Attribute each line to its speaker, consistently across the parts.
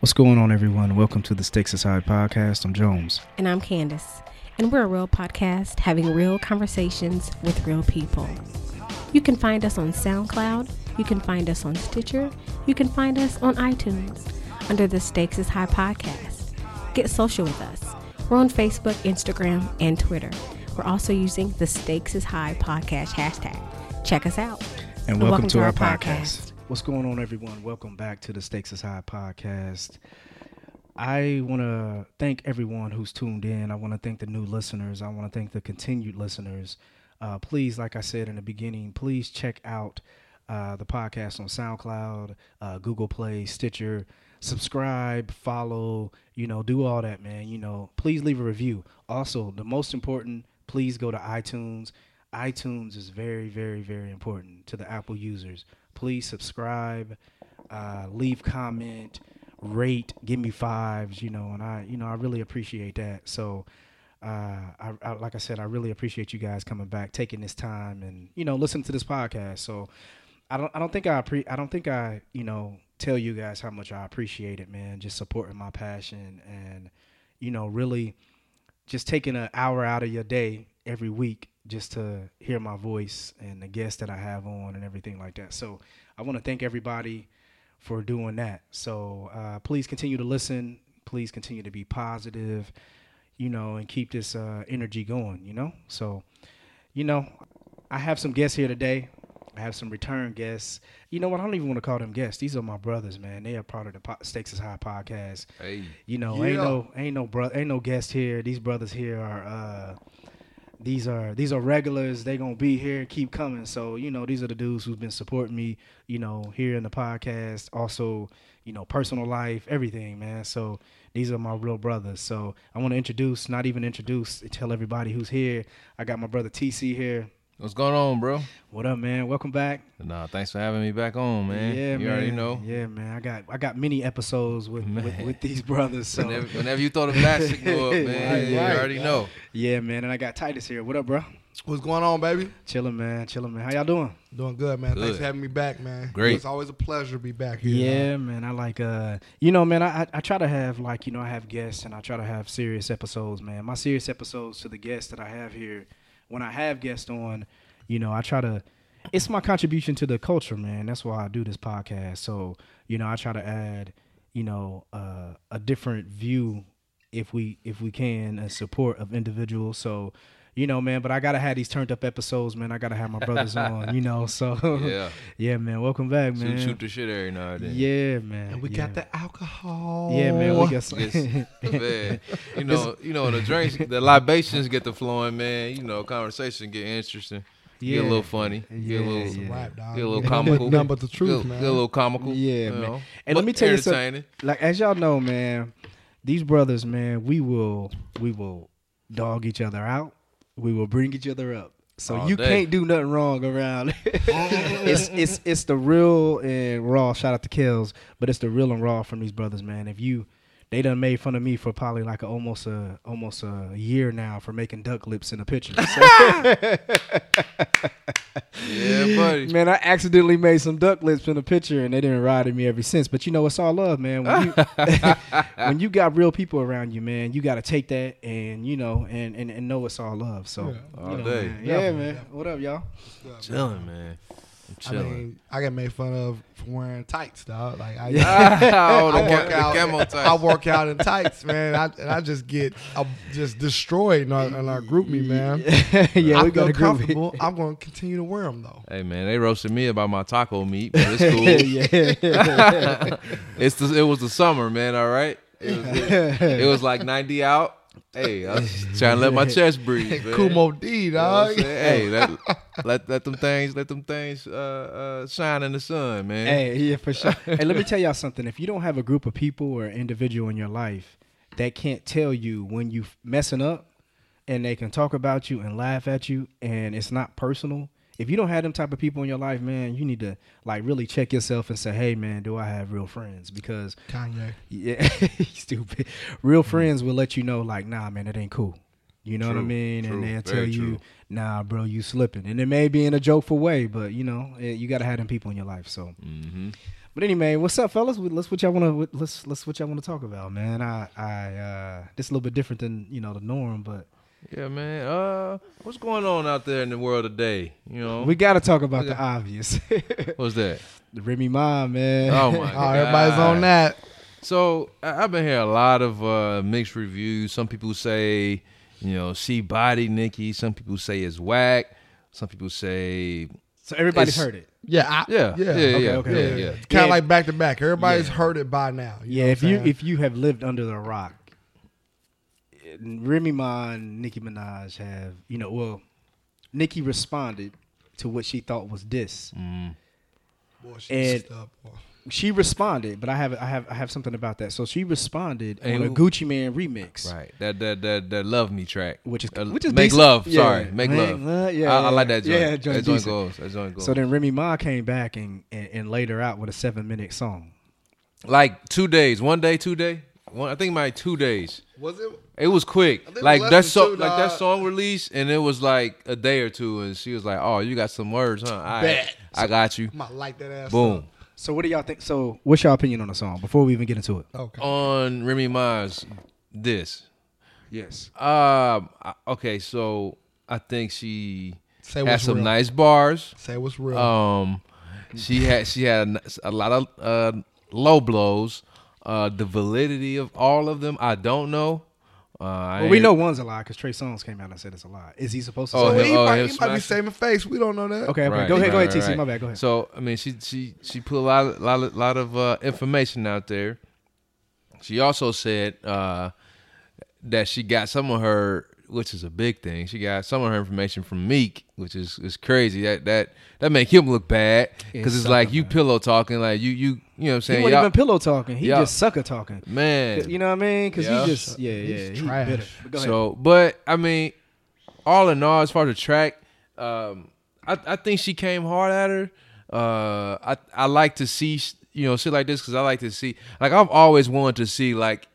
Speaker 1: What's going on, everyone? Welcome to the Stakes is High podcast. I'm Jones.
Speaker 2: And I'm Candace. And we're a real podcast having real conversations with real people. You can find us on SoundCloud. You can find us on Stitcher. You can find us on iTunes under the Stakes is High podcast. Get social with us. We're on Facebook, Instagram, and Twitter. We're also using the Stakes is High podcast hashtag. Check us out.
Speaker 1: And welcome, to, our, podcast. What's going on, everyone? Welcome back to the Stakes is High podcast. I want to thank everyone who's tuned in. I want to thank the new listeners. I want to thank the continued listeners. Uh, please, like I said in the beginning, please check out uh, the podcast on SoundCloud, uh, Google Play, Stitcher. Subscribe, follow, you know, do all that, man. You know, please leave a review. Also, the most important, please go to iTunes. iTunes is very, very, very important to the Apple users. Please subscribe, uh, leave comment, rate, give me fives, you know, and I, you know, I really appreciate that. So, uh, I, I like I said, I really appreciate you guys coming back, taking this time, and you know, listen to this podcast. So, I don't, I don't think I, appre- I don't think I, you know, tell you guys how much I appreciate it, man. Just supporting my passion and, you know, really, just taking an hour out of your day every week just to hear my voice and the guests that I have on and everything like that. So I want to thank everybody for doing that. So uh, please continue to listen. Please continue to be positive, you know, and keep this uh, energy going, you know? So, you know, I have some guests here today. I have some return guests. You know what? I don't even want to call them guests. These are my brothers, man. They are part of the po- Stakes is High podcast.
Speaker 3: Hey.
Speaker 1: You know,
Speaker 3: Yeah.
Speaker 1: Oh, ain't no ain't no bro ain't no guest here. These brothers here are uh these are these are regulars. They gonna be here, keep coming. So, you know, these are the dudes who've been supporting me, you know, here in the podcast, also, you know, personal life, everything, man. So these are my real brothers. So I wanna introduce, not even introduce, tell everybody who's here. I got my brother TC here.
Speaker 3: What's going on, bro?
Speaker 1: What up, man? Welcome back.
Speaker 3: Nah, thanks for having me back on, man.
Speaker 1: Yeah,
Speaker 3: you
Speaker 1: man.
Speaker 3: already know.
Speaker 1: Yeah, man. I got I got many episodes with with,
Speaker 3: Man.
Speaker 1: with these brothers. So
Speaker 3: Whenever, whenever you throw the back signal up, man,
Speaker 1: Right,
Speaker 3: you
Speaker 1: right.
Speaker 3: already know.
Speaker 1: yeah, man. And I got Titus here. What up, bro?
Speaker 4: What's going on, baby?
Speaker 1: Chilling, man. Chilling, man. How y'all doing?
Speaker 4: Doing good, man.
Speaker 3: Good.
Speaker 4: Thanks for having me back, man.
Speaker 3: Great.
Speaker 4: It's always a pleasure to be back here.
Speaker 1: Yeah, man. I like uh, you know, man. I I- I try to have like you know I have guests and I try to have serious episodes, man. My serious episodes to the guests that I have here. When I have guests on, you know, I try to. It's my contribution to the culture, man. That's why I do this podcast. So you know, I try to add, you know, uh, a different view if we if we can and support of individuals. So. You know, man, but I gotta have these turned up episodes, man. I gotta have my brothers on, you know. So,
Speaker 3: Yeah.
Speaker 1: yeah, man. Welcome back,
Speaker 3: Shoot,
Speaker 1: man.
Speaker 3: shoot the shit every now and then.
Speaker 1: Yeah, man.
Speaker 4: And we
Speaker 1: yeah.
Speaker 4: got the alcohol.
Speaker 1: Yeah, man. We got some.
Speaker 3: Just, man, you know, you know, the drinks, the libations get to flowing, man. You know, conversation get interesting,
Speaker 1: yeah.
Speaker 3: get a little funty, get a
Speaker 1: Yeah,
Speaker 3: little,
Speaker 1: yeah.
Speaker 4: Right, dog.
Speaker 3: get a little
Speaker 4: Ain't
Speaker 3: comical,
Speaker 4: Nothing but the
Speaker 3: get,
Speaker 4: truth,
Speaker 3: a-
Speaker 4: man.
Speaker 3: get a little comical.
Speaker 1: Yeah,
Speaker 3: you
Speaker 1: man.
Speaker 3: know,
Speaker 1: And let
Speaker 3: but
Speaker 1: me tell you something.
Speaker 3: entertaining.
Speaker 1: Like as y'all know, man, these brothers, man, we will we will dog each other out. We will bring each other up. So
Speaker 3: All
Speaker 1: you
Speaker 3: day.
Speaker 1: can't do nothing wrong around. it's it's it's the real and raw. Shout out to Kells, but it's the real and raw from these brothers, man. If you they done made fun of me for probably like a, almost a almost a year now for making duck lips in a picture. So-
Speaker 3: Yeah, buddy.
Speaker 1: Man, I accidentally made some duck lips in a picture, and they didn't ride at me ever since. But you know, it's all love, man. When you, when you got real people around you, man, you got to take that and you know, and, and and know it's all love. So,
Speaker 4: Yeah.
Speaker 3: All
Speaker 1: you know,
Speaker 3: day.
Speaker 1: man. yeah, man. What up, y'all?
Speaker 4: What's up, man?
Speaker 3: Chilling, man. I'm
Speaker 4: I
Speaker 3: chilling.
Speaker 4: mean, I got made fun of for wearing tights, dog. Like I,
Speaker 3: oh, the, ca-
Speaker 4: I work
Speaker 3: the
Speaker 4: out.
Speaker 3: camo
Speaker 4: I
Speaker 3: type.
Speaker 4: work out in tights, man. I, and I just get, I'm just destroyed in our, in our group me, man.
Speaker 1: yeah,
Speaker 4: I
Speaker 1: we got
Speaker 4: feel
Speaker 1: a groovy.
Speaker 4: comfortable. I'm gonna continue to wear them though.
Speaker 3: Hey man, they roasted me about my taco meat, but it's cool.
Speaker 1: yeah,
Speaker 3: It's the, it was the summer, man. All right, it was, it was like ninety out. Hey, I was trying to let my chest breathe. Man.
Speaker 4: Kumo D,
Speaker 3: You know what I'm
Speaker 4: dog.
Speaker 3: saying? hey, let, let let them things let them things uh, uh, shine in the sun, man.
Speaker 1: hey, yeah, for sure. Hey, let me tell y'all something. If you don't have a group of people or individual in your life that can't tell you when you messing up, and they can talk about you and laugh at you, and it's not personal. If you don't have them type of people in your life, man, you need to like really check yourself and say, "Hey, man, do I have real friends?" Because
Speaker 4: Kanye.
Speaker 1: yeah, stupid. Real friends will let you know, like, nah, man, that ain't cool. You know what I
Speaker 3: Mm-hmm. True,
Speaker 1: mean?
Speaker 3: true,
Speaker 1: and they'll tell
Speaker 3: very
Speaker 1: you,
Speaker 3: true.
Speaker 1: nah, bro, you slipping. And it may be in a jokeful way, but you know, eh, you got to have them people in your life. So,
Speaker 3: Mm-hmm.
Speaker 1: But anyway, what's up, fellas? We- Let's what y'all want to let's let's what y'all want to talk about, man. I I uh, this a little bit different than you know the norm, but
Speaker 3: Yeah, man. Uh, what's going on out there in the world today? You know,
Speaker 1: we got to talk about the obvious.
Speaker 3: what's that?
Speaker 1: the Remy Ma, man.
Speaker 3: Oh my
Speaker 4: Oh,
Speaker 3: god,
Speaker 4: everybody's on that.
Speaker 3: So I- I've been hearing a lot of uh, mixed reviews. Some people say, you know, she body Nikki. Some people say it's whack. Some people say,
Speaker 1: So everybody's
Speaker 3: It's-
Speaker 1: heard it.
Speaker 4: Yeah, I,
Speaker 3: yeah, yeah, yeah,
Speaker 4: yeah.
Speaker 3: yeah,
Speaker 1: okay,
Speaker 3: yeah,
Speaker 1: okay.
Speaker 4: Kind
Speaker 1: Yeah.
Speaker 4: of like back to back. Everybody's
Speaker 3: Yeah.
Speaker 4: heard it by now. You
Speaker 1: Yeah,
Speaker 4: know
Speaker 1: if
Speaker 4: what I'm
Speaker 1: you
Speaker 4: saying?
Speaker 1: if you have lived under the rock, Remy Ma and Nicki Minaj have you know well, Nicki responded to what she thought was diss.
Speaker 3: Mm.
Speaker 4: Boy, she's
Speaker 1: and-
Speaker 4: stuck, boy.
Speaker 1: She responded, but I have I have I have something about that. So she responded
Speaker 3: Hey,
Speaker 1: on a
Speaker 3: who-
Speaker 1: Gucci Man remix,
Speaker 3: Right. That that that that love me track.
Speaker 1: Which is-
Speaker 3: Uh,
Speaker 1: which is
Speaker 3: make
Speaker 1: decent.
Speaker 3: love.
Speaker 1: Yeah.
Speaker 3: Sorry,
Speaker 1: Make
Speaker 3: make love.
Speaker 1: love,
Speaker 3: Yeah,
Speaker 1: yeah,
Speaker 3: I, I
Speaker 1: yeah,
Speaker 3: like that joint.
Speaker 1: yeah. Yeah,
Speaker 3: that
Speaker 1: joint
Speaker 3: joint
Speaker 1: decent.
Speaker 3: goes. That joint goes.
Speaker 1: So then Remy Ma came back and, and, and laid her out with a seven minute song.
Speaker 3: like two days, one day, two day, one. I think my two days.
Speaker 4: Was it?
Speaker 3: It was quick.
Speaker 4: think it
Speaker 3: Like
Speaker 4: was
Speaker 3: that
Speaker 4: less than
Speaker 3: so
Speaker 4: two,
Speaker 3: like that
Speaker 4: dawg.
Speaker 3: song released, and it was like a day or two, and she was like, "Oh, you got some words, huh? All right,
Speaker 4: Bet.
Speaker 3: I got you."
Speaker 4: I might light that ass.
Speaker 3: Boom.
Speaker 1: So what do y'all think? So what's your opinion on the song before we even get into it?
Speaker 4: up. Okay.
Speaker 3: on Remy Ma's this.
Speaker 1: Yes.
Speaker 3: Um. I- Okay. So I think she
Speaker 4: Say
Speaker 3: had
Speaker 4: what's
Speaker 3: some
Speaker 4: real.
Speaker 3: nice bars.
Speaker 4: Say what's real.
Speaker 3: Um. She had she had a, n- a lot of uh, low blows. Uh, the validity of all of them, I don't know. Uh, I
Speaker 1: Well, we
Speaker 3: ain't-
Speaker 1: know one's a lie because Trey Songz came out and said it's a lie. Is he supposed to?
Speaker 3: Oh,
Speaker 1: say
Speaker 4: well,
Speaker 1: it?
Speaker 4: he,
Speaker 3: oh,
Speaker 4: might,
Speaker 3: him
Speaker 4: he might be
Speaker 3: smashing.
Speaker 4: saving face. We don't know that.
Speaker 1: Okay, okay.
Speaker 3: Right,
Speaker 1: go ahead, go
Speaker 3: right,
Speaker 1: ahead, TC.
Speaker 3: right.
Speaker 1: My bad. Go ahead.
Speaker 3: So I mean, she she she put a lot lot of- lot of uh, information out there. She also said uh, that she got some of her, which is a big thing. She got some of her information from Meek, which is is crazy. That that that make him look bad because
Speaker 1: It's
Speaker 3: it's like
Speaker 1: something,
Speaker 3: you
Speaker 1: man.
Speaker 3: pillow talking, like you you you know what I'm
Speaker 1: he
Speaker 3: saying?
Speaker 1: wasn't
Speaker 3: Y'all-
Speaker 1: even pillow talking. He
Speaker 3: Yeah.
Speaker 1: just sucker talking.
Speaker 3: man,
Speaker 1: You know what I mean? Because
Speaker 3: Yeah.
Speaker 1: he just yeah yeah
Speaker 4: He's
Speaker 1: he
Speaker 4: trash.
Speaker 1: bitter. But go ahead.
Speaker 3: So, but I mean, all in all, as far as the track, um, I, I think she came hard at her. Uh, I I like to see you know shit like this because I like to see like I've always wanted to see like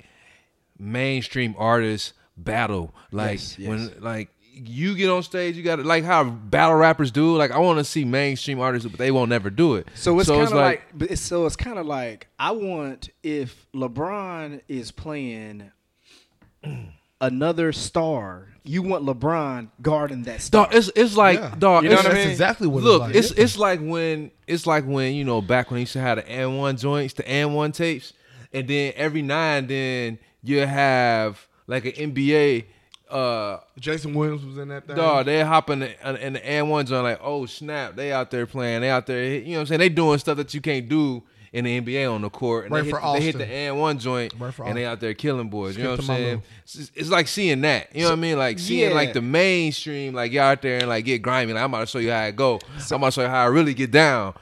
Speaker 3: mainstream artists battle like
Speaker 1: Yes, yes.
Speaker 3: when like you get on stage you got to like how battle rappers do like I want to see mainstream artists but they won't never do it
Speaker 1: So it's kind of like, but it's, so it's kind of like I want if LeBron is playing another star, you want LeBron guarding that star.
Speaker 3: Dog, it's it's like
Speaker 4: Yeah.
Speaker 3: dog.
Speaker 4: You know
Speaker 3: it's-
Speaker 4: what I mean? That's exactly what it's
Speaker 3: Look,
Speaker 4: like.
Speaker 3: it's it's like when it's like when you know back when they used to have the N one joints, the N one tapes, and then every now and then you have like an NBA. Uh,
Speaker 4: Jason Williams was in that thing.
Speaker 3: dog, they hop in the, in the N one joint like, oh snap, they out there playing, they out there, hit- you know what I'm saying? They doing stuff that you can't do. In the NBA on the court, and
Speaker 4: Right
Speaker 3: they, hit,
Speaker 4: for
Speaker 3: they hit the
Speaker 4: Austin.
Speaker 3: and one joint,
Speaker 4: Right for
Speaker 3: and they
Speaker 4: Austin.
Speaker 3: out there killing boys. You know what I'm
Speaker 4: Skip to my
Speaker 3: saying?
Speaker 4: move.
Speaker 3: It's, it's like seeing that. You know what I mean? Like seeing
Speaker 1: yeah.
Speaker 3: like the mainstream, like y'all out there and like get grimy. Like I'm about to show you how I go. I'm about to show you how I really get down.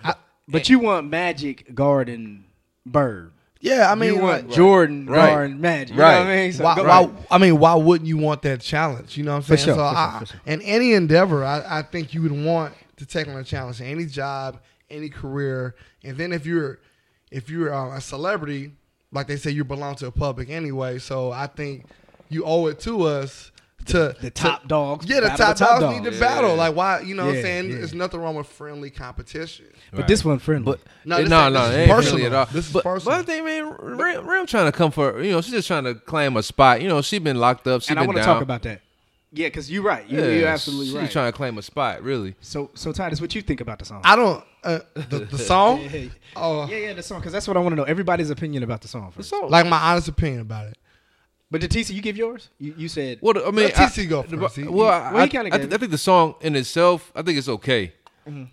Speaker 1: but you want Magic guarding Bird.
Speaker 4: yeah, I
Speaker 1: you
Speaker 4: mean,
Speaker 1: want
Speaker 4: like,
Speaker 1: Jordan
Speaker 3: Right.
Speaker 1: guarding Magic. You know what I
Speaker 3: Right.
Speaker 1: mean? So
Speaker 4: why,
Speaker 1: go-
Speaker 4: why, I mean, why wouldn't you want that challenge? You know what I'm saying?
Speaker 1: sure,
Speaker 4: so
Speaker 1: for
Speaker 4: I,
Speaker 1: sure, for sure.
Speaker 4: in any endeavor, I, I think you would want to take on a challenge, in any job, any career, and then if you're if you're uh, a celebrity, like they say, you belong to the public anyway. So I think you owe it to us to
Speaker 1: the
Speaker 4: to-
Speaker 1: top dogs
Speaker 4: Yeah, the
Speaker 1: battle
Speaker 4: top,
Speaker 1: the top
Speaker 4: dogs need to
Speaker 1: dogs.
Speaker 4: battle.
Speaker 3: Yeah.
Speaker 4: Like why? You know what I'm
Speaker 1: Yeah,
Speaker 4: saying?
Speaker 1: yeah.
Speaker 4: There's nothing wrong with friendly competition.
Speaker 1: But this one friendly.
Speaker 3: But
Speaker 4: No,
Speaker 3: no,
Speaker 4: this
Speaker 3: no,
Speaker 4: ain't-
Speaker 3: no, it
Speaker 4: this is
Speaker 3: ain't really
Speaker 4: personal.
Speaker 3: at all.
Speaker 4: This is
Speaker 3: but,
Speaker 4: personal.
Speaker 3: But I think, man, Rim, Rim trying to come for you know she's just trying to claim a spot. You know she been locked up. She
Speaker 1: and I
Speaker 3: been
Speaker 1: want to
Speaker 3: down.
Speaker 1: talk about that. Yeah, because you're right. You,
Speaker 3: Yeah,
Speaker 1: you're absolutely
Speaker 3: she
Speaker 1: right.
Speaker 3: trying to claim a spot, really.
Speaker 1: so, so Titus, what you think about the song?
Speaker 4: I don't. Uh, the, the song.
Speaker 1: Hey.
Speaker 4: Oh,
Speaker 1: yeah, yeah, the song, because that's what I want to know. Everybody's opinion about the song. First.
Speaker 3: So
Speaker 4: like my honest opinion about it.
Speaker 1: But did TC, you give yours? You, you said
Speaker 3: What I mean,
Speaker 4: Let TC
Speaker 3: I-
Speaker 4: go
Speaker 3: the-
Speaker 4: first. He-
Speaker 3: well, I,
Speaker 1: well, he kinda
Speaker 3: I, I
Speaker 1: gave
Speaker 3: thi-
Speaker 1: it. Mm-hmm.
Speaker 3: I think the song in itself, I think it's okay.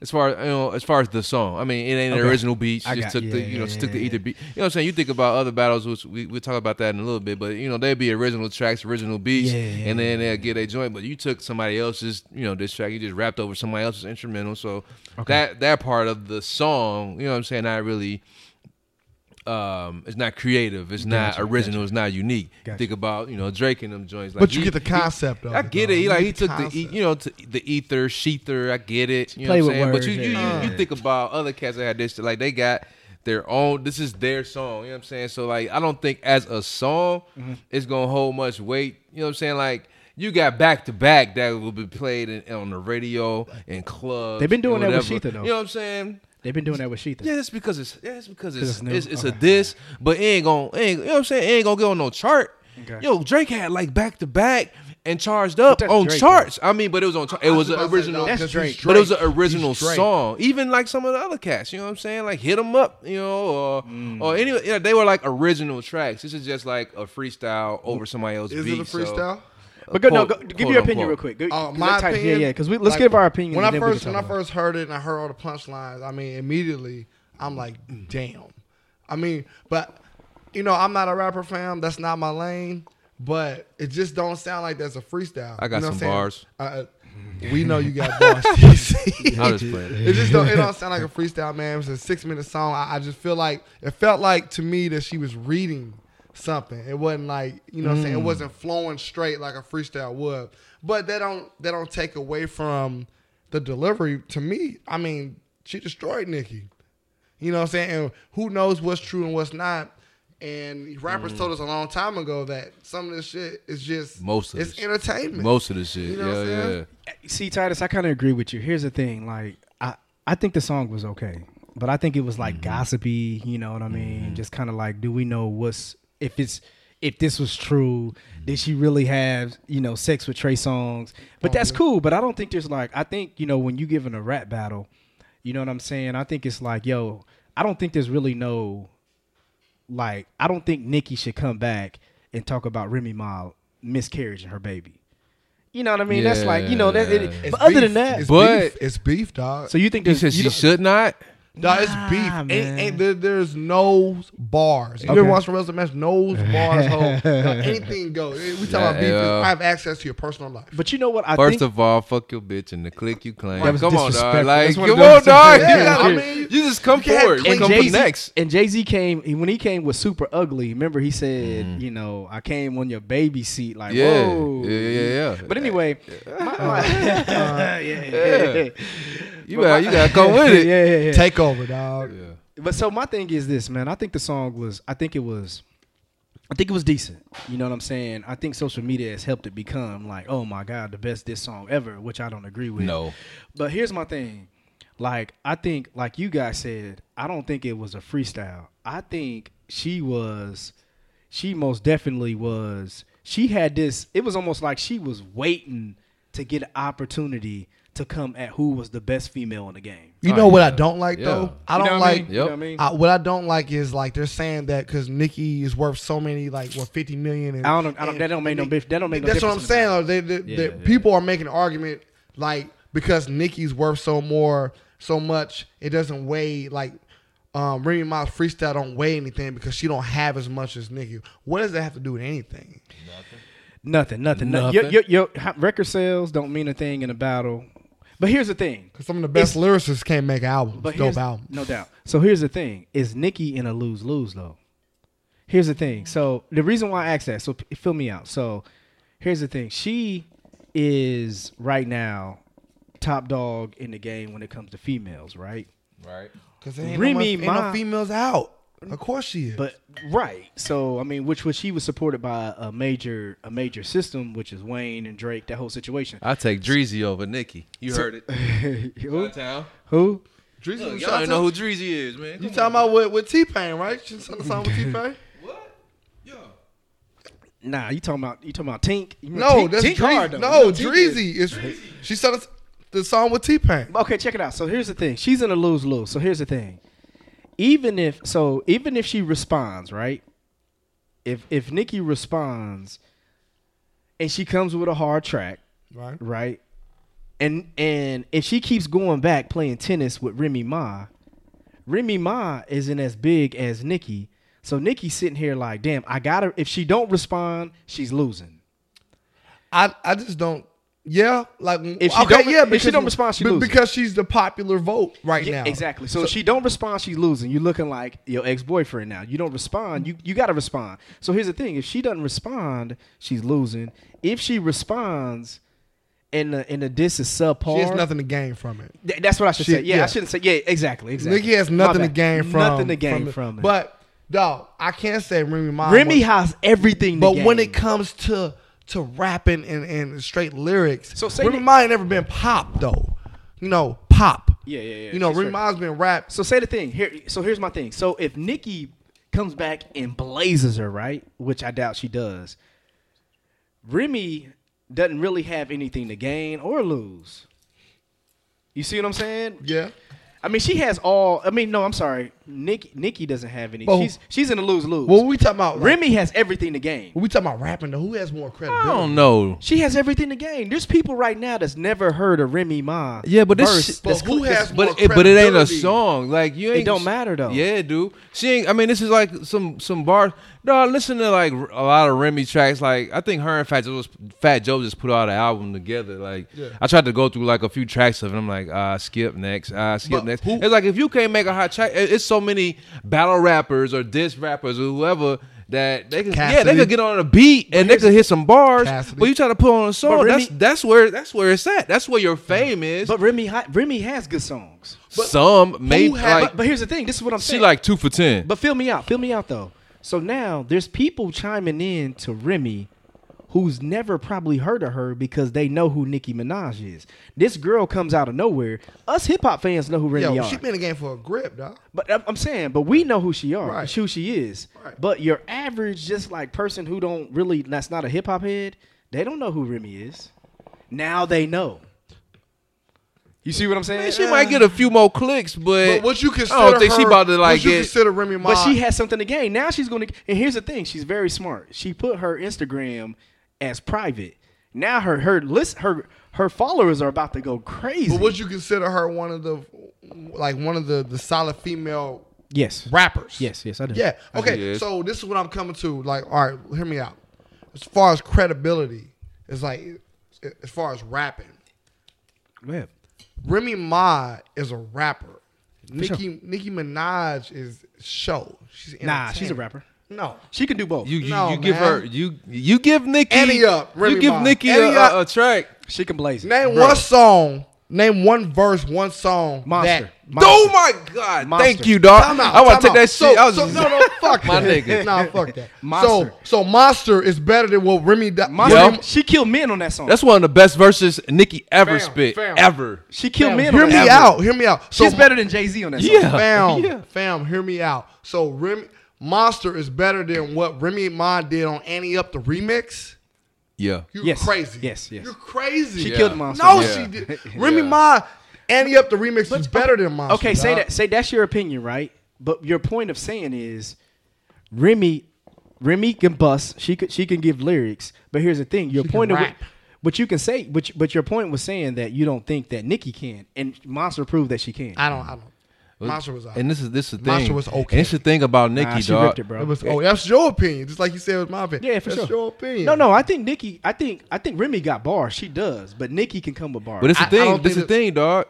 Speaker 3: As far as you know, as far as the song, I mean, it ain't an
Speaker 1: Okay.
Speaker 3: original beat. She
Speaker 1: I
Speaker 3: just
Speaker 1: got-
Speaker 3: took the
Speaker 1: yeah,
Speaker 3: you know, she
Speaker 1: yeah,
Speaker 3: took the
Speaker 1: yeah,
Speaker 3: either beat. You know what I'm saying? You think about other battles, which we we will talk about that in a little bit, but you know, they'd be original tracks, original beats,
Speaker 1: Yeah, yeah,
Speaker 3: and then they'll get a joint. But you took somebody else's, you know, this track, you just rapped over somebody else's instrumental. So that that part of the song, you know, what I'm saying, I really um, it's not creative. It's not original. It's not unique. You
Speaker 1: Gotcha.
Speaker 3: Think about you know Drake and them joints. Like
Speaker 4: But you
Speaker 3: he-
Speaker 4: get the concept of
Speaker 3: I
Speaker 4: it,
Speaker 3: get
Speaker 4: though.
Speaker 3: it. He,
Speaker 4: You
Speaker 3: like
Speaker 4: get
Speaker 3: he
Speaker 4: the
Speaker 3: took the e-
Speaker 4: concept.
Speaker 3: you know t- the ether sheether. I get it. You know
Speaker 1: Play
Speaker 3: what
Speaker 1: with
Speaker 3: I'm saying.
Speaker 1: words,
Speaker 3: but you you,
Speaker 1: yeah.
Speaker 3: you you think about other cats that had this. Like they got their own. This is their song. You know what I'm saying. So like I don't think as a song
Speaker 4: Mm-hmm.
Speaker 3: it's gonna hold much weight. You know what I'm saying. Like. You got back to back that will be played in, on the radio and clubs.
Speaker 1: They've been doing
Speaker 3: and
Speaker 1: that with
Speaker 3: whatever.
Speaker 1: Sheetha, though.
Speaker 3: You know what I'm saying?
Speaker 1: They've been doing that with Sheetha.
Speaker 3: Yeah, that's because it's yeah, it's because it's
Speaker 1: it's new?
Speaker 3: it's, it's
Speaker 1: Okay.
Speaker 3: a diss, but it ain't gonna it ain't, you know what I'm saying? It ain't gonna get on no chart.
Speaker 1: Okay.
Speaker 3: Yo, Drake had like back to back and charged up
Speaker 1: that's
Speaker 3: on
Speaker 1: Drake, though.
Speaker 3: charts. I mean, but it was on char- it was
Speaker 4: I
Speaker 3: an
Speaker 4: about to say,
Speaker 3: original.
Speaker 4: no,
Speaker 1: That's
Speaker 4: because
Speaker 1: Drake.
Speaker 4: he's
Speaker 3: But it was an
Speaker 4: Drake.
Speaker 3: original
Speaker 4: He's Drake.
Speaker 3: song. Even like some of the other cats, you know what I'm saying? Like hit them up, you know, or
Speaker 1: Mm.
Speaker 3: or anyway, yeah, they were like original tracks. This is just like a freestyle over somebody else's
Speaker 4: Is
Speaker 3: beat.
Speaker 4: it a
Speaker 3: so-
Speaker 4: freestyle?
Speaker 1: But go, no,
Speaker 3: Quote-
Speaker 1: go, give
Speaker 3: quote,
Speaker 1: your opinion
Speaker 3: unquote.
Speaker 1: real quick. Go,
Speaker 4: Uh,
Speaker 1: 'cause
Speaker 4: my
Speaker 1: that type-
Speaker 4: opinion.
Speaker 1: yeah, yeah. Because let's
Speaker 4: like,
Speaker 1: give our opinion.
Speaker 4: When
Speaker 1: and
Speaker 4: I
Speaker 1: then we can
Speaker 4: first
Speaker 1: talk
Speaker 4: when I
Speaker 1: about it.
Speaker 4: first heard it and I heard all the punchlines, I mean, immediately I'm like, damn. I mean, but you know, I'm not a rapper fam. That's not my lane. But it just don't sound like that's a freestyle.
Speaker 3: I got
Speaker 4: You know
Speaker 3: some
Speaker 4: what I'm saying?
Speaker 3: bars.
Speaker 4: Uh, we know you got bars. TC.
Speaker 3: I just playing.
Speaker 4: It just don't. It don't sound like a freestyle, man. It was a six minute song. I, I just feel like it felt like to me that she was reading something. It wasn't like you know, what I'm saying it
Speaker 3: Mm.
Speaker 4: wasn't flowing straight like a freestyle would. But that don't that don't take away from the delivery. To me, I mean, she destroyed Nikki. You know what I'm saying? And who knows what's true and what's not. And rappers
Speaker 3: Mm.
Speaker 4: told us a long time ago that some of this shit is just
Speaker 3: Most of
Speaker 4: it's
Speaker 3: this-
Speaker 4: entertainment.
Speaker 3: Most of the shit.
Speaker 4: You know what I'm
Speaker 3: yeah,
Speaker 4: saying?
Speaker 3: yeah.
Speaker 1: See, Titus, I kind of agree with you. Here's the thing: like, I I think the song was okay, but I think it was like gossipy. You know what I mean? Just kind of like, do we know what's if it's if this was true? Did she really have you know sex with Trey Songs? But that's cool. But I don't think there's like I think you know when you give in a rap battle, you know what I'm saying? I think it's like, yo, I don't think there's really no like I don't think Nikki should come back and talk about Remy Ma miscarriaging her baby. You know what I mean? That's like you know that. It,
Speaker 3: Yeah.
Speaker 1: but
Speaker 4: It's
Speaker 1: other
Speaker 4: beef.
Speaker 1: than that,
Speaker 4: it's
Speaker 3: But-
Speaker 4: beef. it's beef, dog.
Speaker 1: so you think
Speaker 3: He
Speaker 1: there's
Speaker 3: said
Speaker 1: you
Speaker 3: she
Speaker 1: don't-
Speaker 3: should not.
Speaker 4: Nah, it's
Speaker 1: Nah,
Speaker 4: beef. Ain't,
Speaker 1: man.
Speaker 4: ain't there, there's no bars. You ever
Speaker 1: Okay.
Speaker 4: watch some wrestling match? No bars, ho. Like, anything goes. We talk about beef.
Speaker 3: Yeah.
Speaker 4: I have access to your personal life.
Speaker 1: But you know what? I
Speaker 3: First
Speaker 1: think
Speaker 3: of all, fuck your bitch and the click you claim.
Speaker 1: That was
Speaker 3: come on,
Speaker 1: disrespectful.
Speaker 3: dog. Like,
Speaker 1: That's one
Speaker 3: come
Speaker 1: of
Speaker 3: on,
Speaker 1: those
Speaker 3: dog.
Speaker 1: things- Yeah,
Speaker 3: I
Speaker 1: yeah.
Speaker 3: mean, you just come
Speaker 4: can't
Speaker 3: forward. You
Speaker 1: and
Speaker 3: come
Speaker 1: Jay
Speaker 3: for
Speaker 1: Z
Speaker 3: next.
Speaker 1: and Jay Z came he- when he came with Super Ugly. Remember he said, you know, I came on your baby seat. Like,
Speaker 3: Mm-hmm. Yeah.
Speaker 1: whoa,
Speaker 3: Yeah, yeah, yeah. Uh,
Speaker 1: But anyway, my- my- yeah, yeah, yeah.
Speaker 3: You got, you got to come with it.
Speaker 1: Yeah, yeah, yeah.
Speaker 4: Take over, dog.
Speaker 1: But so my thing is this, man. I think the song was. I think it was. I think it was decent. You know what I'm saying? I think social media has helped it become like, oh my god, the best diss song ever, which I don't agree with.
Speaker 3: No.
Speaker 1: But here's my thing. Like I think, like you guys said, I don't think it was a freestyle. I think she was. She most definitely was. She had this. It was almost like she was waiting to get an opportunity to come at who was the best female in the game.
Speaker 4: You
Speaker 3: Oh,
Speaker 4: know what I
Speaker 3: yeah.
Speaker 4: don't like
Speaker 3: Yeah.
Speaker 4: though? I
Speaker 1: You know
Speaker 4: don't
Speaker 1: what I
Speaker 4: like.
Speaker 1: mean? You know what I mean?
Speaker 4: I, what I don't like is like they're saying that because Nikki is worth so many, like what fifty million. And,
Speaker 1: I don't- I don't-
Speaker 4: and-
Speaker 1: that don't make no
Speaker 4: and-
Speaker 1: bif- that don't make no
Speaker 4: That's what I'm
Speaker 1: difference in the
Speaker 4: saying. though. They, they,
Speaker 3: Yeah,
Speaker 4: they-
Speaker 3: yeah.
Speaker 4: People are making an argument like because Nikki's worth so more, so much, it doesn't weigh like. Um, Remy Ma's freestyle don't weigh anything because she don't have as much as Nikki. What does that have to do with anything?
Speaker 1: Nothing, nothing, nothing.
Speaker 3: Nothing.
Speaker 1: Your, your, your record sales don't mean a thing in a battle. But here's the thing.
Speaker 4: Because some of the best
Speaker 1: It's-
Speaker 4: lyricists can't make albums,
Speaker 1: But
Speaker 4: dope
Speaker 1: here's-
Speaker 4: albums.
Speaker 1: No doubt. So here's the thing. Is Nikki in a lose lose though? Here's the thing. So the reason why I asked that, so p- fill me out. So here's the thing. She is right now top dog in the game when it comes to females, right?
Speaker 3: Right.
Speaker 4: Because ain't,
Speaker 1: Remy
Speaker 4: no, much- ain't no
Speaker 1: Ma-
Speaker 4: females out. Of course she is.
Speaker 1: But right. So I mean, which was she was supported by a major a major system, which is Wayne and Drake, that whole situation.
Speaker 3: I take Dreezy over Nikki. You heard it.
Speaker 1: who?
Speaker 3: Downtown.
Speaker 1: Who?
Speaker 4: Drizzy
Speaker 3: Look,
Speaker 4: was
Speaker 3: y'all
Speaker 4: shot
Speaker 3: ain't know who Dreezy is, man.
Speaker 4: You
Speaker 3: Come
Speaker 4: talking about with, with T Pain, right? She sung the song with T Pain.
Speaker 3: on. what? Yo.
Speaker 1: Nah, you talking about you talking about Tink? You mean
Speaker 4: No,
Speaker 1: Tink,
Speaker 4: that's
Speaker 1: Tink hard
Speaker 4: Dreezy.
Speaker 1: though.
Speaker 4: No,
Speaker 1: Tink
Speaker 4: Dreezy is. She sung the s- the song with T Pain.
Speaker 1: Okay, check it out. So here's the thing. She's in a lose lose. So here's the thing. Even if so, even if she responds, right? If if Nikki responds, and she comes with a hard track,
Speaker 4: Right.
Speaker 1: right? And and if she keeps going back playing tennis with Remy Ma, Remy Ma isn't as big as Nikki. So Nikki's sitting here like, damn, I gotta. If she don't respond, she's losing.
Speaker 4: I I just don't. Yeah, like
Speaker 1: If she don't re- if she don't respond, she
Speaker 4: be-
Speaker 1: loses.
Speaker 4: because she's the popular vote right
Speaker 1: Yeah,
Speaker 4: now.
Speaker 1: Exactly. So, if she don't respond, she's losing. You're looking like your ex boyfriend now. You don't respond, you you gotta respond. So here's the thing: if she doesn't respond, she's losing. If she responds, and the and the diss is subpar,
Speaker 4: She has nothing to gain from it.
Speaker 1: th- that's what I should
Speaker 4: She-
Speaker 1: say. Yeah,
Speaker 4: yeah.
Speaker 1: I shouldn't say. Yeah, exactly. Exactly.
Speaker 4: Nikki has
Speaker 1: My
Speaker 4: nothing to
Speaker 1: bad.
Speaker 4: gain from
Speaker 1: nothing to gain from,
Speaker 4: it.
Speaker 1: it.
Speaker 4: But dog, I can't say Remy Ma.
Speaker 1: Remy
Speaker 4: was-
Speaker 1: has everything.
Speaker 4: But
Speaker 1: to
Speaker 4: when
Speaker 1: gain.
Speaker 4: it comes to to rapping and, and straight lyrics,
Speaker 1: So say
Speaker 4: Remy
Speaker 1: that-
Speaker 4: Ma ain't never been pop though. You know, pop.
Speaker 1: Yeah, yeah, yeah.
Speaker 4: You know,
Speaker 1: She's
Speaker 4: Rick
Speaker 1: straight.
Speaker 4: Miles been rap.
Speaker 1: So say the thing here. So here's my thing. So if Nikki comes back and blazes her, right, which I doubt she does, Remy doesn't really have anything to gain or lose. You see what I'm saying?
Speaker 4: Yeah.
Speaker 1: I mean, she has all. I mean, no, I'm sorry. Nikki Nikki doesn't have any.
Speaker 4: Well-
Speaker 1: she's she's in a lose lose.
Speaker 4: What we talking about? like,
Speaker 1: Remy has everything to gain.
Speaker 4: When we talking about rapping though, who has more
Speaker 3: I
Speaker 4: credibility?
Speaker 3: don't know.
Speaker 1: She has everything to gain. There's people right now that's never heard of Remy Ma.
Speaker 3: Yeah, but this
Speaker 1: verse
Speaker 3: shit-
Speaker 4: But who
Speaker 1: that's-
Speaker 4: has more
Speaker 3: But it, but it ain't a
Speaker 4: credibility?
Speaker 3: song. Like you ain't.
Speaker 1: don't matter, though.
Speaker 3: Yeah, dude. She ain't. I mean, this is like some some bars. No, I listen to like r- a lot of Remy tracks. Like I think her and Fat Joe, Fat Joe just put out an album together. Like
Speaker 4: Yeah.
Speaker 3: I tried to go through like a few tracks of it. I'm like, ah, skip next. Ah, skip
Speaker 4: But
Speaker 3: next.
Speaker 4: who-
Speaker 3: it's like if you can't make a hot track, it- it's so many battle rappers or diss rappers or whoever. That they can, yeah, they
Speaker 4: Cassidy.
Speaker 3: could get on a beat and they could hit some bars.
Speaker 4: Cassidy.
Speaker 3: But you try to put on a song,
Speaker 1: Remy-
Speaker 3: that's that's where that's where it's at. That's where your fame is.
Speaker 1: But Remy hi- Remy has good songs.
Speaker 3: some maybe
Speaker 4: had-
Speaker 3: like
Speaker 1: But, but here's the thing. This is what I'm
Speaker 3: she
Speaker 1: saying.
Speaker 3: like two for ten.
Speaker 1: But fill me out. Fill me out though. So now there's people chiming in to Remy who's never probably heard of her because they know who Nicki Minaj is. This girl comes out of nowhere. Us hip hop fans know who
Speaker 4: Yo,
Speaker 1: Remy are.
Speaker 4: she been in the game for a grip, dog.
Speaker 1: but I'm- I'm saying, but we know who she are,
Speaker 4: Right.
Speaker 1: who she is.
Speaker 4: Right.
Speaker 1: But your average just like person who don't really that's not a hip hop head, they don't know who Remy is. Now they know. You see what I'm saying?
Speaker 3: Man, she might get a few more clicks, but,
Speaker 4: But what you consider?
Speaker 3: I don't think she
Speaker 4: her-
Speaker 3: about to like
Speaker 4: What you
Speaker 3: get.
Speaker 4: consider Remy Ma?
Speaker 1: But she has something to gain. Now she's going to. And here's the thing: she's very smart. She put her Instagram as private. Now her her list her her followers are about to go crazy.
Speaker 4: but would you consider her one of the, like one of the the solid female
Speaker 1: yes,
Speaker 4: rappers?
Speaker 1: yes, yes, I do.
Speaker 4: Yeah.
Speaker 3: she
Speaker 4: Okay.
Speaker 3: is.
Speaker 4: So this is what I'm coming to. Like, all right, hear me out. As far as credibility, it's like as far as rapping,
Speaker 1: yeah.
Speaker 4: Remy Ma is a rapper. Nicki Nicki Minaj is show. She's
Speaker 1: Nah, she's a
Speaker 4: entertainment.
Speaker 1: rapper.
Speaker 4: No.
Speaker 1: She can do both.
Speaker 3: You you,
Speaker 4: No,
Speaker 3: you give her
Speaker 4: man.
Speaker 3: you you give Nikki
Speaker 4: Eddie up, Remy
Speaker 3: you give
Speaker 4: Ma.
Speaker 3: Nikki a,
Speaker 4: Eddie up.
Speaker 3: a, a track.
Speaker 1: she can blaze. it.
Speaker 4: Name
Speaker 1: Bro.
Speaker 4: one song. Name one verse. One song.
Speaker 1: Monster.
Speaker 4: That,
Speaker 1: Monster.
Speaker 3: Oh my God!
Speaker 1: Monster.
Speaker 3: Thank you, dog.
Speaker 4: Time out,
Speaker 3: I want
Speaker 4: time
Speaker 3: to take
Speaker 4: out.
Speaker 3: that
Speaker 4: so,
Speaker 3: shit. I was
Speaker 4: so, no, no, fuck
Speaker 3: my
Speaker 4: that.
Speaker 3: nigga.
Speaker 4: Nah, fuck that.
Speaker 1: Monster.
Speaker 4: So, so monster is better than what Remy. Di-
Speaker 1: Monster,
Speaker 3: Yeah.
Speaker 1: She killed men on that song.
Speaker 3: That's one of the best verses Nikki ever
Speaker 4: Fam,
Speaker 3: spit
Speaker 4: fam.
Speaker 3: ever.
Speaker 1: she killed men.
Speaker 4: Hear
Speaker 1: on
Speaker 4: me
Speaker 1: that song.
Speaker 4: out. Hear me out. So
Speaker 1: she's better than Jay Z on that. song.
Speaker 3: Yeah.
Speaker 4: Fam,
Speaker 3: Yeah.
Speaker 4: fam, hear me out. So Remy Monster is better than what Remy Ma did on Annie Up the remix.
Speaker 3: Yeah,
Speaker 4: You're
Speaker 1: Yes.
Speaker 4: crazy.
Speaker 1: Yes, yes.
Speaker 4: You're crazy.
Speaker 1: She
Speaker 3: Yeah.
Speaker 1: killed Monster.
Speaker 4: No,
Speaker 3: Yeah.
Speaker 4: she did. Remy Ma, Annie Up the remix is better than Monster.
Speaker 1: Okay, say
Speaker 4: dog.
Speaker 1: that. Say that's your opinion, right? But your point of saying is, Remy, Remy can bust. She could. She can give lyrics. But here's the thing. Your
Speaker 4: She can
Speaker 1: point of.
Speaker 4: rap.
Speaker 1: But you can say. But but your point was saying that you don't think that Nikki can, and Monster proved that she can.
Speaker 4: I don't. I don't. Monster was out.
Speaker 3: and this is this is the thing.
Speaker 4: Monster was okay.
Speaker 3: And it's the thing about Nikki,
Speaker 1: Nah, she
Speaker 3: dog.
Speaker 1: ripped it, bro.
Speaker 4: It was, oh, that's your opinion. Just like you said, it was my opinion.
Speaker 1: yeah, for
Speaker 4: that's
Speaker 1: sure.
Speaker 4: your opinion.
Speaker 1: No, no. I think Nikki. I think. I think Remy got bars. She does. But Nikki can come with bars.
Speaker 3: But it's the
Speaker 4: I- I don't
Speaker 3: thing. This
Speaker 4: think
Speaker 3: the
Speaker 4: that-
Speaker 3: thing, dog.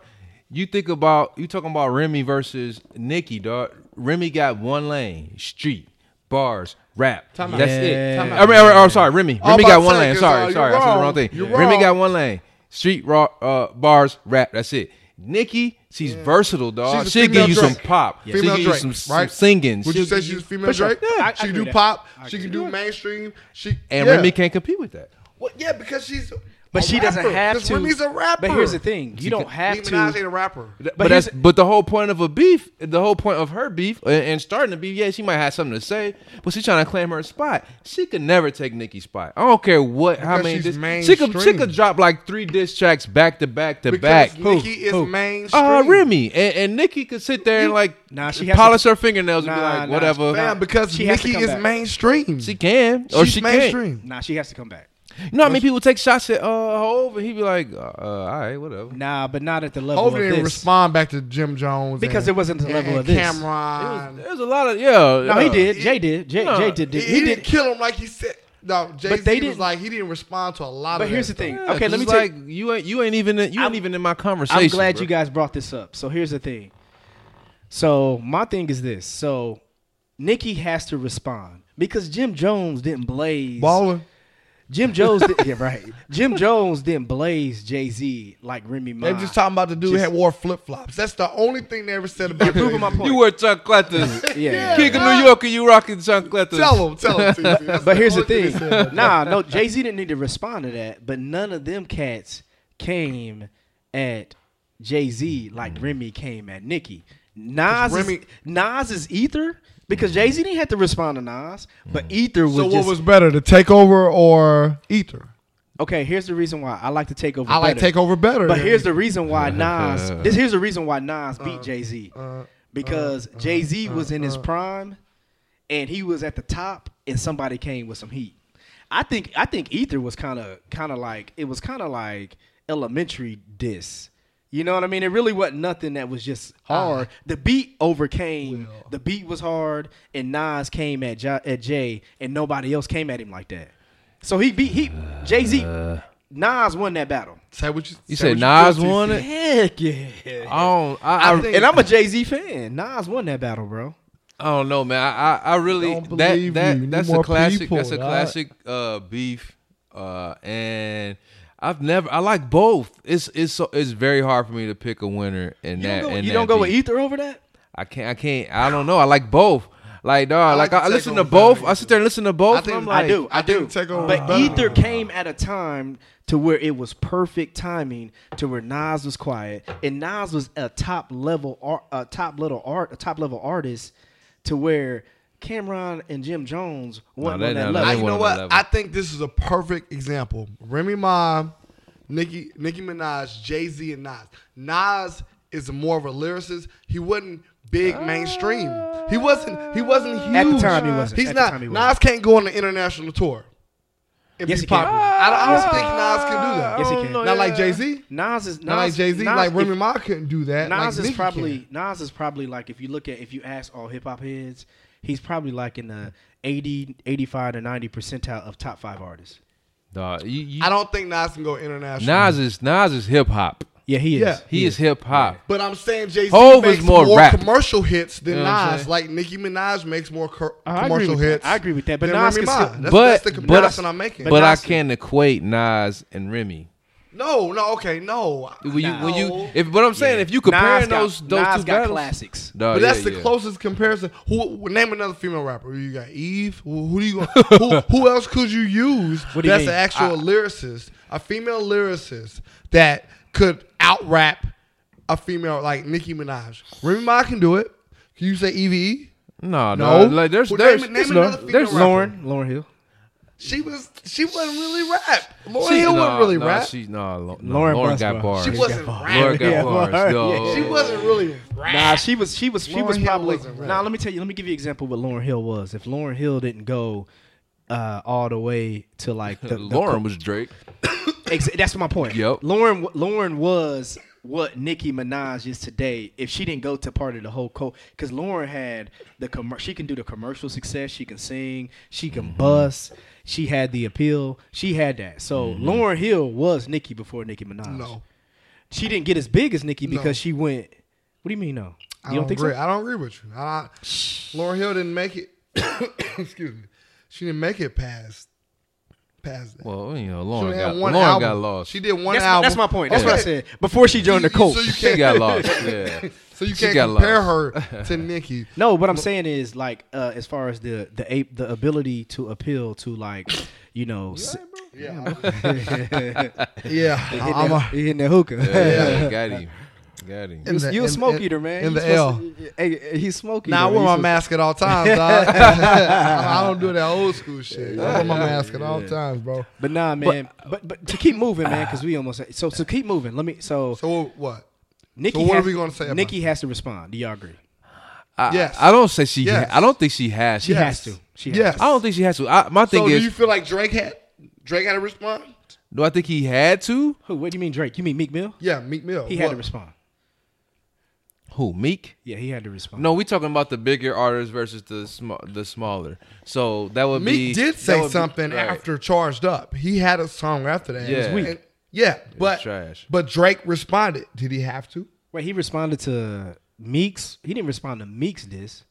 Speaker 3: You think about you talking about Remy versus Nikki, dog. Remy got one lane, street, bars, rap.
Speaker 4: Time out.
Speaker 3: That's
Speaker 1: Yeah.
Speaker 3: it.
Speaker 1: Time
Speaker 3: I
Speaker 4: out.
Speaker 3: mean, or- or, sorry, Remy.
Speaker 4: I'm
Speaker 3: Remy
Speaker 4: about
Speaker 3: got
Speaker 4: to
Speaker 3: one
Speaker 4: say,
Speaker 3: lane.
Speaker 4: 'cause, uh,
Speaker 3: Sorry,
Speaker 4: you're
Speaker 3: sorry, I said the
Speaker 4: wrong.
Speaker 3: wrong thing.
Speaker 4: You're
Speaker 3: Remy
Speaker 4: wrong.
Speaker 3: got one lane, street, raw, uh, bars, rap. That's it. Nikki, she's versatile, dog.
Speaker 4: She's a
Speaker 3: She'll
Speaker 4: female
Speaker 3: give you
Speaker 4: Drake.
Speaker 3: some pop. She'll
Speaker 4: Female
Speaker 3: give you
Speaker 4: Drake,
Speaker 3: some, some
Speaker 4: right?
Speaker 3: singing.
Speaker 4: Would you
Speaker 3: She'll
Speaker 4: say
Speaker 3: give
Speaker 4: she's
Speaker 3: you-
Speaker 4: a female
Speaker 1: sure.
Speaker 4: Drake?
Speaker 1: Yeah, I- I agree
Speaker 4: she can do
Speaker 1: with that.
Speaker 4: pop.
Speaker 1: I
Speaker 4: She
Speaker 1: agree
Speaker 4: can
Speaker 1: with
Speaker 4: do
Speaker 1: that.
Speaker 4: mainstream. She
Speaker 3: And
Speaker 4: yeah.
Speaker 3: Remy can't compete with that.
Speaker 4: Well, yeah, because she's.
Speaker 1: but
Speaker 4: a
Speaker 1: she doesn't
Speaker 4: rapper.
Speaker 1: have
Speaker 4: 'Cause
Speaker 1: to.
Speaker 4: Remy's a rapper.
Speaker 1: But here's the thing. You don't have
Speaker 4: Nicki Minaj
Speaker 1: to.
Speaker 4: ain't a rapper.
Speaker 3: But,
Speaker 1: But here's
Speaker 3: that's but the whole point of a beef, the whole point of her beef and, and starting the beef, yeah, she might have something to say, but she's trying to claim her spot. She could never take Nikki's spot. I don't care what how
Speaker 4: Because
Speaker 3: many dis-
Speaker 4: she's
Speaker 3: she could she
Speaker 4: mainstream.
Speaker 3: could drop like three diss tracks back to back to
Speaker 4: Because
Speaker 3: back.
Speaker 4: Nicki is mainstream.
Speaker 1: Ah,
Speaker 3: Uh, Remy and, and Nikki could sit there and like
Speaker 1: Nah, she has
Speaker 3: polish
Speaker 1: to-
Speaker 3: her fingernails and be
Speaker 1: Nah,
Speaker 3: like
Speaker 1: nah,
Speaker 3: whatever.
Speaker 4: Fam, because
Speaker 1: She has to
Speaker 4: Nicki
Speaker 1: come
Speaker 4: is
Speaker 1: back.
Speaker 4: mainstream.
Speaker 3: she can or
Speaker 4: she's
Speaker 3: she can't.
Speaker 4: mainstream.
Speaker 1: Nah, she has to come back.
Speaker 3: You know how many people take shots at uh Hov and he'd be like, uh, uh, all right, whatever.
Speaker 1: Nah, but not at the level
Speaker 4: Hov
Speaker 1: of this.
Speaker 4: didn't respond back to Jim Jones
Speaker 1: Because it
Speaker 4: and-
Speaker 1: wasn't the
Speaker 4: and-
Speaker 1: level
Speaker 4: and
Speaker 1: of this.
Speaker 4: Cameron.
Speaker 3: There's a lot of yeah. Uh,
Speaker 1: No, he
Speaker 3: yeah.
Speaker 1: did. Jay did. Jay,
Speaker 3: Nah.
Speaker 1: Jay did.
Speaker 4: he,
Speaker 1: uh, did.
Speaker 4: he didn't kill him like he said. No, Jay
Speaker 1: they
Speaker 4: Z was
Speaker 1: didn't-
Speaker 4: like he didn't respond to a lot
Speaker 1: But
Speaker 4: of.
Speaker 1: here's the
Speaker 4: that
Speaker 1: thing.
Speaker 4: stuff.
Speaker 3: Yeah,
Speaker 1: okay,
Speaker 3: 'cause
Speaker 1: let me
Speaker 3: it's
Speaker 1: tell
Speaker 3: like you ain't you ain't even in, you ain't
Speaker 1: I'm-
Speaker 3: even in my conversation.
Speaker 1: I'm glad
Speaker 3: bro.
Speaker 1: you guys brought this up. So here's the thing. So my thing is this. So Nikki has to respond because Jim Jones didn't blaze.
Speaker 4: Baller.
Speaker 1: Jim Jones, did, yeah, right. Jim Jones didn't blaze Jay Z like Remy Ma.
Speaker 4: They were just talking about the dude
Speaker 1: Just-
Speaker 4: had wore flip flops. That's the only thing they ever said about.
Speaker 1: You're proving my
Speaker 4: Jay-Z.
Speaker 1: point.
Speaker 3: You were chancletas.
Speaker 1: yeah, yeah.
Speaker 3: King of New York and you rocking chancletas.
Speaker 4: Tell him, tell him. TC. That's
Speaker 1: But here's the
Speaker 4: only they
Speaker 1: thing.
Speaker 4: said about Jay-Z.
Speaker 1: Nah, no, Jay Z didn't need to respond to that. But none of them cats came at Jay Z like Remy came at Nicki. Nas,
Speaker 4: Remy-
Speaker 1: is, Nas is Ether because Jay Z didn't have to respond to Nas, but Ether was
Speaker 4: So what
Speaker 1: just
Speaker 4: was better, the takeover or Ether?
Speaker 1: okay. Here's the reason why I like to take over.
Speaker 4: I like
Speaker 1: better.
Speaker 4: takeover better.
Speaker 1: But
Speaker 4: than
Speaker 1: here's the reason why Nas. this here's the reason why Nas beat Jay Z
Speaker 4: uh,
Speaker 1: because Jay Z was in his prime, and he was at the top, and somebody came with some heat. I think I think Ether was kind of kind of like it was kind of like elementary diss. You know what I mean? It really wasn't nothing that was just
Speaker 4: Ah.
Speaker 1: hard. The beat overcame. The beat was hard, and Nas came at J- at Jay, and nobody else came at him like that. So he beat he Jay Z. Nas won that battle.
Speaker 4: Say what you,
Speaker 3: You
Speaker 4: say
Speaker 3: said
Speaker 4: what
Speaker 3: Nas
Speaker 4: feel,
Speaker 3: won
Speaker 4: TC.
Speaker 3: it?
Speaker 1: Heck yeah.
Speaker 3: I don't. I,
Speaker 4: I
Speaker 3: I,
Speaker 4: think-
Speaker 1: and I'm a Jay Z fan. Nas won that battle, bro.
Speaker 3: I don't know, man. I I, I really
Speaker 4: Don't
Speaker 3: that
Speaker 4: believe you.
Speaker 3: that
Speaker 4: Need
Speaker 3: that's a
Speaker 4: more
Speaker 3: classic.
Speaker 4: people,
Speaker 3: that's a
Speaker 4: dog.
Speaker 3: classic uh, beef, uh, and I've never. I like both. It's it's so it's very hard for me to pick a winner in
Speaker 1: You
Speaker 3: that.
Speaker 1: don't go,
Speaker 3: in
Speaker 1: you
Speaker 3: that
Speaker 1: don't go with
Speaker 3: beef.
Speaker 1: Ether over that?
Speaker 3: I can't. I can't. I don't know. I like both. Like dog.
Speaker 4: like
Speaker 3: Like,
Speaker 4: the
Speaker 3: I, I listen to
Speaker 4: takeover better
Speaker 3: both.
Speaker 4: than
Speaker 3: I sit there and listen to both.
Speaker 4: I
Speaker 3: I
Speaker 4: think-
Speaker 3: am
Speaker 4: I
Speaker 3: like,
Speaker 1: I do. I,
Speaker 4: I
Speaker 1: do.
Speaker 4: think Takeover
Speaker 1: but
Speaker 4: was better.
Speaker 1: Ether came at a time to where it was perfect timing to where Nas was quiet and Nas was a top level art, a top little art, a top level artist to where Cameron and Jim Jones wasn't
Speaker 3: they-
Speaker 1: on that
Speaker 3: no, they
Speaker 4: I,
Speaker 1: level.
Speaker 4: you
Speaker 3: on
Speaker 4: know
Speaker 3: that
Speaker 4: what?
Speaker 3: level.
Speaker 4: I think this is a perfect example. Remy Ma, Nicki, Nicki Minaj, Jay Z, and Nas. Nas is more of a lyricist. He wasn't big mainstream. He wasn't. He wasn't huge
Speaker 1: At the time, he wasn't.
Speaker 4: He's
Speaker 1: At the
Speaker 4: not.
Speaker 1: time, he wasn't.
Speaker 4: Nas can't go on an international tour. and
Speaker 1: Yes,
Speaker 4: be
Speaker 1: he can.
Speaker 4: popular. I don't, I don't think Nas can do that.
Speaker 1: Yes, he
Speaker 3: I don't
Speaker 1: can.
Speaker 3: know,
Speaker 4: Not like
Speaker 3: yeah.
Speaker 4: Jay Z.
Speaker 1: Nas is Nas,
Speaker 4: Not like Jay Z.
Speaker 1: Nas-
Speaker 4: Like Remy
Speaker 1: if-
Speaker 4: Ma couldn't do that. like
Speaker 1: Nas
Speaker 4: Nicki
Speaker 1: is
Speaker 4: can.
Speaker 1: probably Nas is probably like if you look at if you ask all hip hop heads, he's probably like in the 80, 85 to 90 percentile of top 5 artists.
Speaker 3: Dog, you, you,
Speaker 4: I don't think Nas can go international.
Speaker 3: Nas is Nas is hip hop.
Speaker 1: Yeah, he is.
Speaker 4: Yeah.
Speaker 3: He is hip hop.
Speaker 4: But I'm saying Jay Z
Speaker 3: Hove
Speaker 4: makes
Speaker 3: is more
Speaker 4: more
Speaker 3: rap.
Speaker 4: commercial hits than
Speaker 3: You know what I'm
Speaker 4: Nas.
Speaker 3: saying?
Speaker 4: Like Nicki Minaj makes more co-
Speaker 1: I agree
Speaker 4: commercial
Speaker 1: with that.
Speaker 4: hits.
Speaker 1: I agree with that, but
Speaker 4: than
Speaker 1: Nas
Speaker 4: Remy
Speaker 1: can
Speaker 4: Ma.
Speaker 1: still-
Speaker 4: That's,
Speaker 3: but
Speaker 4: that's the comparison
Speaker 3: but,
Speaker 4: I'm making.
Speaker 3: But I
Speaker 1: Nas-
Speaker 3: can't equate Nas and Remy.
Speaker 4: no, no, okay, no.
Speaker 3: When you when you
Speaker 4: No.
Speaker 3: if what I'm saying if you
Speaker 1: Nas
Speaker 3: comparing
Speaker 1: got-
Speaker 3: those those
Speaker 1: Nas got
Speaker 3: two battles,
Speaker 1: classics.
Speaker 3: Dawg,
Speaker 4: but that's
Speaker 3: oh, yeah,
Speaker 4: the
Speaker 3: yeah.
Speaker 4: closest comparison. Who, who- name another female rapper? You got Eve. Who, who do you? Go, who, who else could you use?
Speaker 1: What do you
Speaker 4: that's
Speaker 1: mean?
Speaker 4: an actual lyricist, a female lyricist that could out rap a female like Nicki Minaj. Remy Ma can do it. Can you say E Eve?
Speaker 3: No,
Speaker 4: No.
Speaker 3: no. Like there's
Speaker 4: Well,
Speaker 3: there's
Speaker 4: name-
Speaker 3: there's,
Speaker 4: name
Speaker 3: no-
Speaker 4: another female
Speaker 3: there's
Speaker 4: rapper.
Speaker 1: Lauren, Lauren Hill.
Speaker 4: She was she wasn't really rap. Lauren
Speaker 3: She-
Speaker 4: Hill
Speaker 3: nah,
Speaker 4: wasn't really
Speaker 3: nah,
Speaker 4: rap. She,
Speaker 3: She, no, Lauren,
Speaker 1: Lauren
Speaker 3: Lauren
Speaker 1: Bus,
Speaker 3: got
Speaker 1: bro.
Speaker 3: bars.
Speaker 1: She
Speaker 4: wasn't
Speaker 3: Lauren
Speaker 4: rap.
Speaker 3: got
Speaker 1: Yeah,
Speaker 3: bars.
Speaker 1: bars.
Speaker 3: Yo.
Speaker 1: Yeah.
Speaker 4: She wasn't really rap.
Speaker 1: Nah, she was she was she
Speaker 4: Lauryn
Speaker 1: was
Speaker 4: Hill
Speaker 1: probably
Speaker 4: wasn't rap.
Speaker 1: Nah, let me tell you, let me give you an example of what Lauren Hill was. If Lauren Hill didn't go uh, all the way to like the, the
Speaker 3: Lauren was Drake.
Speaker 1: Ex- that's my point.
Speaker 3: Yep.
Speaker 1: Lauren w- Lauren was what Nicki Minaj is today if she didn't go to part of the whole co because Lauren had the com- she can do the commercial success, she can sing, she can bust, she had the appeal, she had that. So Lauren Hill was Nicki before Nicki Minaj.
Speaker 4: No.
Speaker 1: She didn't get as big as Nicki because
Speaker 4: No.
Speaker 1: she went What do you mean no?
Speaker 4: I
Speaker 1: You
Speaker 4: don't,
Speaker 1: think
Speaker 4: agree.
Speaker 1: so?
Speaker 4: I don't agree with you. I, Lauren Hill didn't make it. excuse me. She didn't make it past past that.
Speaker 3: Well, you know,
Speaker 4: she
Speaker 3: Lauren
Speaker 4: only
Speaker 3: got
Speaker 4: had one
Speaker 3: Lauren
Speaker 4: album.
Speaker 3: got lost.
Speaker 4: She did one
Speaker 1: That's, my,
Speaker 4: album.
Speaker 1: that's my point. That's
Speaker 3: Yeah.
Speaker 1: what I said. Before she joined the
Speaker 4: You-
Speaker 1: cult.
Speaker 4: So you
Speaker 3: she
Speaker 4: can't
Speaker 3: got lost. Yeah.
Speaker 4: So you
Speaker 3: She
Speaker 4: can't
Speaker 3: got
Speaker 4: compare
Speaker 3: lost.
Speaker 4: her to Nicki.
Speaker 1: No, what I'm saying is like uh, as far as the the ape the ability to appeal to like you know s-
Speaker 4: Yeah. yeah.
Speaker 1: hitting,
Speaker 4: I'm
Speaker 1: the,
Speaker 4: a,
Speaker 1: hitting the hookah.
Speaker 3: Yeah, got him. Got him.
Speaker 4: in the-
Speaker 1: You a
Speaker 4: in-
Speaker 1: smoke
Speaker 4: in-
Speaker 1: eater, man.
Speaker 4: In
Speaker 1: You
Speaker 4: the L.
Speaker 1: supposed to- hey, he's smoky.
Speaker 4: Nah, I wear my mask at all times, dog. I I don't do that old school shit. I wear my mask at all times, bro.
Speaker 1: But nah, man. But but, to keep moving, man, because we almost so so keep moving. Let me so,
Speaker 4: So what?
Speaker 1: Nikki.
Speaker 4: so what are
Speaker 1: has-
Speaker 4: we gonna say about
Speaker 1: Nikki has to respond. Do y'all agree?
Speaker 3: I,
Speaker 4: Yes.
Speaker 3: I don't say she. ha-
Speaker 4: Yes.
Speaker 3: I don't think she has.
Speaker 1: She
Speaker 3: to.
Speaker 1: has to. She has
Speaker 4: Yes.
Speaker 1: to.
Speaker 3: I don't think she has to. I, my thing
Speaker 4: So do
Speaker 3: is,
Speaker 4: you feel like Drake had Drake had to respond?
Speaker 3: do I think he had to?
Speaker 1: Who? What do you mean, Drake? You mean Meek Mill?
Speaker 4: Yeah, Meek Mill.
Speaker 1: He had
Speaker 4: What?
Speaker 1: to respond.
Speaker 3: Who Meek?
Speaker 1: Yeah, he had to respond.
Speaker 3: No, we talking about the bigger artists versus the sm- the smaller. So that would be.
Speaker 4: Meek did
Speaker 3: that
Speaker 4: say
Speaker 3: would be-
Speaker 4: something
Speaker 3: right.
Speaker 4: after Charged Up. He had a song after that.
Speaker 3: Yeah. It was weak.
Speaker 4: And- yeah, but
Speaker 3: trash.
Speaker 4: but Drake responded. Did he have to?
Speaker 1: Wait, he responded to Meeks. He didn't respond to Meeks. This.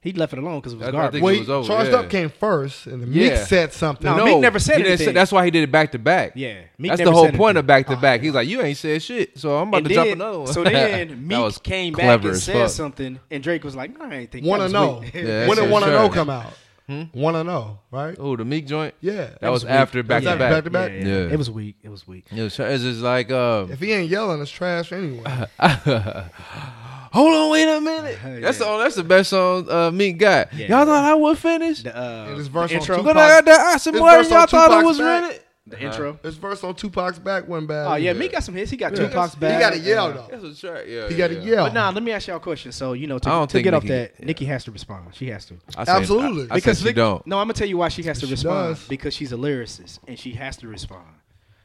Speaker 1: He left it alone because it was
Speaker 3: I- I
Speaker 1: garbage.
Speaker 3: think
Speaker 4: Well,
Speaker 3: it
Speaker 4: he-
Speaker 3: was over,
Speaker 4: Charged
Speaker 3: yeah.
Speaker 4: Up came first, and then Meek
Speaker 3: Yeah.
Speaker 4: said something.
Speaker 1: No, Meek never said
Speaker 3: he didn't
Speaker 1: anything.
Speaker 3: that's why he did it back to back.
Speaker 1: Yeah, Meek
Speaker 3: that's
Speaker 1: never
Speaker 3: the whole
Speaker 1: said
Speaker 3: point of
Speaker 1: anything.
Speaker 3: back to back. He's like, you ain't said shit, Oh, so I'm about
Speaker 1: And
Speaker 3: to
Speaker 1: then-
Speaker 3: drop another one.
Speaker 1: So then
Speaker 3: That
Speaker 1: Meek
Speaker 3: was
Speaker 1: came back
Speaker 3: clever
Speaker 1: and
Speaker 3: as
Speaker 1: said
Speaker 3: fuck.
Speaker 1: something, and Drake was like, "No, I ain't think."
Speaker 4: Want
Speaker 1: that was
Speaker 4: to know?
Speaker 1: weak."
Speaker 3: Yeah,
Speaker 4: when
Speaker 3: that's
Speaker 4: did Want to
Speaker 3: for sure.
Speaker 4: Know come out?
Speaker 3: Hmm?
Speaker 4: One and zero, right?
Speaker 3: Oh, the Meek joint.
Speaker 4: Yeah.
Speaker 3: That
Speaker 1: was
Speaker 3: was
Speaker 1: weak.
Speaker 3: after
Speaker 1: That
Speaker 3: back
Speaker 1: was
Speaker 3: to
Speaker 1: after
Speaker 3: back.
Speaker 4: back to back.
Speaker 1: Yeah, yeah.
Speaker 3: Yeah.
Speaker 1: It was weak. It was weak.
Speaker 3: It was, it's just like, um,
Speaker 4: If he ain't yelling, it's trash anyway.
Speaker 3: hold on, wait a minute.
Speaker 1: Yeah.
Speaker 3: That's the that's the best song uh, Meek got.
Speaker 1: Yeah.
Speaker 3: Y'all thought I would finish.
Speaker 1: The, uh,
Speaker 4: And his verse
Speaker 1: the
Speaker 4: on
Speaker 1: intro.
Speaker 4: Tupac.
Speaker 3: When I got that awesome
Speaker 4: His
Speaker 3: water,
Speaker 4: verse on
Speaker 3: y'all thought I
Speaker 4: Tupac's
Speaker 3: was
Speaker 4: back.
Speaker 3: ready.
Speaker 1: The intro.
Speaker 4: His verse on Tupac's back went bad.
Speaker 1: Oh Uh, yeah, Meek got some hits. He got Tupac's
Speaker 4: He
Speaker 1: back.
Speaker 4: gotta yell, though.
Speaker 3: That's a track. Yeah,
Speaker 4: He
Speaker 3: yeah,
Speaker 4: got to
Speaker 3: yeah.
Speaker 4: yell.
Speaker 1: But nah, let me ask y'all a question. So you know, to,
Speaker 3: I don't
Speaker 1: to
Speaker 3: think
Speaker 1: get off
Speaker 3: Nicki-
Speaker 1: that, Nikki has to respond. She has to.
Speaker 3: I said-
Speaker 4: Absolutely.
Speaker 3: I, I because
Speaker 1: Nick-
Speaker 3: don't.
Speaker 1: No, I'm gonna tell you why she has to
Speaker 4: She
Speaker 1: respond.
Speaker 4: does.
Speaker 1: Because she's a lyricist and she has to respond.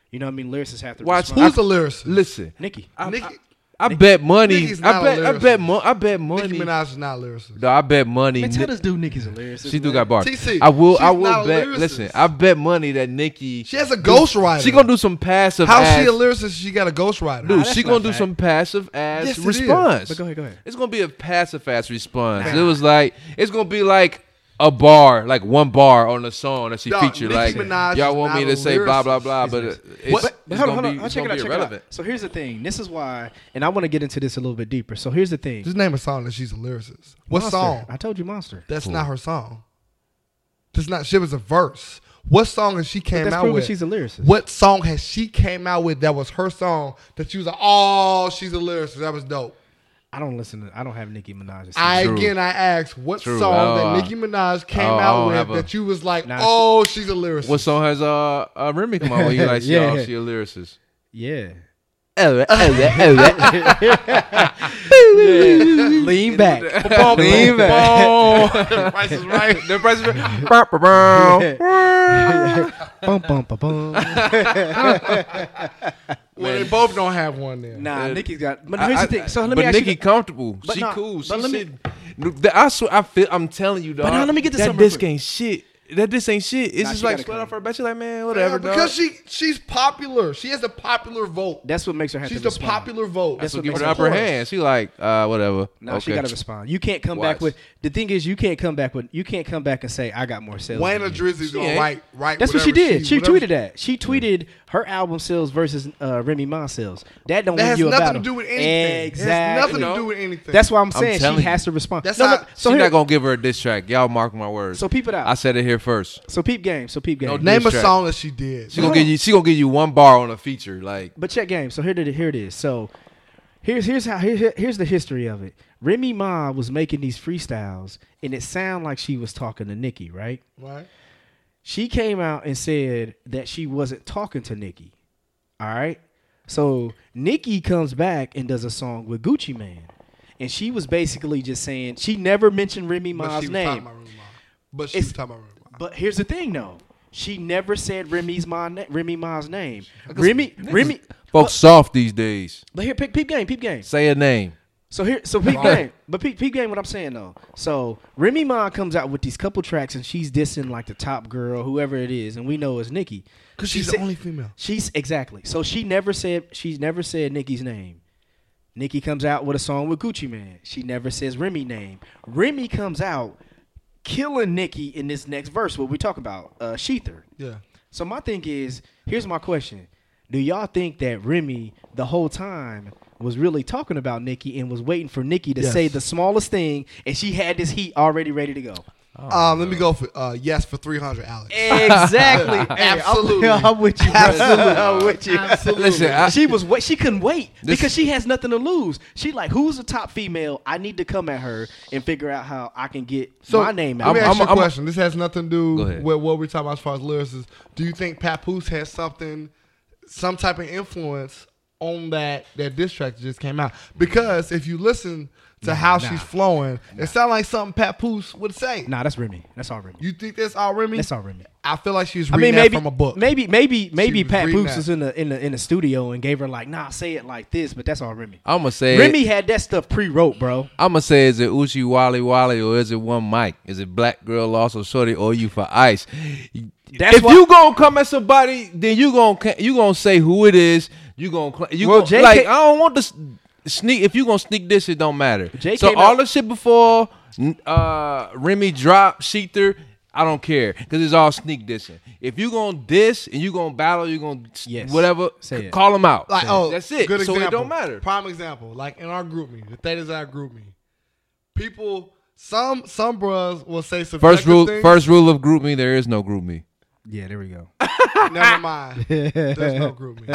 Speaker 1: You know what I mean? Lyricists have to
Speaker 3: Watch
Speaker 1: respond.
Speaker 4: Who's the lyricist?
Speaker 3: Listen,
Speaker 1: Nikki.
Speaker 3: I,
Speaker 4: Nicki,
Speaker 3: I bet money.
Speaker 4: Nicki's
Speaker 3: I
Speaker 4: not a
Speaker 3: bet. I
Speaker 4: lyricist.
Speaker 3: bet. Mo- I bet money.
Speaker 4: Nicki Minaj is not a lyricist.
Speaker 3: No, I bet money.
Speaker 1: Man, tell
Speaker 3: Nick-
Speaker 1: this dude Nikki's a lyricist.
Speaker 3: she do
Speaker 1: man.
Speaker 3: got bars.
Speaker 4: TC,
Speaker 3: I will. I
Speaker 4: she's not
Speaker 3: will
Speaker 4: a
Speaker 3: bet.
Speaker 4: lyricist.
Speaker 3: Listen, I bet money that Nikki.
Speaker 4: She has a ghostwriter.
Speaker 3: She gonna do some passive.
Speaker 4: How's
Speaker 3: ass,
Speaker 4: she a lyricist? She got a ghostwriter.
Speaker 3: Dude,
Speaker 1: that's
Speaker 3: she
Speaker 1: not
Speaker 3: gonna do
Speaker 1: fact.
Speaker 3: some passive ass
Speaker 4: Yes, it is.
Speaker 3: response.
Speaker 1: But go ahead, go ahead.
Speaker 3: It's gonna be a passive ass response.
Speaker 4: Nah.
Speaker 3: It was like it's gonna be like a bar, like one bar on the song that she
Speaker 4: Dog,
Speaker 3: featured. Like
Speaker 4: Nicki Minaj
Speaker 3: y'all
Speaker 4: is
Speaker 3: want me
Speaker 4: not
Speaker 3: to
Speaker 4: a
Speaker 3: say blah blah
Speaker 4: lyricist.
Speaker 3: blah, but it's,
Speaker 4: What?
Speaker 3: it's
Speaker 1: But hold on,
Speaker 3: gonna
Speaker 1: hold on.
Speaker 3: be,
Speaker 1: I'll
Speaker 3: it's
Speaker 1: check it
Speaker 3: gonna
Speaker 1: out.
Speaker 3: be
Speaker 1: Check
Speaker 3: irrelevant.
Speaker 1: it out. So here's the thing. This is why, and I want to get into this a little bit deeper. So here's the thing.
Speaker 4: Just name a song that she's a lyricist. What
Speaker 1: Monster.
Speaker 4: song?
Speaker 1: I told you, Monster.
Speaker 4: That's not her song. That's not. She was a verse. What song has she came
Speaker 1: that's
Speaker 4: out
Speaker 1: proving
Speaker 4: with?
Speaker 1: she's a lyricist.
Speaker 4: What song has she came out with that was her song that she was like, oh, she's a lyricist. That was dope.
Speaker 1: I don't listen to. I don't have Nicki Minaj.
Speaker 4: I
Speaker 3: True.
Speaker 4: again, I asked what
Speaker 3: True.
Speaker 4: song
Speaker 3: Oh,
Speaker 4: that Nicki Minaj came
Speaker 3: oh, I don't
Speaker 4: out
Speaker 3: have
Speaker 4: with
Speaker 3: a-
Speaker 4: that you was like,
Speaker 1: Nah, she-
Speaker 4: oh, she's a lyricist.
Speaker 3: What song has uh, uh Remy come out when you like
Speaker 1: Yeah.
Speaker 3: yeah. y'all? She a lyricist.
Speaker 1: yeah.
Speaker 3: Oh, oh, oh,
Speaker 4: oh,
Speaker 1: Lean back. Lean back.
Speaker 4: Price is right.
Speaker 3: The price is right. Bow, bow, bow.
Speaker 1: Bum, bum, bum, bum.
Speaker 4: Well, they both don't have one then.
Speaker 1: Nah, Nikki's got. But
Speaker 3: I-
Speaker 1: here's
Speaker 3: I-
Speaker 1: the thing. So let
Speaker 3: but
Speaker 1: me ask
Speaker 3: Nikki
Speaker 1: you.
Speaker 3: comfortable.
Speaker 1: But
Speaker 3: she
Speaker 1: nah,
Speaker 3: cool.
Speaker 1: but
Speaker 3: She
Speaker 1: let me-
Speaker 3: sitting- The- I swear, I feel. I'm telling you, dog.
Speaker 1: now, let me get to
Speaker 3: that
Speaker 1: something real
Speaker 3: disc
Speaker 1: quick.
Speaker 3: ain't shit. That disc ain't shit.
Speaker 1: Nah,
Speaker 3: It's just
Speaker 1: she
Speaker 3: like
Speaker 1: gotta
Speaker 3: split
Speaker 1: come.
Speaker 3: off her back. She like, man,
Speaker 4: Yeah,
Speaker 3: whatever, dog.
Speaker 4: because she she's popular. She has a popular vote.
Speaker 1: That's what makes her have
Speaker 4: she's
Speaker 1: to
Speaker 4: the
Speaker 1: respond.
Speaker 4: popular vote.
Speaker 1: That's
Speaker 3: so
Speaker 1: what
Speaker 3: give her
Speaker 1: makes
Speaker 3: the
Speaker 1: it
Speaker 3: upper
Speaker 1: worse.
Speaker 3: hand. She like, uh, whatever.
Speaker 1: No, she got to respond. You can't come back
Speaker 3: Watch.
Speaker 1: with the thing is you can't come back with you can't come back and say I got more sales.
Speaker 4: Wayne
Speaker 1: than
Speaker 4: or
Speaker 1: you."
Speaker 4: Drizzy gonna
Speaker 3: ain't.
Speaker 4: write right.
Speaker 1: That's what she did. She tweeted that. She tweeted her album sales versus uh, Remy Ma sales. That don't
Speaker 4: That
Speaker 1: win
Speaker 4: has
Speaker 1: you a
Speaker 4: nothing
Speaker 1: battle.
Speaker 4: to do with anything. It has
Speaker 1: Exactly.
Speaker 4: nothing
Speaker 3: You
Speaker 4: to do
Speaker 3: know?
Speaker 4: with anything.
Speaker 1: That's why I'm saying
Speaker 3: telling
Speaker 1: she
Speaker 3: you.
Speaker 1: has to respond.
Speaker 4: That's
Speaker 1: no,
Speaker 4: how-
Speaker 1: look, so
Speaker 3: She's
Speaker 1: here,
Speaker 3: not gonna give her a diss track. Y'all mark my words.
Speaker 1: so peep it out.
Speaker 3: I said it here first.
Speaker 1: so peep game. So peep game.
Speaker 3: No,
Speaker 4: name a
Speaker 3: diss track.
Speaker 4: song that she did.
Speaker 3: She gonna give you. She gonna give you one bar on a feature. Like,
Speaker 1: But check game. So here it here it is. So here's here's how here, here- here's the history of it. Remy Ma was making these freestyles, and it sounded like she was talking to Nicki, right?
Speaker 4: Right.
Speaker 1: She came out and said that she wasn't talking to Nicki. All right. So Nicki comes back and does a song with Gucci Man. And she was basically just saying she never mentioned Remy
Speaker 4: But she
Speaker 1: Ma's
Speaker 4: was talking
Speaker 1: name.
Speaker 4: about Remy Ma. But she
Speaker 1: It's-
Speaker 4: was talking about Remy Ma.
Speaker 1: But here's the thing, though. She never said Remy's my na- Remy Ma's name. Remy, Remy.
Speaker 3: folks, soft these days.
Speaker 1: But here, peep, peep game, peep game.
Speaker 3: Say a name.
Speaker 1: So here, so peep
Speaker 4: Wow.
Speaker 1: game, but peep, peep game. What I'm saying though, so Remy Ma comes out with these couple tracks and she's dissing like the top girl, whoever it is, and we know it's Nikki
Speaker 4: Because
Speaker 1: She
Speaker 4: she's the
Speaker 1: said-
Speaker 4: only female.
Speaker 1: She's exactly. So she never said she's never said Nikki's name. Nikki comes out with a song with Gucci Man. She never says Remy name. Remy comes out killing Nikki in this next verse. What we talking about? Uh, Sheether.
Speaker 4: Yeah.
Speaker 1: So my thing is, here's my question: Do y'all think that Remy the whole time was really talking about Nikki and was waiting for Nikki to
Speaker 4: Yes.
Speaker 1: say the smallest thing, and she had this heat already ready to go?
Speaker 4: Um,
Speaker 1: Oh.
Speaker 4: let me go for uh, yes for three hundred, Alex.
Speaker 1: Exactly.
Speaker 4: Absolutely.
Speaker 1: I'm, I'm with you. bro.
Speaker 4: Absolutely.
Speaker 1: I'm with you.
Speaker 4: Absolutely.
Speaker 3: Listen, I,
Speaker 1: she was wait. She couldn't wait
Speaker 3: This-
Speaker 1: because she has nothing to lose. She like, who's the top female? I need to come at her and figure out how I can get my name
Speaker 4: Let
Speaker 1: out.
Speaker 4: me
Speaker 3: I'm-
Speaker 4: ask you a
Speaker 3: I'm-
Speaker 4: question. This has nothing to
Speaker 3: Go
Speaker 4: do
Speaker 3: ahead.
Speaker 4: with what we're talking about as far as lyricists. Do you think Papoose has something, some type of influence on that that diss track that just came out? Because if you listen to how
Speaker 1: nah.
Speaker 4: she's flowing, it sounds like something Papoose would say.
Speaker 1: nah, that's Remy. That's all Remy.
Speaker 4: You think that's all Remy?
Speaker 1: That's all Remy.
Speaker 4: I feel like she's
Speaker 1: I mean,
Speaker 4: reading that
Speaker 1: maybe
Speaker 4: from a book.
Speaker 1: maybe maybe maybe
Speaker 4: was
Speaker 1: Pat
Speaker 4: reading
Speaker 1: Poops
Speaker 4: that.
Speaker 1: was in the in the in the studio and gave her like, nah, say it like this, but that's all Remy.
Speaker 3: I'm gonna say.
Speaker 1: Remy had that stuff pre-wrote, bro.
Speaker 3: I'm gonna say, is it Uchi Wally Wally or is it One Mike? Is it Black Girl Lost or Shorty or you for Ice?
Speaker 1: That's
Speaker 3: if
Speaker 1: why-
Speaker 3: you gonna come at somebody, then you gonna ca- you gonna say who it is. You gonna cla- you
Speaker 1: Well,
Speaker 3: gonna,
Speaker 1: Jay
Speaker 3: like
Speaker 1: ca-
Speaker 3: I don't want to sneak. If you gonna sneak this, it don't matter.
Speaker 1: Jay
Speaker 3: so
Speaker 1: came
Speaker 3: all
Speaker 1: out-
Speaker 3: the shit before n- uh, Remy drop Sheether. I don't care because it's all sneak dissing. If you gonna diss and you gonna battle, you gonna s-
Speaker 1: Yes.
Speaker 3: whatever.
Speaker 1: Say
Speaker 3: c-
Speaker 1: it.
Speaker 3: Call them out.
Speaker 4: Like, oh,
Speaker 3: that's it.
Speaker 4: Good
Speaker 3: so
Speaker 4: example.
Speaker 3: it don't matter.
Speaker 4: Prime example, like in our group me, the thing is our group me, people Some some bros will say subjective
Speaker 3: First rule,
Speaker 4: things.
Speaker 3: first rule of group me. There is no group me.
Speaker 1: Yeah, there we go.
Speaker 4: Never mind. There's no group me.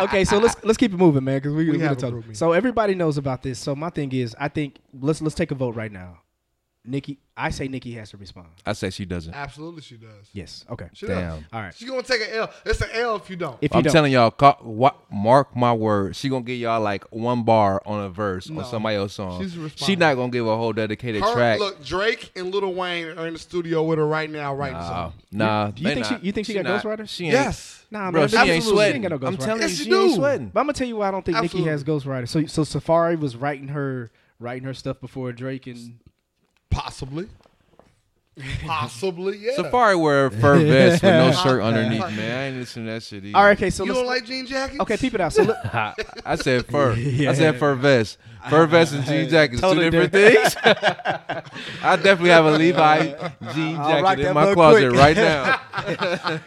Speaker 1: okay, so let's let's keep it moving, man, because we, we,
Speaker 4: We
Speaker 1: we
Speaker 4: have a
Speaker 1: talk.
Speaker 4: group meeting.
Speaker 1: So everybody knows about this. So my thing is, I think let's let's take a vote right now. Nikki, I say Nikki has to respond.
Speaker 3: I say she doesn't.
Speaker 4: Absolutely, she does.
Speaker 1: Yes. Okay.
Speaker 4: She does.
Speaker 3: Damn.
Speaker 1: All right.
Speaker 4: She's gonna take an L. It's an L if you don't.
Speaker 1: If you
Speaker 3: I'm
Speaker 1: don't,
Speaker 3: telling y'all, ca- wa- mark my word, she gonna get y'all like one bar on a verse
Speaker 4: No.
Speaker 3: on somebody else's song.
Speaker 4: She's
Speaker 3: she
Speaker 4: responsible.
Speaker 3: not gonna give a whole dedicated
Speaker 4: Her,
Speaker 3: track.
Speaker 4: Look, Drake and Lil Wayne are in the studio with her right now, writing
Speaker 3: nah,
Speaker 4: something.
Speaker 3: nah.
Speaker 1: do you
Speaker 3: they
Speaker 1: think
Speaker 3: not.
Speaker 1: she- you think she got
Speaker 3: not.
Speaker 1: Ghostwriter?
Speaker 3: She ain't.
Speaker 4: Yes.
Speaker 1: nah,
Speaker 3: bro,
Speaker 1: man,
Speaker 3: she
Speaker 1: absolutely,
Speaker 3: ain't
Speaker 1: ain't
Speaker 3: sweating.
Speaker 1: got no
Speaker 3: I'm
Speaker 1: ghostwriter.
Speaker 3: telling
Speaker 4: Yes,
Speaker 3: you,
Speaker 4: she
Speaker 3: she ain't
Speaker 4: do.
Speaker 3: sweating.
Speaker 1: But I'm gonna tell you why I don't think
Speaker 4: Absolutely.
Speaker 1: Nikki has ghostwriter. So so Safari was writing her writing her stuff before Drake and
Speaker 4: Possibly. Possibly, yeah.
Speaker 3: Safari wear a fur vest with no shirt
Speaker 4: Yeah.
Speaker 3: underneath, man. I ain't listening to that shit either.
Speaker 1: all right. Okay, so
Speaker 4: You
Speaker 1: let's,
Speaker 4: don't like jean jackets?
Speaker 1: okay, peep it out. So let,
Speaker 3: I, I said fur.
Speaker 1: Yeah.
Speaker 3: I said fur vest. Fur vest and jean jacket is two
Speaker 1: Totally
Speaker 3: different things. I definitely have a Levi jean
Speaker 1: I'll rock
Speaker 3: jacket
Speaker 1: that
Speaker 3: in my
Speaker 1: mug
Speaker 3: closet
Speaker 1: quick.
Speaker 3: right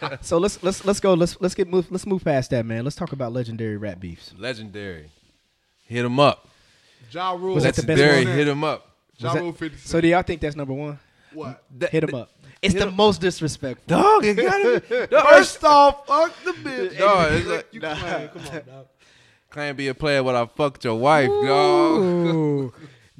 Speaker 3: now.
Speaker 1: so let's let's let's go. Let's let's get move. Let's move past that, man. Let's talk about legendary rap beefs.
Speaker 3: Legendary. Hit him up.
Speaker 4: Ja Rule.
Speaker 1: Was that the best
Speaker 3: Legendary.
Speaker 4: one?
Speaker 3: Hit him up.
Speaker 4: Ja
Speaker 1: Was that-
Speaker 4: Rule 50
Speaker 1: So do y'all think that's number one?
Speaker 4: What?
Speaker 3: That-
Speaker 1: Hit him up. It's the most disrespectful.
Speaker 3: Dog, it gotta be. Dog,
Speaker 4: First off, fuck the bitch.
Speaker 3: Dog, it's like-
Speaker 4: you claim. Come on, dog.
Speaker 3: can't be a player when I fucked your wife, dog.
Speaker 1: Ooh.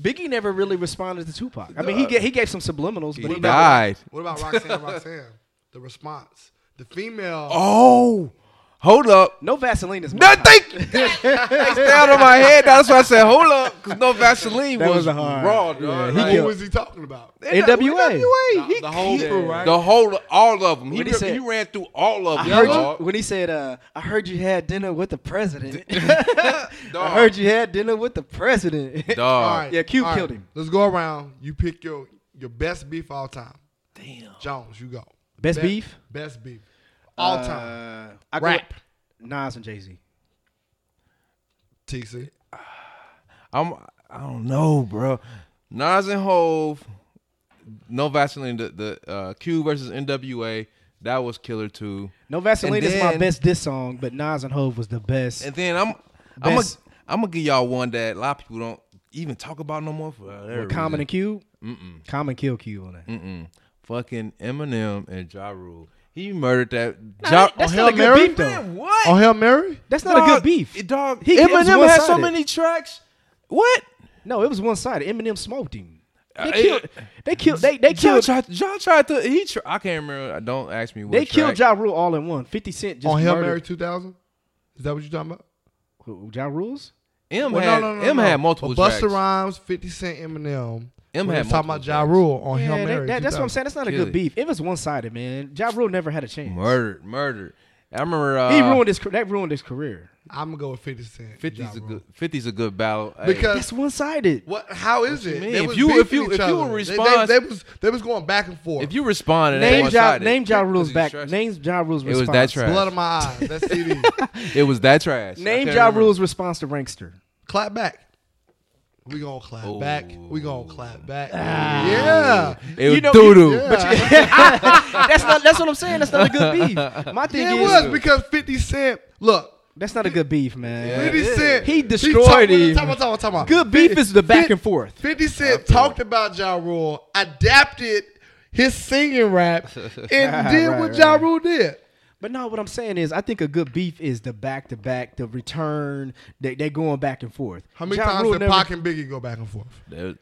Speaker 1: Biggie never really responded to Tupac. I mean, he ga- he gave some subliminals, but
Speaker 3: He
Speaker 1: he
Speaker 3: died.
Speaker 4: What about Roxanne Roxanne? The response. The female.
Speaker 3: Oh, hold up.
Speaker 1: no Vaseline is my top.
Speaker 3: Nothing. That's down on my head. That's why I said hold up, cause no Vaseline
Speaker 1: That
Speaker 3: was,
Speaker 1: was a hard-
Speaker 3: raw,
Speaker 1: yeah,
Speaker 3: dog.
Speaker 1: he
Speaker 4: Who
Speaker 1: killed-
Speaker 4: was he talking about?
Speaker 1: NWA.
Speaker 4: The, the whole crew, right?
Speaker 3: The whole, all of them. He,
Speaker 1: What'd he
Speaker 3: re-
Speaker 1: say?
Speaker 3: he ran through all of
Speaker 1: I
Speaker 3: them.
Speaker 1: heard
Speaker 3: dog.
Speaker 1: you when he said, uh, "I heard you had dinner with the president." I
Speaker 3: Dog.
Speaker 1: heard you had dinner with the president.
Speaker 3: Dog.
Speaker 1: Yeah, Cube killed him.
Speaker 4: Let's go around. You pick your your best beef all time.
Speaker 3: Damn.
Speaker 4: Jones, you go.
Speaker 1: Best beef?
Speaker 4: Best beef. All time.
Speaker 1: Uh, I go
Speaker 4: Rap.
Speaker 1: with Nas and Jay Z.
Speaker 4: TC.
Speaker 3: I'm. I don't know, bro. Nas and Hove, no Vaseline. The the uh, Q versus NWA. That was killer too.
Speaker 1: No Vaseline
Speaker 3: And
Speaker 1: is my
Speaker 3: then-
Speaker 1: best diss song, but Nas and Hov was the best.
Speaker 3: And then I'm. I'm gonna.
Speaker 1: Best.
Speaker 3: I'm gonna give y'all one that a lot of people don't even talk about no more. For whatever
Speaker 1: With Common
Speaker 3: reason.
Speaker 1: and Cube, Mm-mm. Common kill Cube on that.
Speaker 3: Mm-mm. Fucking Eminem and Ja Rule. He murdered that.
Speaker 1: Nah,
Speaker 3: Ja,
Speaker 1: that- that's
Speaker 4: on
Speaker 1: not a
Speaker 4: Hail
Speaker 1: good
Speaker 4: Mary?
Speaker 1: beef though.
Speaker 3: Man, what?
Speaker 4: Oh, Hail Mary?
Speaker 1: That's not a good beef.
Speaker 3: Dog.
Speaker 1: He- it was
Speaker 3: Eminem had so
Speaker 1: one-sided.
Speaker 3: many tracks. What?
Speaker 1: No, it was one sided. Eminem smoked him. They
Speaker 3: Uh,
Speaker 1: killed. They killed. They they
Speaker 3: Ja
Speaker 1: killed.
Speaker 3: tried, ja tried to. He. Tri- I can't remember. uh, Don't ask me. What
Speaker 1: They
Speaker 3: track.
Speaker 1: killed Ja Rule all in one. Fifty Cent just
Speaker 4: on Hail Mary
Speaker 1: murdered
Speaker 4: 2000? Is that what you're talking about?
Speaker 1: Who- Ja Rules.
Speaker 3: M
Speaker 4: Well,
Speaker 3: had M had multiple
Speaker 4: But Busta
Speaker 3: tracks.
Speaker 4: Rhymes, 50 Cent, Eminem.
Speaker 3: M
Speaker 4: We're
Speaker 3: had
Speaker 4: just talking about
Speaker 3: multiple
Speaker 4: Ja
Speaker 3: tracks.
Speaker 4: Rule on
Speaker 1: Yeah,
Speaker 4: Hail
Speaker 1: that-
Speaker 4: Mary.
Speaker 1: that- that's what I'm
Speaker 4: 2000.
Speaker 1: saying. That's not a
Speaker 3: Kill
Speaker 1: good
Speaker 3: it.
Speaker 1: beef. It was one sided, man. Ja Rule never had a chance.
Speaker 3: Murdered, murdered. I remember. Uh,
Speaker 1: he ruined his. car- That ruined his career.
Speaker 4: I'm gonna go with 50 Cent.
Speaker 3: 50's
Speaker 4: Ja
Speaker 3: a
Speaker 4: Rule.
Speaker 3: good. 50's a good battle. Hey,
Speaker 4: Because-
Speaker 1: That's one sided.
Speaker 4: What? How is
Speaker 3: you
Speaker 4: it?
Speaker 3: mean?
Speaker 4: They
Speaker 3: If
Speaker 4: was
Speaker 3: you- if
Speaker 4: beefing
Speaker 3: you-
Speaker 4: each
Speaker 3: if you
Speaker 4: other.
Speaker 3: were
Speaker 4: They- they-
Speaker 3: response-
Speaker 4: they, was they was going back and forth.
Speaker 3: if you responded,
Speaker 1: Name Ja.
Speaker 3: ja,
Speaker 1: Name Ja Rule's
Speaker 3: It was
Speaker 1: back.
Speaker 3: trash.
Speaker 1: Name Ja Rule's
Speaker 3: It was
Speaker 1: response.
Speaker 3: that trash.
Speaker 4: blood in my eyes, that's CD.
Speaker 3: It was that trash. I
Speaker 1: Name
Speaker 3: can't
Speaker 1: Ja
Speaker 3: remember.
Speaker 1: Rule's response to Rankster.
Speaker 4: clap back. We gonna clap
Speaker 3: Oh.
Speaker 4: back. We gonna clap back. Yeah.
Speaker 3: It was
Speaker 1: You know-
Speaker 3: doo doo.
Speaker 4: Yeah.
Speaker 1: that's not. That's what I'm saying. That's not a good beef. My thing
Speaker 4: Yeah, it
Speaker 1: is,
Speaker 4: was because 50 Cent. Look,
Speaker 1: that's not a good beef, man.
Speaker 4: 50 Cent.
Speaker 1: He
Speaker 4: talked-
Speaker 1: destroyed him.
Speaker 4: Time out, time out, time out.
Speaker 1: Good beef is the back and forth.
Speaker 4: 50 Cent talked about Ja Rule, adapted his singing rap, and did
Speaker 1: Right,
Speaker 4: what
Speaker 1: right.
Speaker 4: Ja Rule did.
Speaker 1: But no, what I'm saying is, I think a good beef is the back to back, the return. They they going back and forth.
Speaker 4: How many
Speaker 1: Ja
Speaker 4: times
Speaker 1: Rule
Speaker 4: did
Speaker 1: never-
Speaker 4: Pac and Biggie go back and forth?
Speaker 3: That-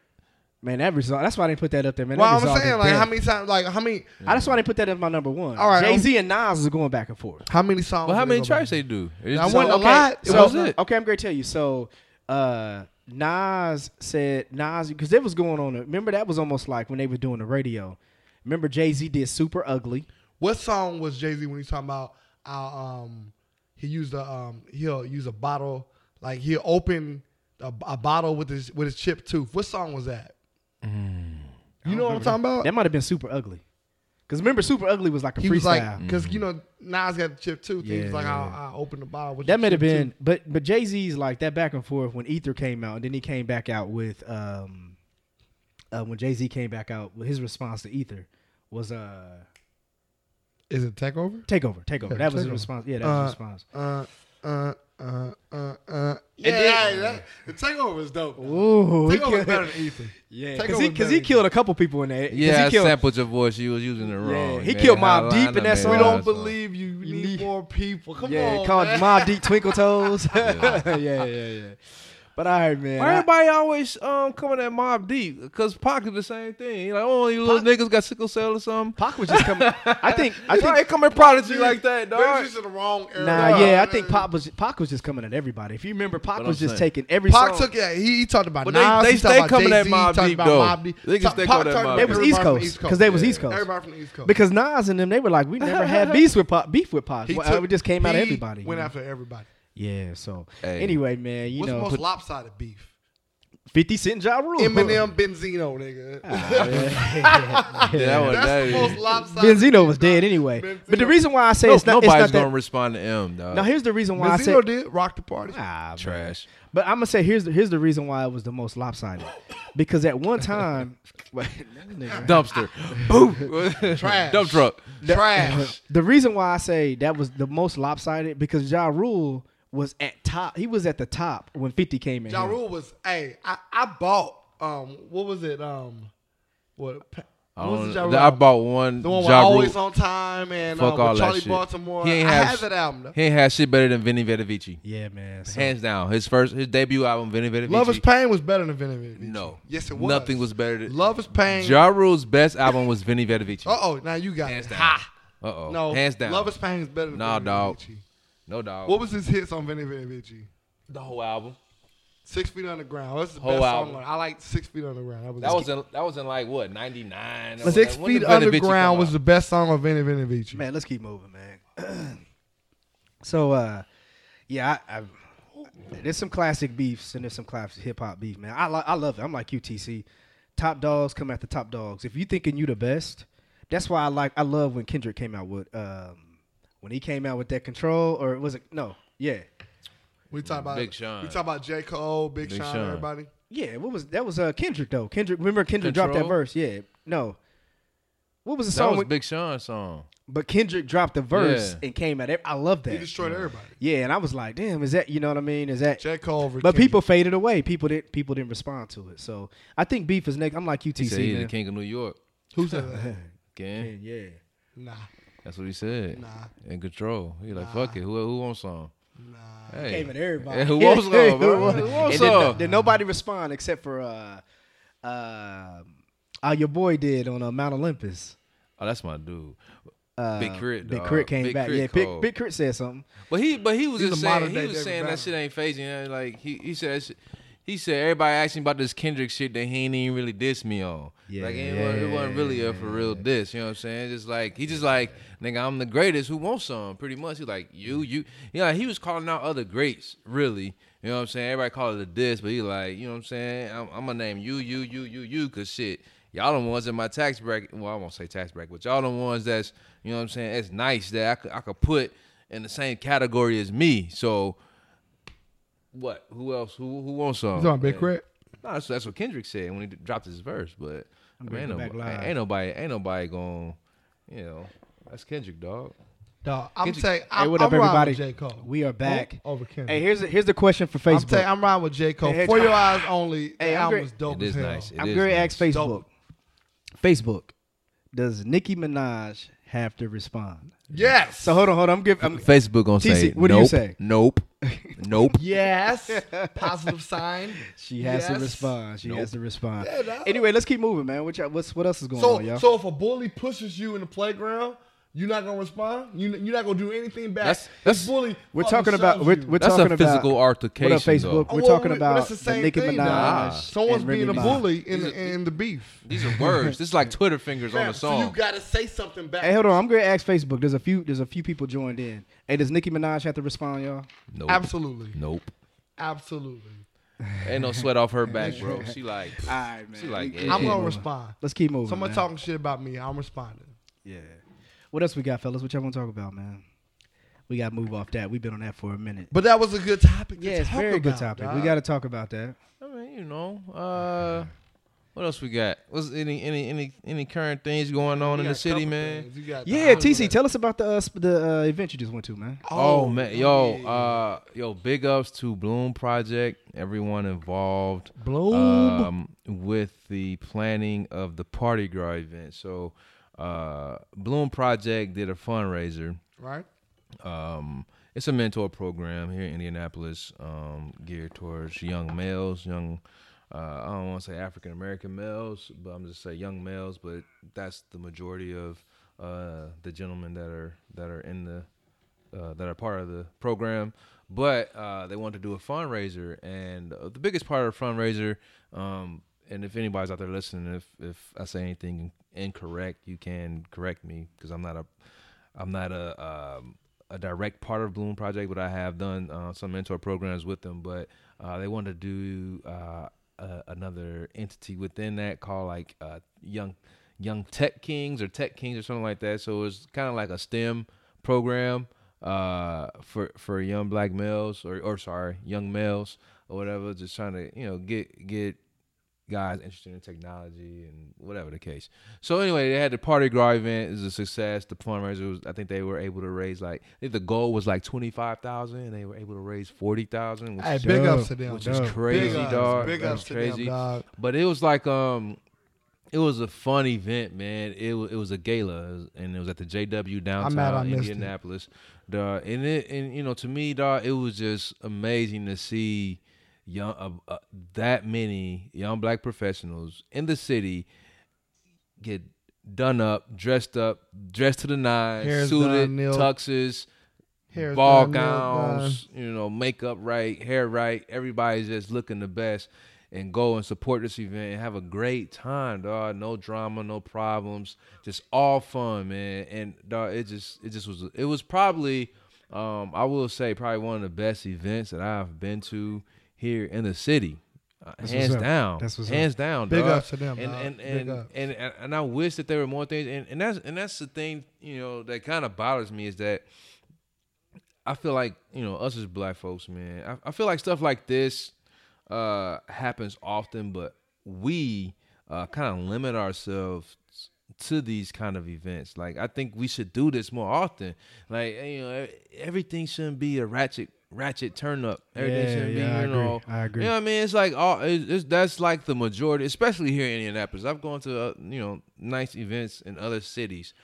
Speaker 1: Man, that result. That's why they put that up there, man.
Speaker 4: Well,
Speaker 1: that
Speaker 4: I'm
Speaker 1: result
Speaker 4: saying
Speaker 1: is
Speaker 4: like
Speaker 1: death.
Speaker 4: how many times, like how many,
Speaker 1: I just why they put that as my number one.
Speaker 4: All
Speaker 1: All
Speaker 4: right,
Speaker 1: right, Jay Z and Nas is going back and forth.
Speaker 4: how many songs?
Speaker 3: Well, how
Speaker 4: did
Speaker 3: many
Speaker 4: they go back
Speaker 3: tracks they do? It's
Speaker 4: I
Speaker 3: just-
Speaker 4: wouldn't- A lot. uh, It
Speaker 1: So,
Speaker 3: was it.
Speaker 1: Okay, I'm gonna tell you. So, uh, Nas said Nas because it was going on. Remember that was almost like when they were doing the radio. Remember Jay Z did Super Ugly.
Speaker 4: What song was Jay Z when he talking about? Uh, um, he used a um, he'll use a bottle, like he'll open a, a bottle with his with his chipped tooth. What song was that? You know what I'm talking about?
Speaker 1: That might have been Super Ugly. Because remember Super Ugly was like a
Speaker 4: he
Speaker 1: freestyle.
Speaker 4: was like, because you know Nas got the chipped tooth. he
Speaker 1: Yeah,
Speaker 4: was like,
Speaker 1: yeah,
Speaker 4: I'll, I'll open the bottle. With
Speaker 1: That
Speaker 4: your
Speaker 1: may have
Speaker 4: chipped
Speaker 1: been,
Speaker 4: tooth."
Speaker 1: but but Jay Z's like that back and forth when Ether came out, and then he came back out with um, uh, when Jay Z came back out, his response to Ether was uh,
Speaker 4: Is it Takeover?
Speaker 1: takeover, takeover.
Speaker 4: Yeah,
Speaker 1: that was his
Speaker 4: Takeover.
Speaker 1: response. Yeah, that was his
Speaker 4: Uh,
Speaker 1: response.
Speaker 4: Uh, uh, uh, uh, uh. Yeah,
Speaker 3: then-
Speaker 4: yeah, that- the takeover was dope.
Speaker 1: Ooh, he
Speaker 4: takeover was
Speaker 1: killed,
Speaker 4: better than Ethan.
Speaker 1: yeah,
Speaker 4: Takeover
Speaker 1: because he
Speaker 4: was
Speaker 1: because he
Speaker 4: better.
Speaker 1: killed a couple people in there. 'Cause
Speaker 3: Yeah,
Speaker 1: he
Speaker 3: I
Speaker 1: killed,
Speaker 3: sampled your voice. You was using it wrong.
Speaker 1: he
Speaker 3: man.
Speaker 1: killed Mobb
Speaker 3: How-
Speaker 1: Deep
Speaker 3: how
Speaker 1: in
Speaker 3: the
Speaker 1: that
Speaker 3: man
Speaker 1: song.
Speaker 4: We
Speaker 1: Yeah,
Speaker 3: was,
Speaker 4: don't
Speaker 3: man.
Speaker 4: believe you. We
Speaker 1: You
Speaker 4: need
Speaker 1: need-
Speaker 4: more people. Come
Speaker 1: yeah,
Speaker 4: on,
Speaker 1: called
Speaker 4: man.
Speaker 1: Mob Deep Twinkle Toes. yeah, yeah, yeah. But all right, man.
Speaker 3: Why
Speaker 1: I-
Speaker 3: everybody always um coming at Mob Deep? Because Pac is the same thing. He Like, oh, you little niggas got sickle cell or something.
Speaker 1: Pac was just coming. I think. I
Speaker 3: Why they
Speaker 1: think.
Speaker 3: coming prodigy like that,
Speaker 4: They're
Speaker 3: dog?
Speaker 4: just in the wrong era.
Speaker 1: Nah, yeah, I think
Speaker 4: Pop.
Speaker 1: Pac was Pac was just coming at everybody. If you remember, Pac
Speaker 3: But
Speaker 1: was
Speaker 3: I'm
Speaker 1: just
Speaker 3: saying-
Speaker 1: taking every
Speaker 4: Pac
Speaker 1: song.
Speaker 4: took yeah, he, he talked about
Speaker 3: But they-
Speaker 4: Nas,
Speaker 3: they
Speaker 4: he
Speaker 3: stay
Speaker 4: talked about
Speaker 3: coming
Speaker 4: Jay-Z,
Speaker 3: at Mobb
Speaker 4: he talked
Speaker 3: Deep,
Speaker 4: about
Speaker 3: though.
Speaker 4: Mob Deep.
Speaker 3: They can
Speaker 4: Talk-
Speaker 3: stay
Speaker 4: Pac
Speaker 3: called that Mobb
Speaker 4: talked about
Speaker 3: Deep.
Speaker 1: They was East
Speaker 4: everybody from
Speaker 1: Coast,
Speaker 4: East
Speaker 1: 'cause they was
Speaker 4: Yeah.
Speaker 1: East Coast.
Speaker 4: Everybody from the East Coast.
Speaker 1: because Nas and them they were like we never had beef with Pac, beef with Pac.
Speaker 4: He
Speaker 1: Well,
Speaker 4: took-
Speaker 1: it just came out of
Speaker 4: he
Speaker 1: everybody. you
Speaker 4: Went
Speaker 1: know?
Speaker 4: after everybody.
Speaker 1: Yeah. So
Speaker 3: Hey.
Speaker 1: anyway, man, you
Speaker 4: What's the
Speaker 1: know,
Speaker 4: most
Speaker 1: put
Speaker 4: lopsided beef?
Speaker 1: Fifty Cent Ja Rule.
Speaker 4: Eminem, Benzino, nigga.
Speaker 3: Yeah, that was- that
Speaker 4: That's the
Speaker 3: is-
Speaker 4: most lopsided.
Speaker 1: Benzino
Speaker 4: beef,
Speaker 1: was dead
Speaker 4: bro.
Speaker 1: anyway. But the
Speaker 4: Benzino-
Speaker 1: reason why I say
Speaker 3: No,
Speaker 1: it's not, it's
Speaker 3: nobody's
Speaker 1: not
Speaker 3: gonna
Speaker 1: that.
Speaker 3: respond to M, dog.
Speaker 1: Now here's the reason why I
Speaker 4: Benzino
Speaker 1: said
Speaker 4: did rock the party.
Speaker 1: Ah, man.
Speaker 3: trash.
Speaker 1: But I'm gonna say here's the, here's the reason why it was the most lopsided, because at one time, Wait, nigga.
Speaker 3: Dumpster. Boom.
Speaker 4: Trash.
Speaker 3: Dump truck.
Speaker 4: Trash.
Speaker 1: the reason why I say that was the most lopsided because Ja Rule was at top. He was at the top when Fifty came in.
Speaker 4: Ja
Speaker 1: here.
Speaker 4: Rule was. Hey, I, I bought. Um, what was it? Um, what? pa-
Speaker 3: I,
Speaker 4: What was the Ja
Speaker 3: don't,
Speaker 4: Rule
Speaker 3: I
Speaker 4: album?
Speaker 3: bought one.
Speaker 4: The one with
Speaker 3: Ja Rule.
Speaker 4: Always on Time and uh,
Speaker 3: Fuck
Speaker 4: with
Speaker 3: all that
Speaker 4: Charlie
Speaker 3: shit.
Speaker 4: Baltimore.
Speaker 3: He ain't
Speaker 4: I
Speaker 3: have
Speaker 4: had
Speaker 3: sh-
Speaker 4: that album. Though.
Speaker 3: He ain't had shit better than Vinny Vedovici.
Speaker 1: Yeah, man. So-
Speaker 3: Hands down. His first, his debut album, Vinny Vedovici.
Speaker 4: Love is Pain was better than Venom.
Speaker 3: No.
Speaker 4: Yes, it was.
Speaker 3: Nothing was better than.
Speaker 4: Love is Pain.
Speaker 3: Ja Rule's best album was Vinny Vedovici.
Speaker 4: Uh oh, now you got
Speaker 3: Hands
Speaker 4: it.
Speaker 3: down.
Speaker 4: Ha.
Speaker 3: Uh oh.
Speaker 4: No,
Speaker 3: Hands down.
Speaker 4: Love is Pain is better than
Speaker 3: Nah,
Speaker 4: Vinny
Speaker 3: dog.
Speaker 4: Vici.
Speaker 3: no dog.
Speaker 4: What was his hits on Vinny Vinci?
Speaker 3: the whole album?
Speaker 4: Six Feet Underground. That's the
Speaker 3: Whole
Speaker 4: best
Speaker 3: album.
Speaker 4: song. on- I like Six Feet Underground. That was,
Speaker 3: That was in, that was in like what ninety nine.
Speaker 4: Six Feet Underground was the best song on Vinny Vinci.
Speaker 1: Man, let's keep moving, man. so, uh, yeah, I, I, there's some classic beefs and there's some classic hip hop beef, man. I li- I love it. I'm like UTC. Top dogs come after top dogs. If you thinking you the best, that's why I like. I love when Kendrick came out with um, when he came out with that control or was it no? Yeah,
Speaker 4: We talk about
Speaker 3: Big Sean.
Speaker 4: We talk about J Cole, Big,
Speaker 3: Big
Speaker 4: Sean,
Speaker 3: Sean.
Speaker 4: everybody.
Speaker 1: yeah. What was that was uh Kendrick though? Kendrick. Remember Kendrick dropped that
Speaker 3: Control?
Speaker 1: verse? Yeah. No. What was the
Speaker 3: that
Speaker 1: song?
Speaker 3: was
Speaker 1: with,
Speaker 3: Big Sean's song.
Speaker 1: but Kendrick dropped the verse
Speaker 3: Yeah.
Speaker 1: and came at it. I love that.
Speaker 4: He destroyed everybody.
Speaker 1: Yeah, and I was like, damn, is that you know what I mean? Is that
Speaker 4: J Cole. over
Speaker 1: but
Speaker 4: Kendrick.
Speaker 1: people faded away. People didn't people didn't respond to it. So I think beef is next. I'm like
Speaker 3: He said he's
Speaker 1: UTC.
Speaker 3: the
Speaker 1: man.
Speaker 3: king of New York.
Speaker 4: Who said that?
Speaker 3: Gang.
Speaker 1: Yeah, yeah.
Speaker 4: Nah,
Speaker 3: That's what he said.
Speaker 4: Nah.
Speaker 3: In control. He like fuck it. Who who wants some?
Speaker 4: nah.
Speaker 3: Hey.
Speaker 1: Came at everybody.
Speaker 3: Yeah, who wants some?
Speaker 1: Who
Speaker 3: bro?
Speaker 1: wants-
Speaker 3: Who
Speaker 1: And
Speaker 3: wants
Speaker 1: then, no-
Speaker 3: some?
Speaker 1: then nobody respond except for uh uh, uh your boy did on uh, Mount Olympus.
Speaker 3: Oh, that's my dude.
Speaker 1: Uh,
Speaker 3: Big Crit,
Speaker 1: Big
Speaker 3: dog.
Speaker 1: Crit came
Speaker 3: Big
Speaker 1: back.
Speaker 3: Crit
Speaker 1: yeah, Big,
Speaker 3: cold.
Speaker 1: Big Crit said something.
Speaker 3: But he but he was
Speaker 4: He's
Speaker 3: just
Speaker 4: a modern
Speaker 3: saying he
Speaker 4: day
Speaker 3: was
Speaker 4: David
Speaker 3: saying that
Speaker 4: Banner.
Speaker 3: shit ain't phasing. you know, Like he he said that shit- he said everybody asked him about this Kendrick shit that he ain't even really diss me on.
Speaker 1: Yeah.
Speaker 3: Like it wasn't, it wasn't really a for real diss. You know what I'm saying? Just like he just like nigga, I'm the greatest. Who wants some? Pretty much. He like you you. Yeah, he was calling out other greats. Really. You know what I'm saying? Everybody call it a diss, but he like, you know what I'm saying? I'm, I'm gonna name you, you, you, you, you, cause shit, y'all the ones in my tax bracket. Well, I won't say tax bracket, but y'all the ones that's, you know what I'm saying? It's nice that I could, I could put in the same category as me. So, what? Who else? Who who wants some?
Speaker 4: You talking about Big
Speaker 3: Yeah.
Speaker 4: Crit?
Speaker 3: No, that's, that's what Kendrick said when he d- dropped his verse. But I mean, ain't,
Speaker 1: bringing it
Speaker 3: nobody,
Speaker 1: back live.
Speaker 3: ain't nobody, ain't nobody going. You know, that's Kendrick, dog.
Speaker 4: Dog, I'm
Speaker 3: Kendrick-
Speaker 4: saying. I'm,
Speaker 1: hey, what
Speaker 4: I'm
Speaker 1: up,
Speaker 4: riding
Speaker 1: everybody?
Speaker 4: with J Cole. Oh,
Speaker 1: We are back.
Speaker 4: over Kendrick.
Speaker 1: Hey, here's a, here's the question for
Speaker 4: I'm
Speaker 1: Facebook.
Speaker 4: saying I'm riding with J Cole.
Speaker 1: Hey, hey,
Speaker 4: For Your Eyes Only.
Speaker 1: Hey,
Speaker 4: That
Speaker 1: I'm
Speaker 4: album
Speaker 1: great.
Speaker 4: was dope
Speaker 3: it
Speaker 4: as
Speaker 3: is
Speaker 4: hell.
Speaker 3: nice. It
Speaker 1: I'm
Speaker 3: is
Speaker 1: going to
Speaker 3: nice.
Speaker 1: ask Facebook.
Speaker 4: Dope.
Speaker 1: Facebook, does Nicki Minaj have to respond?
Speaker 4: Yes.
Speaker 1: So hold on, hold on. I'm giving. I'm,
Speaker 3: Facebook gonna
Speaker 1: TC,
Speaker 3: say
Speaker 1: what do you
Speaker 3: nope,
Speaker 1: say?
Speaker 3: nope, nope.
Speaker 4: Yes. Positive sign.
Speaker 1: she has to
Speaker 4: Yes.
Speaker 1: respond. She has to respond.
Speaker 4: Yeah, dog.
Speaker 1: anyway, let's keep moving, man. What y'all, what's what else is going on,
Speaker 4: So,
Speaker 1: y'all?
Speaker 4: so if a bully pushes you in the playground, you're not gonna respond. You you're not gonna do anything back.
Speaker 3: That's- that's-
Speaker 4: This bully.
Speaker 1: we're
Speaker 4: fucking
Speaker 1: talking about
Speaker 4: shoves
Speaker 1: we're,
Speaker 4: you.
Speaker 1: we're
Speaker 3: That's a
Speaker 1: talking about
Speaker 3: physical
Speaker 1: What up,
Speaker 3: altercation,
Speaker 1: Facebook?
Speaker 3: though.
Speaker 1: We're
Speaker 4: Oh, well,
Speaker 1: talking
Speaker 4: we-
Speaker 1: about
Speaker 4: that's the
Speaker 1: the
Speaker 4: same
Speaker 1: Nicki
Speaker 4: thing,
Speaker 1: Minaj.
Speaker 4: though.
Speaker 3: Nah.
Speaker 1: and
Speaker 4: Someone's
Speaker 1: Remy
Speaker 4: being a
Speaker 1: Ma.
Speaker 4: bully in the, in the beef.
Speaker 3: These are words. this is like Twitter fingers on a
Speaker 4: So you
Speaker 3: song.
Speaker 4: gotta say something back.
Speaker 1: Hey, hold on. I'm gonna ask Facebook. There's a few. There's a few people joined in. Hey, does Nicki Minaj have to respond, y'all?
Speaker 3: nope,
Speaker 4: Absolutely,
Speaker 3: nope.
Speaker 4: absolutely.
Speaker 3: Ain't no sweat off her back, bro. She like,
Speaker 1: All right, man.
Speaker 3: she like,
Speaker 1: We-
Speaker 3: yeah.
Speaker 4: I'm gonna
Speaker 1: Yeah.
Speaker 4: respond.
Speaker 1: Let's keep moving.
Speaker 4: Someone
Speaker 1: man.
Speaker 4: talking shit about me, I'm responding.
Speaker 1: Yeah. What else we got, fellas? What y'all want to talk about, man? We got to move off that. We've been on that for a minute.
Speaker 4: But that was a good topic. To
Speaker 1: yeah, it's
Speaker 4: talk
Speaker 1: very good
Speaker 4: about,
Speaker 1: topic. We
Speaker 4: dog.
Speaker 1: got to talk about that.
Speaker 3: I mean, you know, uh, What else we got? What's any any any any current things going on
Speaker 4: You
Speaker 3: in
Speaker 4: got
Speaker 3: the
Speaker 4: a
Speaker 3: city,
Speaker 4: couple
Speaker 3: man?
Speaker 4: things. You got the
Speaker 1: Yeah,
Speaker 4: Hollywood
Speaker 1: TC,
Speaker 4: at-
Speaker 1: tell us about the uh, sp- the uh, event you just went to, man.
Speaker 3: Oh, man, yo,
Speaker 4: yeah.
Speaker 3: uh, yo, big ups to Bloom Project, everyone involved.
Speaker 4: Bloom.
Speaker 3: um, with the planning of the Party Gras event. So, uh, Bloom Project did a fundraiser.
Speaker 4: right?
Speaker 3: Um, it's a mentor program here in Indianapolis, um, geared towards young males, young. Uh, I don't want to say African American males, but I'm just say young males. But that's the majority of uh, the gentlemen that are that are in the uh, that are part of the program. But uh, they want to do a fundraiser, and uh, the biggest part of the fundraiser, um, and if anybody's out there listening, if if I say anything incorrect, you can correct me because I'm not a I'm not a um, a direct part of Bloom Project, but I have done uh, some mentor programs with them. But uh, they want to do uh, a, another entity within that called like uh, Young Young Tech Kings or Tech Kings or something like that. So it's kind of like a STEM program uh, for for young black males or or sorry young males or whatever. Just trying to you know get get guys interested in technology and whatever the case. So anyway, they had the party gras event. It was a success. The fundraiser was I think they were able to raise like I think the goal was like twenty five thousand and they were able to raise forty thousand, which
Speaker 4: Hey,
Speaker 3: is
Speaker 4: big
Speaker 1: dope,
Speaker 4: ups to them.
Speaker 1: which
Speaker 3: is
Speaker 4: dog.
Speaker 3: crazy,
Speaker 4: big ups,
Speaker 3: dog.
Speaker 4: Big
Speaker 3: That's
Speaker 4: ups to
Speaker 3: crazy.
Speaker 4: them, dog.
Speaker 3: but it was like um it was a fun event, man. It was it was a gala, and it was at the JW downtown
Speaker 4: mad I missed it.
Speaker 3: Indianapolis, dawg. And it and you know to me, dog, it was just amazing to see young uh, uh, that many young black professionals in the city get done up, dressed up, dressed to the nines,
Speaker 4: Hair's
Speaker 3: suited,
Speaker 4: done, nailed.
Speaker 3: tuxes,
Speaker 4: Hair's
Speaker 3: ball
Speaker 4: done, nails
Speaker 3: gowns, you know, makeup right, hair right. Everybody's just looking the best. And go and support this event and have a great time, dog. No drama, no problems, just all fun, man. And dog, it just it just was it was probably, um, I will say probably one of the best events that I've been to here in the city, Uh,
Speaker 1: That's what's
Speaker 3: hands
Speaker 1: up.
Speaker 3: down.
Speaker 1: That's what's up.
Speaker 3: hands down.
Speaker 4: Big
Speaker 3: dog.
Speaker 4: ups to them,
Speaker 3: And
Speaker 4: dog.
Speaker 3: and
Speaker 4: Big
Speaker 3: and,
Speaker 4: ups.
Speaker 3: and and and I wish that there were more things. And and that's and that's the thing, you know, that kind of bothers me is that I feel like you know us as black folks, man. I, I feel like stuff like this uh, happens often, but we uh, kind of limit ourselves to these kind of events. Like I think we should do this more often. Like you know, e- everything shouldn't be a ratchet ratchet turn up. Everything
Speaker 1: Yeah,
Speaker 3: shouldn't
Speaker 1: yeah, I
Speaker 3: be you
Speaker 1: agree.
Speaker 3: know.
Speaker 1: I agree.
Speaker 3: You know what I mean? It's like all it's, it's, that's like the majority, especially here in Indianapolis. I've gone to uh, you know nice events in other cities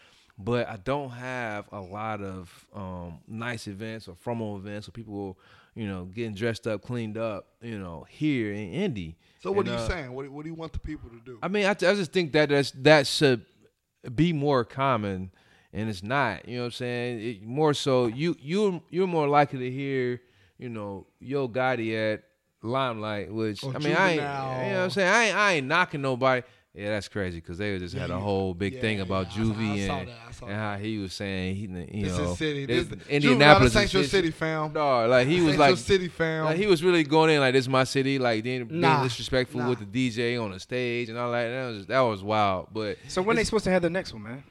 Speaker 3: but I don't have a lot of um, nice events or formal events or people, you know, getting dressed up, cleaned up, you know, here in Indy.
Speaker 4: So what
Speaker 3: And,
Speaker 4: are
Speaker 3: uh,
Speaker 4: you saying? What do, what do you want the people to do?
Speaker 3: I mean, I, I just think that that's, that should be more common, and it's not. You know what I'm saying? It, more so, you you you're more likely to hear, you know, Yo Gotti at Limelight, which
Speaker 4: Or
Speaker 3: I mean, I ain't, you
Speaker 4: Juvenile.
Speaker 3: know what I'm saying? I ain't, I ain't knocking nobody. Yeah, that's crazy because they just had a
Speaker 4: Yeah,
Speaker 3: whole big
Speaker 4: yeah,
Speaker 3: thing about
Speaker 4: yeah, I saw-
Speaker 3: Juvie
Speaker 4: I saw
Speaker 3: and,
Speaker 4: that, I saw
Speaker 3: and
Speaker 4: that.
Speaker 3: how he was saying he, you
Speaker 4: this
Speaker 3: know,
Speaker 4: is city.
Speaker 3: this-
Speaker 4: This, this
Speaker 3: Indianapolis
Speaker 4: Juvenile, this ain't your
Speaker 3: is-
Speaker 4: city, fam.
Speaker 3: Dog, like he
Speaker 4: This
Speaker 3: was
Speaker 4: ain't
Speaker 3: like
Speaker 4: your city, fam.
Speaker 3: like he was really going in like this is my city, like being, being
Speaker 4: Nah,
Speaker 3: disrespectful
Speaker 4: nah.
Speaker 3: with the DJ on the stage and all that. That was that was wild. But
Speaker 1: So when they supposed to have the next one, man?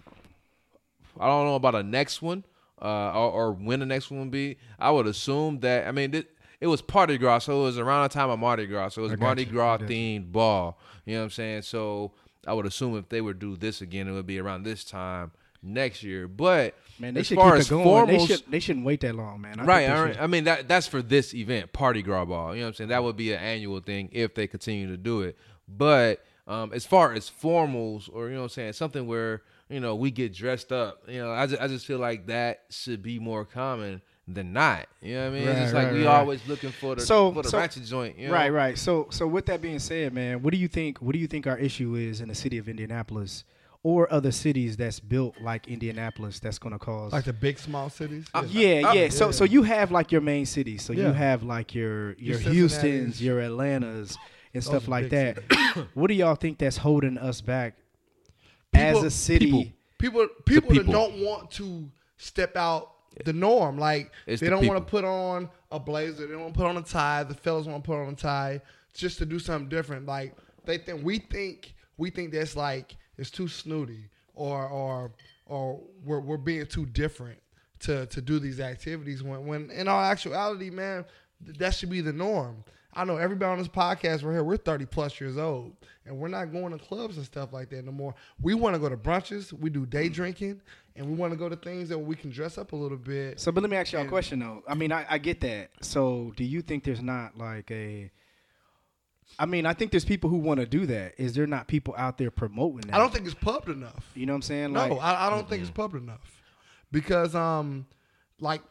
Speaker 3: I don't know about the next one, uh, or, or when the next one will be. I would assume that I mean it, it was Party Gras, so it was around the time of Mardi Gras, so it
Speaker 1: I
Speaker 3: was
Speaker 1: got
Speaker 3: Mardi
Speaker 1: you, I
Speaker 3: Gras
Speaker 1: got
Speaker 3: themed ball. You know what I'm saying? So I would assume if they would do this again, it would be around this time next year. But
Speaker 1: Man, they
Speaker 3: as
Speaker 1: should
Speaker 3: far
Speaker 1: keep
Speaker 3: as
Speaker 1: it going. They
Speaker 3: formals-
Speaker 1: should they shouldn't wait that long, man. I think
Speaker 3: right.
Speaker 1: they
Speaker 3: I,
Speaker 1: should-
Speaker 3: re- I mean that that's for this event, Party Gras Ball. You know what I'm saying? That would be an annual thing if they continue to do it. But um, as far as formals or you know what I'm saying, something where you know we get dressed up. You know, I just, I just feel like that should be more common than not. You know what I mean? it's
Speaker 1: Right,
Speaker 3: just like
Speaker 1: right,
Speaker 3: we
Speaker 1: right, right.
Speaker 3: always looking for the
Speaker 1: So-
Speaker 3: for the
Speaker 1: so-
Speaker 3: ratchet joint. You know?
Speaker 1: Right, right. So, so with that being said, man, what do you think? What do you think our issue is in the city of Indianapolis or other cities that's built like Indianapolis that's going to cause?
Speaker 4: like the big small cities.
Speaker 1: yeah,
Speaker 3: I-
Speaker 1: yeah. So, so you have like your main cities. So you
Speaker 4: Oh, Yeah.
Speaker 1: have like your your
Speaker 4: Cincinnati's.
Speaker 1: Houston's, your Atlantas, and stuff
Speaker 4: are
Speaker 1: like
Speaker 4: big
Speaker 1: that. what do y'all think that's holding us back as
Speaker 4: People-
Speaker 1: a city?
Speaker 3: people.
Speaker 4: people people,
Speaker 3: people.
Speaker 4: that don't want to step out the norm. Like
Speaker 3: It's
Speaker 4: they
Speaker 3: the
Speaker 4: don't want
Speaker 3: people.
Speaker 4: to put on a blazer. They don't want to put on a tie. The fellas want to put on a tie just to do something different. Like they think we think we think that's like it's too snooty or or or we're we're being too different to to do these activities when when in all actuality, man, th- that should be the norm. I know everybody on this podcast right here, we're 30 plus years old, and we're not going to clubs and stuff like that no more. We want to go to brunches, we do day drinking, and we want to go to things that we can dress up a little bit.
Speaker 1: So, but let me ask y'all a question though. I mean, I, I get that. So, do you think there's not like a? I mean, I think there's people who want to do that. Is there not people out there promoting that?
Speaker 4: I don't think it's pubbed enough.
Speaker 1: You know what I'm saying?
Speaker 4: No,
Speaker 1: Like,
Speaker 4: I, I don't think it's public enough because, um, like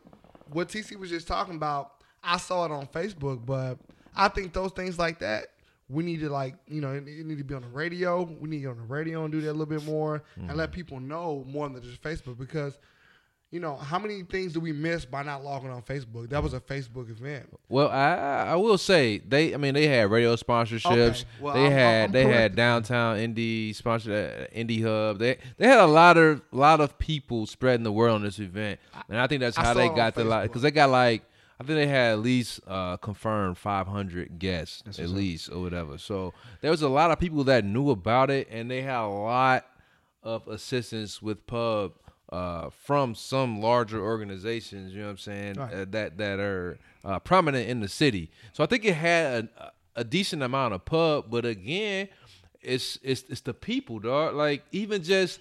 Speaker 4: what TC was just talking about, I saw it on Facebook, but I think those things like that, we need to like you know, it, it need to be on the radio. We need to get on the radio and do that a little bit more and
Speaker 3: Mm-hmm.
Speaker 4: let people know more than just Facebook because. You know how many things do we miss by not logging on Facebook? That was a Facebook event.
Speaker 3: Well, I I will say they. I mean, they had radio sponsorships.
Speaker 4: Okay, well,
Speaker 3: they
Speaker 4: I'm-
Speaker 3: had
Speaker 4: I'm
Speaker 3: they
Speaker 4: correct.
Speaker 3: had downtown indie sponsor uh, indie hub. They they had a lot of lot of people spreading the word on this event, and I think that's
Speaker 4: I
Speaker 3: how
Speaker 4: saw
Speaker 3: they
Speaker 4: it on
Speaker 3: got the lot
Speaker 4: Facebook.
Speaker 3: because they got like I think they had at least uh, confirmed 500 guests at least or whatever. So there was a lot of people that knew about it, and they had a lot of assistance with pub. Uh, from some larger organizations, you know what I'm saying, uh, that that are uh, prominent in the city. So I think it had a, a decent amount of pub, but again, it's it's it's the people, dog. Like even just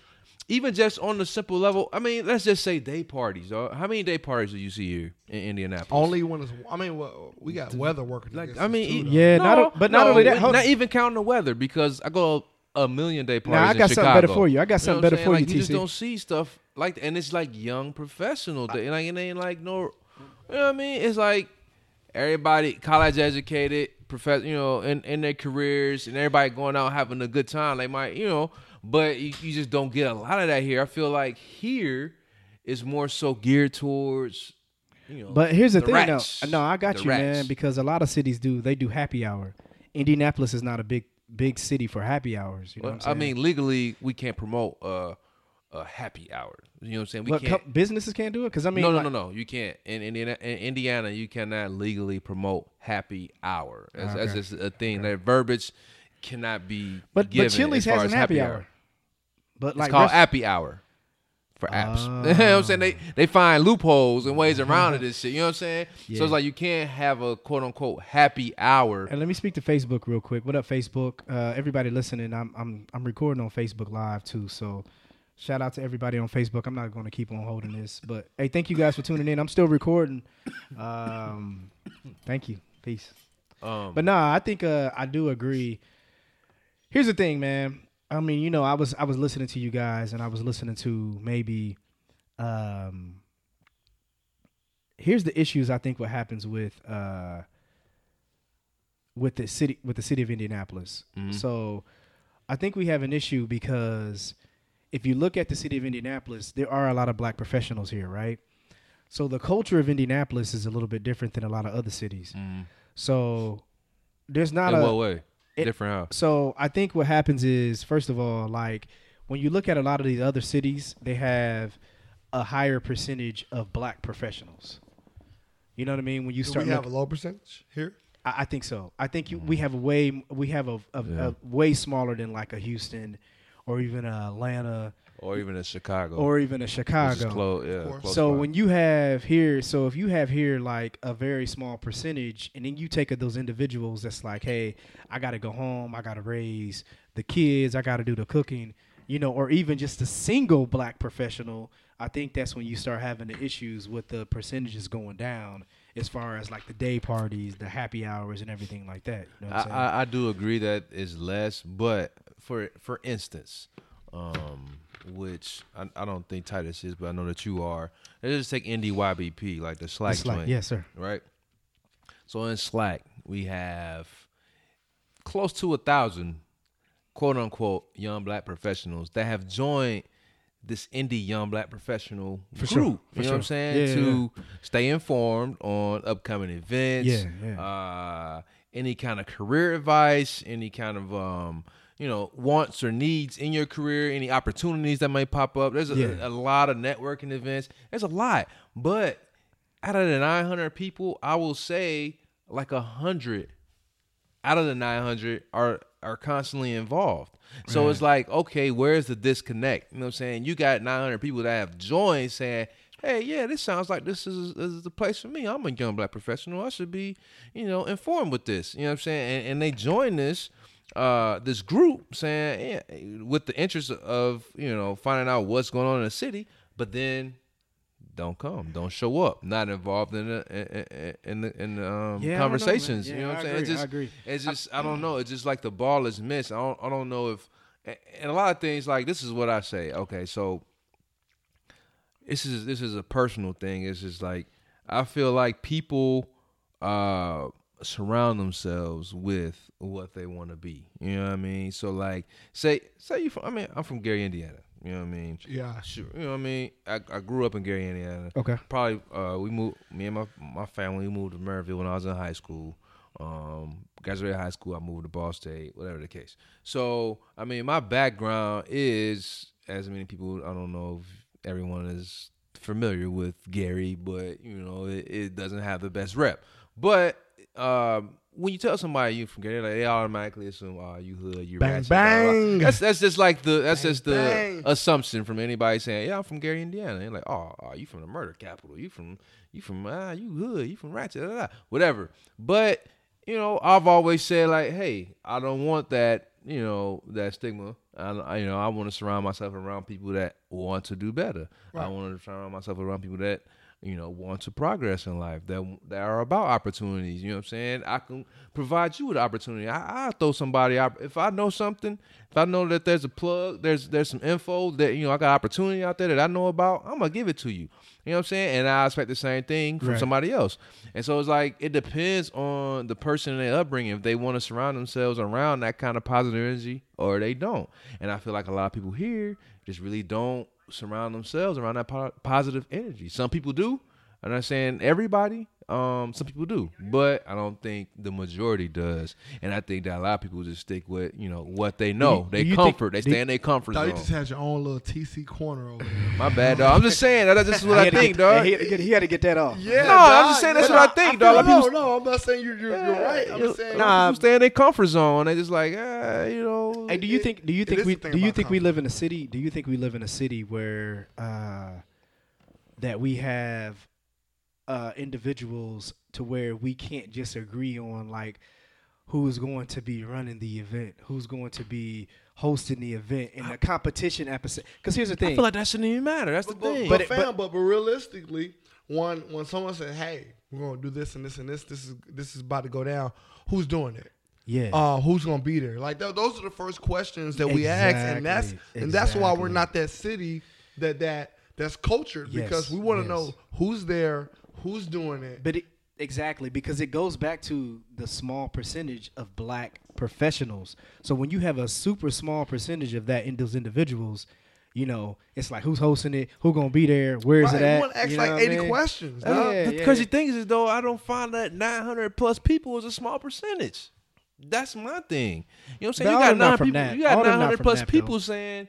Speaker 3: even just on the simple level, I mean, let's just say day parties, dog. How many day parties do you see here in Indianapolis?
Speaker 4: Only when it's I mean, well, we got weather working.
Speaker 3: like
Speaker 4: against
Speaker 3: I
Speaker 4: us,
Speaker 3: mean,
Speaker 4: too,
Speaker 3: e-
Speaker 4: though.
Speaker 1: Yeah, not o- but not only that, hold-
Speaker 3: not even counting the weather because I go a million day parties.
Speaker 1: I
Speaker 3: in
Speaker 1: got something
Speaker 3: Chicago.
Speaker 1: better for you. I got
Speaker 3: know
Speaker 1: something
Speaker 3: what I'm
Speaker 1: better
Speaker 3: saying?
Speaker 1: for you,
Speaker 3: like, You just
Speaker 1: TC.
Speaker 3: don't see stuff like, and it's like young professional. Day. Like it ain't like no, you know what I mean? It's like everybody college educated, profess, you know, in, in their careers, and everybody going out having a good time. They might, you know, but you, you just don't get a lot of that here. I feel like here is more so geared towards. You know,
Speaker 1: But here's the, thing,
Speaker 3: rats.
Speaker 1: though. No, I got
Speaker 3: The
Speaker 1: you, man.
Speaker 3: rats.
Speaker 1: Because a lot of cities do. They do happy hour. Indianapolis is not a big big city for happy hours. You know
Speaker 3: Well,
Speaker 1: what
Speaker 3: I
Speaker 1: I'm saying?
Speaker 3: mean, legally, we can't promote a, a happy hour. You know what I'm saying? We
Speaker 1: but
Speaker 3: can't.
Speaker 1: co- businesses can't do it because I mean,
Speaker 3: no, no,
Speaker 1: like-
Speaker 3: no, no. You can't. In Indiana, in Indiana, you cannot legally promote happy hour. That's, that's
Speaker 1: Ah, Okay.
Speaker 3: just a thing. That verbiage cannot be.
Speaker 1: But
Speaker 3: given
Speaker 1: but Chili's
Speaker 3: as far
Speaker 1: has
Speaker 3: as
Speaker 1: an happy hour. But
Speaker 3: It's
Speaker 1: like
Speaker 3: called
Speaker 1: rest-
Speaker 3: happy hour for apps. you know what I'm saying? They they find loopholes and ways around this shit. You know what I'm saying? So
Speaker 1: Yeah.
Speaker 3: it's like you can't have a quote unquote happy hour.
Speaker 1: And let me speak to Facebook real quick. What up, Facebook? Uh, everybody listening, I'm I'm I'm recording on Facebook Live too. So shout out to everybody on Facebook. I'm not going to keep on holding this, but hey, thank you guys for tuning in. I'm still recording. Um, thank you. Peace.
Speaker 3: Um,
Speaker 1: But nah, I think uh, I do agree. Here's the thing, man. I mean, you know, I was I was listening to you guys, and I was listening to maybe. Um, here's the issues I think what happens with uh, with the city with the city of Indianapolis. So, I think we have an issue because if you look at the city of Indianapolis, there are a lot of black professionals here, right? So the culture of Indianapolis is a little bit different than a lot of other cities. So there's not
Speaker 3: in
Speaker 1: a
Speaker 3: what way?
Speaker 1: it-
Speaker 3: Different how?
Speaker 1: so I think what happens is, first of all, like when you look at a lot of these other cities, they have a higher percentage of black professionals. You know what I mean? When you
Speaker 4: Do
Speaker 1: start,
Speaker 4: we
Speaker 1: look-
Speaker 4: have a low percentage here?
Speaker 1: I, I think so. I think you, we have a way we have a, a, a way smaller than like a Houston, or even a Atlanta,
Speaker 3: Or even in Chicago?
Speaker 1: or even a
Speaker 3: Which is
Speaker 1: Chicago.
Speaker 3: clo- yeah,
Speaker 4: course.
Speaker 3: close
Speaker 1: so
Speaker 3: by.
Speaker 1: when you have here so if you have here like a very small percentage and then you take of those individuals that's like hey i gotta go home i gotta raise the kids i gotta do the cooking you know or even just a single black professional i think that's when you start having the issues with the percentages going down as far as like the day parties the happy hours and everything like that you know what
Speaker 3: I,
Speaker 1: i'm saying
Speaker 3: I, I do agree that is less, but for for instance, um, which I, I don't think Titus is, but I know that you are. Let's just take NDYBP, like the Slack
Speaker 1: It's like-
Speaker 3: joint,
Speaker 1: yes sir
Speaker 3: right? So in Slack, we have close to a thousand quote unquote young black professionals that have joined this indie young black professional group.
Speaker 1: sure,
Speaker 3: You
Speaker 1: for
Speaker 3: know what I'm
Speaker 1: sure.
Speaker 3: saying?
Speaker 1: Yeah,
Speaker 3: to stay informed on upcoming events,
Speaker 1: Yeah, yeah.
Speaker 3: Uh, any kind of career advice, any kind of um, you know wants or needs in your career, any opportunities that may pop up. There's a,
Speaker 1: Yeah.
Speaker 3: a lot of networking events. There's a lot, but out of the 900 people, I will say like a hundred out of the 900 are are constantly involved. So it's like, okay, where's the disconnect? You know what I'm saying? You got 900 people that have joined saying, hey, yeah, this sounds like this is, this is the place for me. I'm a young black professional. I should be, you know, informed with this. You know what I'm saying? And, and they join this uh this group saying yeah, with the interest of you know finding out what's going on in the city but then don't come don't show up not involved in the in the, in
Speaker 1: Yeah,
Speaker 3: the um,
Speaker 1: I don't know, man.
Speaker 3: conversations you
Speaker 1: Yeah,
Speaker 3: know what i'm
Speaker 1: I
Speaker 3: saying it's
Speaker 1: agree, I
Speaker 3: just
Speaker 1: agree.
Speaker 3: it's just I, don't know. It's just like the ball is missed. I don't I don't know if a- and a lot of things like this is what I say. Okay, so this is this is a personal thing. It's just like I feel like people uh surround themselves with what they want to be. You know what I mean? So like say say you from I mean I'm from Gary, Indiana. You know what I mean?
Speaker 4: Yeah.
Speaker 3: Sure. You know what I mean? I, I grew up in Gary, Indiana
Speaker 1: Okay.
Speaker 3: probably uh, we moved me and my my family we moved to Maryville when I was in high school. Um, graduated high school, I moved to Ball State, whatever the case. So I mean, my background is as many people I don't know if everyone is familiar with Gary, but you know it, it doesn't have the best rep. But um, when you tell somebody you from Gary, like, they automatically assume, "Oh, you hood, you
Speaker 4: Bang,
Speaker 3: ratchet." blah, blah, blah."
Speaker 4: bang.
Speaker 3: That's that's just like the that's
Speaker 4: Bang,
Speaker 3: just the
Speaker 4: bang.
Speaker 3: assumption from anybody saying, "Yeah, I'm from Gary, Indiana." They're like, "Oh, oh, you from the murder capital? You from you from ah, you hood? You from Ratchet? da, da, da," Whatever." But you know, I've always said like, "Hey, I don't want that. You know, that stigma. I, I- you know, I want to surround myself around people that want to do better. I
Speaker 4: Right.
Speaker 3: want to surround myself around people that." You know, want to progress in life that that are about opportunities. You know what I'm saying? I can provide you with opportunity. I I throw somebody out if I know something, if I know that there's a plug, there's there's some info that you know I got opportunity out there that I know about, I'm gonna give it to you. You know what I'm saying? And I expect the same thing from
Speaker 1: Right.
Speaker 3: somebody else. And so it's like it depends on the person and their upbringing if they want to surround themselves around that kind of positive energy or they don't. And I feel like a lot of people here just really don't surround themselves around that po- positive energy. Some people do. I'm not saying everybody. Um, some people do, but I don't think the majority does. And I think that a lot of people just stick with you know what they know,
Speaker 1: do
Speaker 3: they
Speaker 1: you
Speaker 3: comfort,
Speaker 1: think-
Speaker 3: they
Speaker 1: do-
Speaker 3: stay in their comfort
Speaker 4: Dog,
Speaker 3: zone.
Speaker 4: you just had your own little TC corner over there.
Speaker 3: My bad, dog. I'm just saying that. That's just what I think, dog.
Speaker 1: He had, to get, he had to get that off.
Speaker 4: Yeah,
Speaker 3: No, I'm just saying that's what I think, dog. Like,
Speaker 4: No,
Speaker 3: people-
Speaker 4: no, I'm not saying you're, you're, you're right. I'm just saying.
Speaker 3: nah, people stay in their comfort zone. They just like, ah, you know.
Speaker 1: Hey, do you
Speaker 4: It-
Speaker 1: think? Do you
Speaker 4: it
Speaker 1: think
Speaker 4: is
Speaker 1: we?
Speaker 4: the thing
Speaker 1: Do you
Speaker 4: about
Speaker 1: think we
Speaker 4: comedy.
Speaker 1: live in a city? Do you think we live in a city where uh, that we have uh, individuals to where we can't just agree on like who is going to be running the event, who's going to be hosting the event, and the competition episode? Because here's the
Speaker 3: I
Speaker 1: thing.
Speaker 3: feel like that shouldn't even matter. That's the
Speaker 4: But, but,
Speaker 3: thing.
Speaker 4: but,
Speaker 1: But it-
Speaker 4: fam, but, but realistically, one when someone said, "Hey, we're gonna do this and this and this, this is this is about to go down," who's doing it?
Speaker 1: yeah.
Speaker 4: Uh, who's gonna be there? Like th- those are the first questions that we ask, and that's
Speaker 1: Exactly,
Speaker 4: and that's why we're
Speaker 1: exactly.
Speaker 4: not that city that that that's cultured
Speaker 1: Yes,
Speaker 4: because we want to
Speaker 1: yes.
Speaker 4: know who's there, who's doing it.
Speaker 1: But it, exactly because it goes back to the small percentage of black professionals. So when you have a super small percentage of that in those individuals, you know, it's like who's hosting it, who gonna be there, where is
Speaker 4: Right,
Speaker 1: it
Speaker 4: we
Speaker 1: at?
Speaker 4: wanna ask
Speaker 1: you know
Speaker 4: like
Speaker 1: what I
Speaker 4: 80
Speaker 1: mean?
Speaker 4: questions,
Speaker 1: Yeah,
Speaker 4: dog.
Speaker 1: yeah,
Speaker 3: Uh, the crazy thing is, though, I don't find that 900 plus people is a small percentage. That's my thing. You know what I'm saying?
Speaker 1: But all
Speaker 3: you got
Speaker 1: them not
Speaker 3: nine
Speaker 1: from
Speaker 3: people.
Speaker 1: that.
Speaker 3: You got
Speaker 1: All them not
Speaker 3: 900
Speaker 1: from
Speaker 3: plus
Speaker 1: that, though.
Speaker 3: people saying,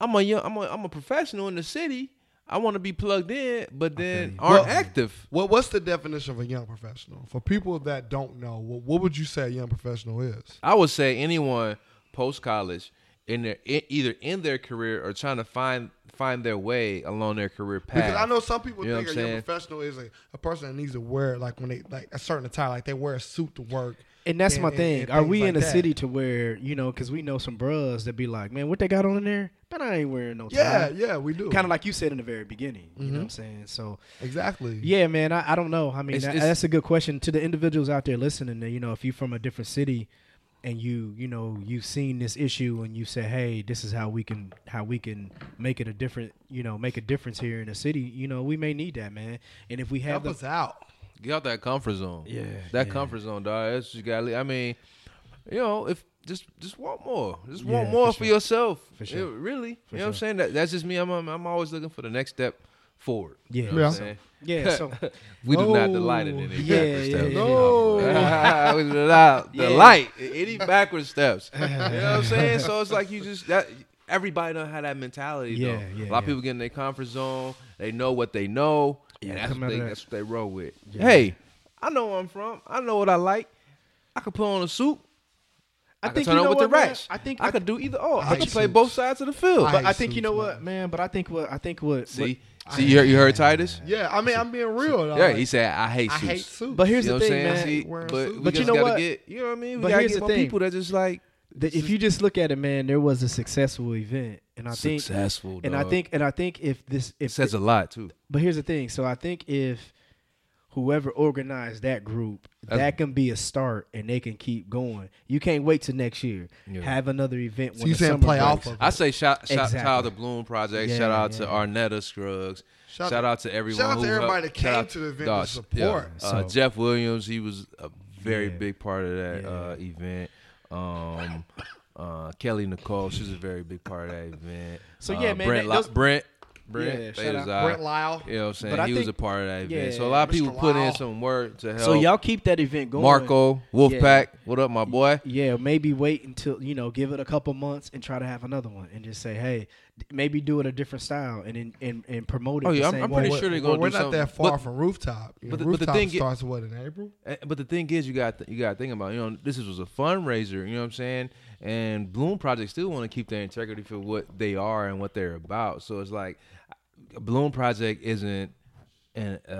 Speaker 3: "I'm a young, I'm a, I'm a professional in the city. I want to be plugged in, but then
Speaker 1: you.
Speaker 3: aren't
Speaker 4: Well-
Speaker 3: active."
Speaker 4: What what's the definition of a young professional for people that don't know? What, what would you say a young professional is?
Speaker 3: I would say anyone post college in their e- either in their career or trying to find find their way along their career path.
Speaker 4: Because I know some people
Speaker 3: You know
Speaker 4: think
Speaker 3: what
Speaker 4: a
Speaker 3: I'm
Speaker 4: young
Speaker 3: saying?
Speaker 4: professional is like a person that needs to wear like when they like a certain attire, like they wear a suit to work.
Speaker 1: And that's my
Speaker 4: and-
Speaker 1: thing.
Speaker 4: and
Speaker 1: Are
Speaker 4: things
Speaker 1: we
Speaker 4: like
Speaker 1: in a
Speaker 4: that.
Speaker 1: city to where you know? Because we know some bros that be like, man, what they got on in there? But I ain't wearing no tie.
Speaker 4: Yeah, Mm-hmm. yeah, we do.
Speaker 1: Kind of like you said in the very beginning. You know what I'm saying? So
Speaker 4: exactly.
Speaker 1: Yeah, man. I, I don't know. I mean,
Speaker 3: It's-
Speaker 1: that-
Speaker 3: it's-
Speaker 1: that's a good question to the individuals out there listening. You know, if you're from a different city and you, you know, you've seen this issue and you say, "Hey, this is how we can how we can make it a different, you know, make a difference here in the city." You know, we may need that, man. And if we have
Speaker 4: help
Speaker 1: the
Speaker 4: us out.
Speaker 3: Get out that comfort zone.
Speaker 1: Yeah,
Speaker 3: that
Speaker 1: yeah.
Speaker 3: comfort zone, dog. That's what you got. I mean, you know, if just just want more, just
Speaker 1: Yeah,
Speaker 3: want
Speaker 1: for
Speaker 3: more for,
Speaker 1: sure.
Speaker 3: yourself.
Speaker 1: For sure.
Speaker 3: Yeah, really.
Speaker 1: For
Speaker 3: you know what I'm
Speaker 1: sure.
Speaker 3: saying? That, that's just me. I'm, I'm I'm always looking for the next step forward. You
Speaker 1: Yeah.
Speaker 3: know what I'm
Speaker 4: Yeah.
Speaker 3: saying?
Speaker 1: yeah, so
Speaker 3: We do not
Speaker 1: Oh,
Speaker 3: delight in any
Speaker 1: yeah,
Speaker 3: backward
Speaker 1: yeah,
Speaker 3: steps.
Speaker 1: yeah.
Speaker 3: we do not
Speaker 1: Yeah.
Speaker 3: delight in any backward steps. You know what I'm saying? So it's like you just that everybody don't have that mentality
Speaker 1: Yeah, yeah,
Speaker 3: though. a lot
Speaker 1: yeah.
Speaker 3: of people get in their comfort zone. They know what they know,
Speaker 1: Yeah,
Speaker 3: and that's
Speaker 1: come
Speaker 3: what,
Speaker 1: out
Speaker 3: they,
Speaker 1: of that.
Speaker 3: that's what they roll with.
Speaker 1: Yeah.
Speaker 3: Hey, I know where I'm from. I know what I like. I can put on a suit. I,
Speaker 1: I
Speaker 3: could
Speaker 1: think
Speaker 3: turn
Speaker 1: you
Speaker 3: up
Speaker 1: know
Speaker 3: with the
Speaker 1: what, man?
Speaker 3: rats.
Speaker 1: I think-
Speaker 3: I,
Speaker 1: I-
Speaker 3: could do either. Oh, I,
Speaker 4: I
Speaker 3: could
Speaker 4: hate
Speaker 3: play
Speaker 4: suits.
Speaker 3: both sides of the field.
Speaker 4: I
Speaker 1: But I
Speaker 4: hate
Speaker 1: think you
Speaker 4: suits,
Speaker 1: know
Speaker 4: man.
Speaker 1: what, man. But I think what I think what.
Speaker 3: see,
Speaker 4: I
Speaker 3: see,
Speaker 4: hate-
Speaker 3: you heard, you heard Titus?
Speaker 4: Yeah, I mean, I'm being real. Though.
Speaker 3: Yeah,
Speaker 4: Like,
Speaker 3: he said I hate
Speaker 4: I
Speaker 3: suits.
Speaker 4: hate suits.
Speaker 1: But here's
Speaker 3: you know
Speaker 1: the
Speaker 3: what I'm
Speaker 1: thing,
Speaker 3: saying?
Speaker 1: man.
Speaker 3: See,
Speaker 4: Wearing
Speaker 3: but
Speaker 4: suits.
Speaker 3: we
Speaker 1: But you
Speaker 3: just
Speaker 1: know
Speaker 3: gotta
Speaker 1: what?
Speaker 3: get, you know what I mean?
Speaker 1: But
Speaker 3: we gotta
Speaker 1: here's
Speaker 3: get
Speaker 1: the
Speaker 3: more
Speaker 1: thing.
Speaker 3: people that just like
Speaker 1: the, if you just look at it, man, there was a successful event, and I think,
Speaker 3: successful.
Speaker 1: and I
Speaker 3: dog.
Speaker 1: think, and I think if this,
Speaker 3: it
Speaker 1: if
Speaker 3: says a lot too.
Speaker 1: But here's the thing. So I think if whoever organized that group,
Speaker 3: That's-
Speaker 1: that can be a start, and they can keep going. You can't wait till next year.
Speaker 3: Yeah.
Speaker 1: Have another event.
Speaker 4: So
Speaker 1: when
Speaker 4: you
Speaker 1: the
Speaker 4: saying
Speaker 1: summer
Speaker 4: play
Speaker 1: breaks.
Speaker 4: off of
Speaker 3: I say shout shout shout out
Speaker 1: Exactly.
Speaker 3: to Bloom Project.
Speaker 1: Yeah,
Speaker 3: shout out to
Speaker 1: yeah.
Speaker 3: Arnetta Scruggs.
Speaker 4: Shout-
Speaker 3: Shout, out to everyone.
Speaker 4: shout out to
Speaker 3: who
Speaker 4: everybody
Speaker 3: helped-
Speaker 4: that came
Speaker 3: shout out-
Speaker 4: to the event to
Speaker 3: Dog,
Speaker 4: support.
Speaker 3: yeah. Uh,
Speaker 1: So-
Speaker 3: Jeff Williams, he was a very
Speaker 1: Yeah.
Speaker 3: big part of that
Speaker 1: Yeah.
Speaker 3: uh, event. Um, uh, Kelly Nicole, she's a very big part of that event.
Speaker 1: So,
Speaker 3: Uh,
Speaker 1: yeah, man,
Speaker 3: Brent,
Speaker 1: that-
Speaker 3: Li-
Speaker 1: those-
Speaker 3: Brent, Brent,
Speaker 1: Yeah,
Speaker 3: they
Speaker 1: shout
Speaker 3: was
Speaker 1: out.
Speaker 3: all-
Speaker 4: Brent Lyle.
Speaker 3: You know what I'm saying?
Speaker 1: But I
Speaker 3: he was a
Speaker 1: think-
Speaker 3: part of that event.
Speaker 1: yeah,
Speaker 3: so a lot of
Speaker 4: Mr.
Speaker 3: people put in
Speaker 4: Lyle.
Speaker 3: some work to help.
Speaker 1: So y'all keep that event going.
Speaker 3: Marco, Wolfpack, what up, my boy?
Speaker 1: Yeah, maybe wait until you know, give it a couple months and try to have another one, and just say, hey, d- maybe do it a different style and and, and, and promote it.
Speaker 3: Oh,
Speaker 1: the
Speaker 3: yeah, I'm-
Speaker 1: same
Speaker 3: I'm pretty
Speaker 1: way.
Speaker 3: sure they
Speaker 4: Well,
Speaker 3: gonna
Speaker 4: we're
Speaker 3: do
Speaker 4: not
Speaker 3: something.
Speaker 4: that far
Speaker 3: But-
Speaker 4: from rooftop. You know,
Speaker 3: but the- but the
Speaker 4: rooftop
Speaker 3: thing is-
Speaker 4: starts what in April.
Speaker 3: Eh, But the thing is, you got you got to think about you know this was a fundraiser. You know what I'm saying? And Bloom Project still want to keep their integrity for what they are and what they're about. So it's like Bloom Project isn't an, uh,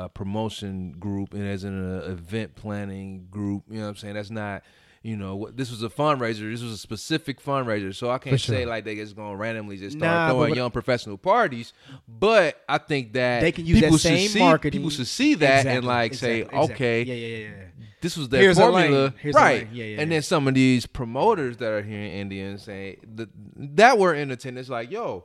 Speaker 3: a, a promotion group and isn't an event planning group. You know what I'm saying? That's not. You know, what- this was a fundraiser. This was a specific fundraiser, so I can't say like they just gonna randomly just start
Speaker 1: Nah, but
Speaker 3: throwing
Speaker 1: what-
Speaker 3: young professional parties. But I think that
Speaker 1: They can use
Speaker 3: people
Speaker 1: that
Speaker 3: should
Speaker 1: same
Speaker 3: see-
Speaker 1: marketing.
Speaker 3: People should see that and
Speaker 1: Exactly,
Speaker 3: like say,
Speaker 1: exactly, exactly.
Speaker 3: okay,
Speaker 1: yeah, yeah, yeah, yeah.
Speaker 3: this was their
Speaker 1: Here's a lane.
Speaker 3: formula,
Speaker 1: Here's a
Speaker 3: right?
Speaker 1: lane. Yeah, yeah,
Speaker 3: and
Speaker 1: yeah.
Speaker 3: then some of these promoters that are here in India and saying that, that were in attendance, like, yo,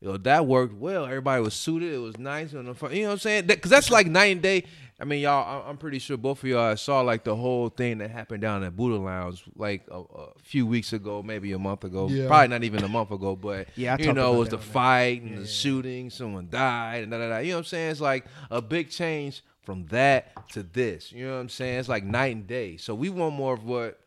Speaker 3: yo, that worked well. Everybody was suited. It was nice. On the front, you know what I'm saying? Because that's like night and day. I mean, y'all, I- I'm pretty sure both of y'all saw like the whole thing that happened down at Buddha Lounge like a, a few weeks ago, maybe a month ago.
Speaker 4: Yeah.
Speaker 3: Probably not even a month ago, but
Speaker 1: Yeah, I
Speaker 3: you
Speaker 1: talked
Speaker 3: know, it
Speaker 1: about
Speaker 3: was
Speaker 1: that
Speaker 3: the
Speaker 1: on that.
Speaker 3: fight and the shooting. Someone died and da da da. You know what I'm saying? It's like a big change from that to this. You know what I'm saying? It's like night and day. So we want more of what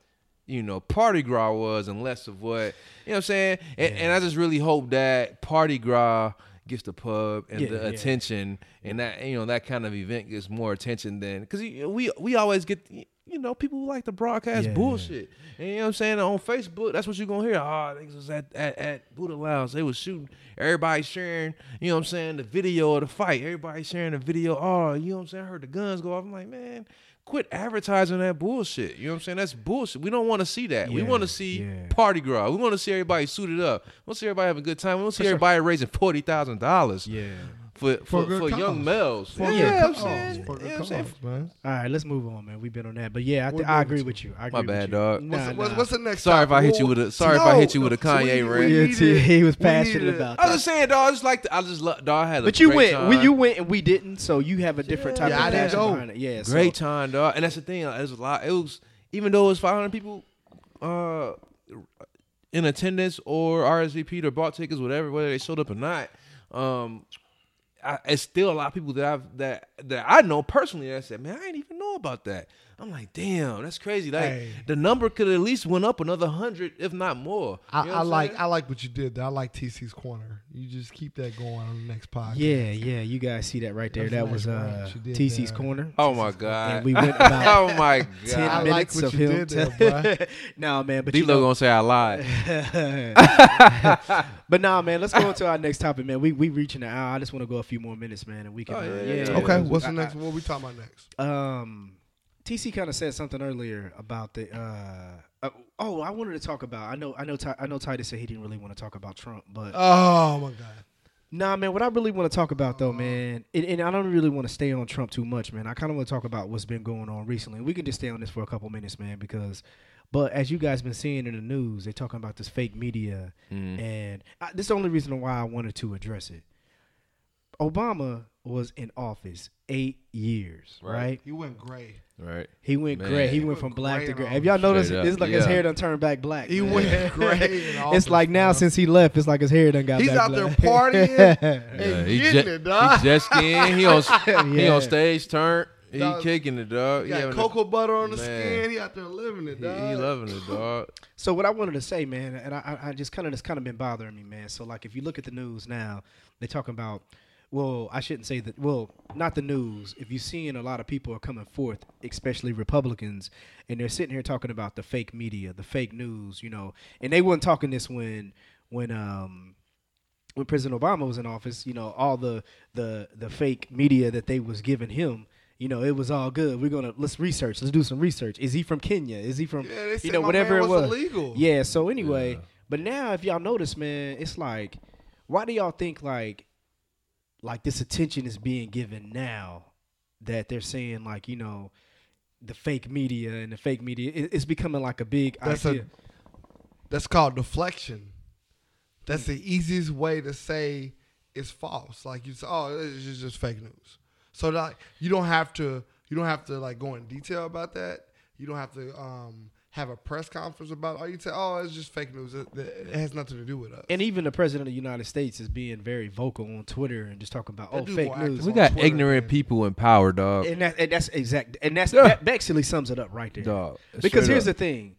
Speaker 3: you know party gras was and less of what you know what I'm saying. And, and I just really hope that party gras gets the pub and
Speaker 1: Yeah,
Speaker 3: the
Speaker 1: yeah.
Speaker 3: attention and that and, you know that kind of event gets more attention than because we we always get. You know, people like to broadcast
Speaker 1: Yeah, yeah.
Speaker 3: bullshit. And you know what I'm saying? On Facebook, that's what you're gonna hear. Ah, niggas was at, at, at Buddha Lounge. They was shooting. Everybody sharing, you know what I'm saying, the video of the fight. Everybody sharing the video. Oh, you know what I'm saying? I heard the guns go off. I'm like, man, quit advertising that bullshit. You know what I'm saying? That's bullshit. We don't want to see that. we
Speaker 1: Yeah,
Speaker 3: want to see
Speaker 1: yeah.
Speaker 3: party girl. We want to see everybody suited up. We want to see everybody having a good time. We want to see everybody raising forty thousand dollars
Speaker 1: Yeah.
Speaker 3: for for,
Speaker 4: a good
Speaker 3: for, young
Speaker 4: cause.
Speaker 3: males.
Speaker 4: For
Speaker 3: yeah,
Speaker 4: good
Speaker 3: you know what I'm
Speaker 4: cause,
Speaker 3: saying.
Speaker 4: for good
Speaker 3: You know what I'm saying?
Speaker 4: cause, man.
Speaker 1: All right, let's move on, man. We've been on that, but yeah, I,
Speaker 4: We're
Speaker 1: th- I
Speaker 4: moving
Speaker 1: agree
Speaker 4: to-
Speaker 1: with you. I agree
Speaker 3: My bad,
Speaker 1: with you.
Speaker 3: dog.
Speaker 1: Nah,
Speaker 4: what's, what's,
Speaker 1: nah.
Speaker 4: what's the next?
Speaker 3: Sorry if I
Speaker 4: topic?
Speaker 3: hit you with a- sorry if I hit you with a Kanye
Speaker 4: we
Speaker 3: rant.
Speaker 1: Yeah,
Speaker 4: needed-
Speaker 1: too, he was
Speaker 4: we
Speaker 1: passionate
Speaker 4: needed-
Speaker 1: about
Speaker 3: I was just saying, dog. I just like the, I just love, dog. I had a
Speaker 1: But you
Speaker 3: great
Speaker 1: went,
Speaker 3: time.
Speaker 1: we, you went, and we didn't. So you have a different type
Speaker 4: Yeah, I
Speaker 1: of
Speaker 4: didn't
Speaker 1: passion
Speaker 4: go.
Speaker 1: behind it. Yeah, so-
Speaker 3: Great time, dog. And that's the thing. It was a lot. It was even though it was 500 people uh, in attendance or RSVP'd or bought tickets, whatever, whether they showed up or not. Um, I, it's still a lot of people that I've that that I know personally that said, man, I didn't even know about that. I'm like, damn, that's crazy. Like
Speaker 4: Hey.
Speaker 3: the number could at least went up another hundred, if not more.
Speaker 4: I,
Speaker 3: You know
Speaker 4: I
Speaker 3: what I'm
Speaker 4: like
Speaker 3: saying?
Speaker 4: I like what you did. there. I like TC's corner. You just keep that going on the next podcast.
Speaker 1: Yeah, yeah. You guys see that right there?
Speaker 4: That's
Speaker 1: That was
Speaker 4: nice,
Speaker 1: uh,
Speaker 4: right, you did
Speaker 1: TC's
Speaker 4: that.
Speaker 1: corner.
Speaker 3: Oh my god!
Speaker 1: And we went about
Speaker 3: oh my
Speaker 1: Ten
Speaker 4: I
Speaker 3: god!
Speaker 4: like
Speaker 1: minutes
Speaker 4: what
Speaker 1: of
Speaker 4: you
Speaker 1: him.
Speaker 4: did there,
Speaker 1: nah, man. But
Speaker 3: D
Speaker 1: you know,
Speaker 3: Lo gonna say I lied.
Speaker 1: but nah, man. Let's go into our next topic, man. We we reaching the hour. I just want to go a few more minutes, man, and we can.
Speaker 3: Oh,
Speaker 1: uh,
Speaker 3: yeah, yeah, yeah.
Speaker 4: Okay.
Speaker 3: I-
Speaker 4: What's the
Speaker 1: I-
Speaker 4: next? What we talking about next?
Speaker 1: um TC kind of said something earlier about the uh, uh oh I wanted to talk about I know I know Ti- I know Titus said he didn't really want to talk about Trump but
Speaker 4: Oh my god.
Speaker 1: nah man what I really want to talk about though man and, and I don't really want to stay on Trump too much man I kind of want to talk about what's been going on recently we can just stay on this for a couple minutes man because but as you guys been seeing in the news they're talking about this fake media and I, this is the only reason why I wanted to address it Obama was in office eight years
Speaker 3: Right.
Speaker 1: right?
Speaker 4: You went gray.
Speaker 3: Right.
Speaker 1: He went
Speaker 3: Man.
Speaker 1: gray. He
Speaker 3: He
Speaker 1: went
Speaker 4: went
Speaker 1: from black
Speaker 4: gray
Speaker 1: to
Speaker 4: and
Speaker 1: gray.
Speaker 4: all
Speaker 1: Have y'all
Speaker 4: that
Speaker 1: noticed?
Speaker 3: Straight up,
Speaker 1: It's like his
Speaker 3: yeah.
Speaker 1: hair done turned back black.
Speaker 4: He
Speaker 1: man.
Speaker 4: went gray. in office,
Speaker 1: It's like now
Speaker 4: man.
Speaker 1: since he left, it's like his hair done got.
Speaker 4: he's
Speaker 1: back
Speaker 4: out there
Speaker 1: black.
Speaker 4: partying and
Speaker 3: Yeah, he,
Speaker 4: getting
Speaker 3: ju-
Speaker 4: it, dog.
Speaker 3: he just in. He on, he
Speaker 1: Yeah.
Speaker 3: on stage, turn. He
Speaker 4: Dog,
Speaker 3: kicking it, dog.
Speaker 4: He
Speaker 3: He,
Speaker 4: got
Speaker 3: having a-
Speaker 4: cocoa butter on the
Speaker 3: Man.
Speaker 4: skin. He out there living it,
Speaker 3: he,
Speaker 4: dog.
Speaker 3: he loving it, dog.
Speaker 1: So what I wanted to say, man, and I, I- I just kind of that's kind of been bothering me, man. So like, if you look at the news now, they're talking about well, I shouldn't say that. Well, not the news. If you're seeing a lot of people are coming forth, especially Republicans, and they're sitting here talking about the fake media, the fake news, you know, and they weren't talking this when when um when President Obama was in office, you know, all the the the fake media that they was giving him. You know, it was all good. We're gonna let's research. Let's do some research. Is he from Kenya? Is he from
Speaker 4: Yeah, they
Speaker 1: you
Speaker 4: said
Speaker 1: know
Speaker 4: my
Speaker 1: whatever
Speaker 4: man
Speaker 1: it
Speaker 4: was
Speaker 1: was?
Speaker 4: illegal.
Speaker 1: Yeah. So anyway, but now if y'all notice, man, it's like, why do y'all think like like this attention is being given now that they're saying like you know the fake media and the fake media it- it's becoming like a big
Speaker 4: That's
Speaker 1: idea.
Speaker 4: a that's called deflection. That's
Speaker 1: Hmm.
Speaker 4: the easiest way to say it's false. Like you say, oh, it's just, just fake news. So that you don't have to you don't have to like go in detail about that. You don't have to um, have a press conference about. It. Oh, you say, oh, it's just fake news. It, it has nothing to do with us.
Speaker 1: and even the president of the United States is being very vocal on Twitter and just talking about
Speaker 4: That
Speaker 1: oh
Speaker 4: dude
Speaker 1: fake
Speaker 4: gonna act
Speaker 1: news.
Speaker 3: We
Speaker 4: on
Speaker 3: got
Speaker 4: Twitter,
Speaker 3: ignorant
Speaker 4: man.
Speaker 3: people in power, dog.
Speaker 1: and, that, and that's exact and that's
Speaker 3: Yeah.
Speaker 1: that basically sums it up right there.
Speaker 3: Dog,
Speaker 1: because
Speaker 3: straight
Speaker 1: here's
Speaker 3: up.
Speaker 1: the thing: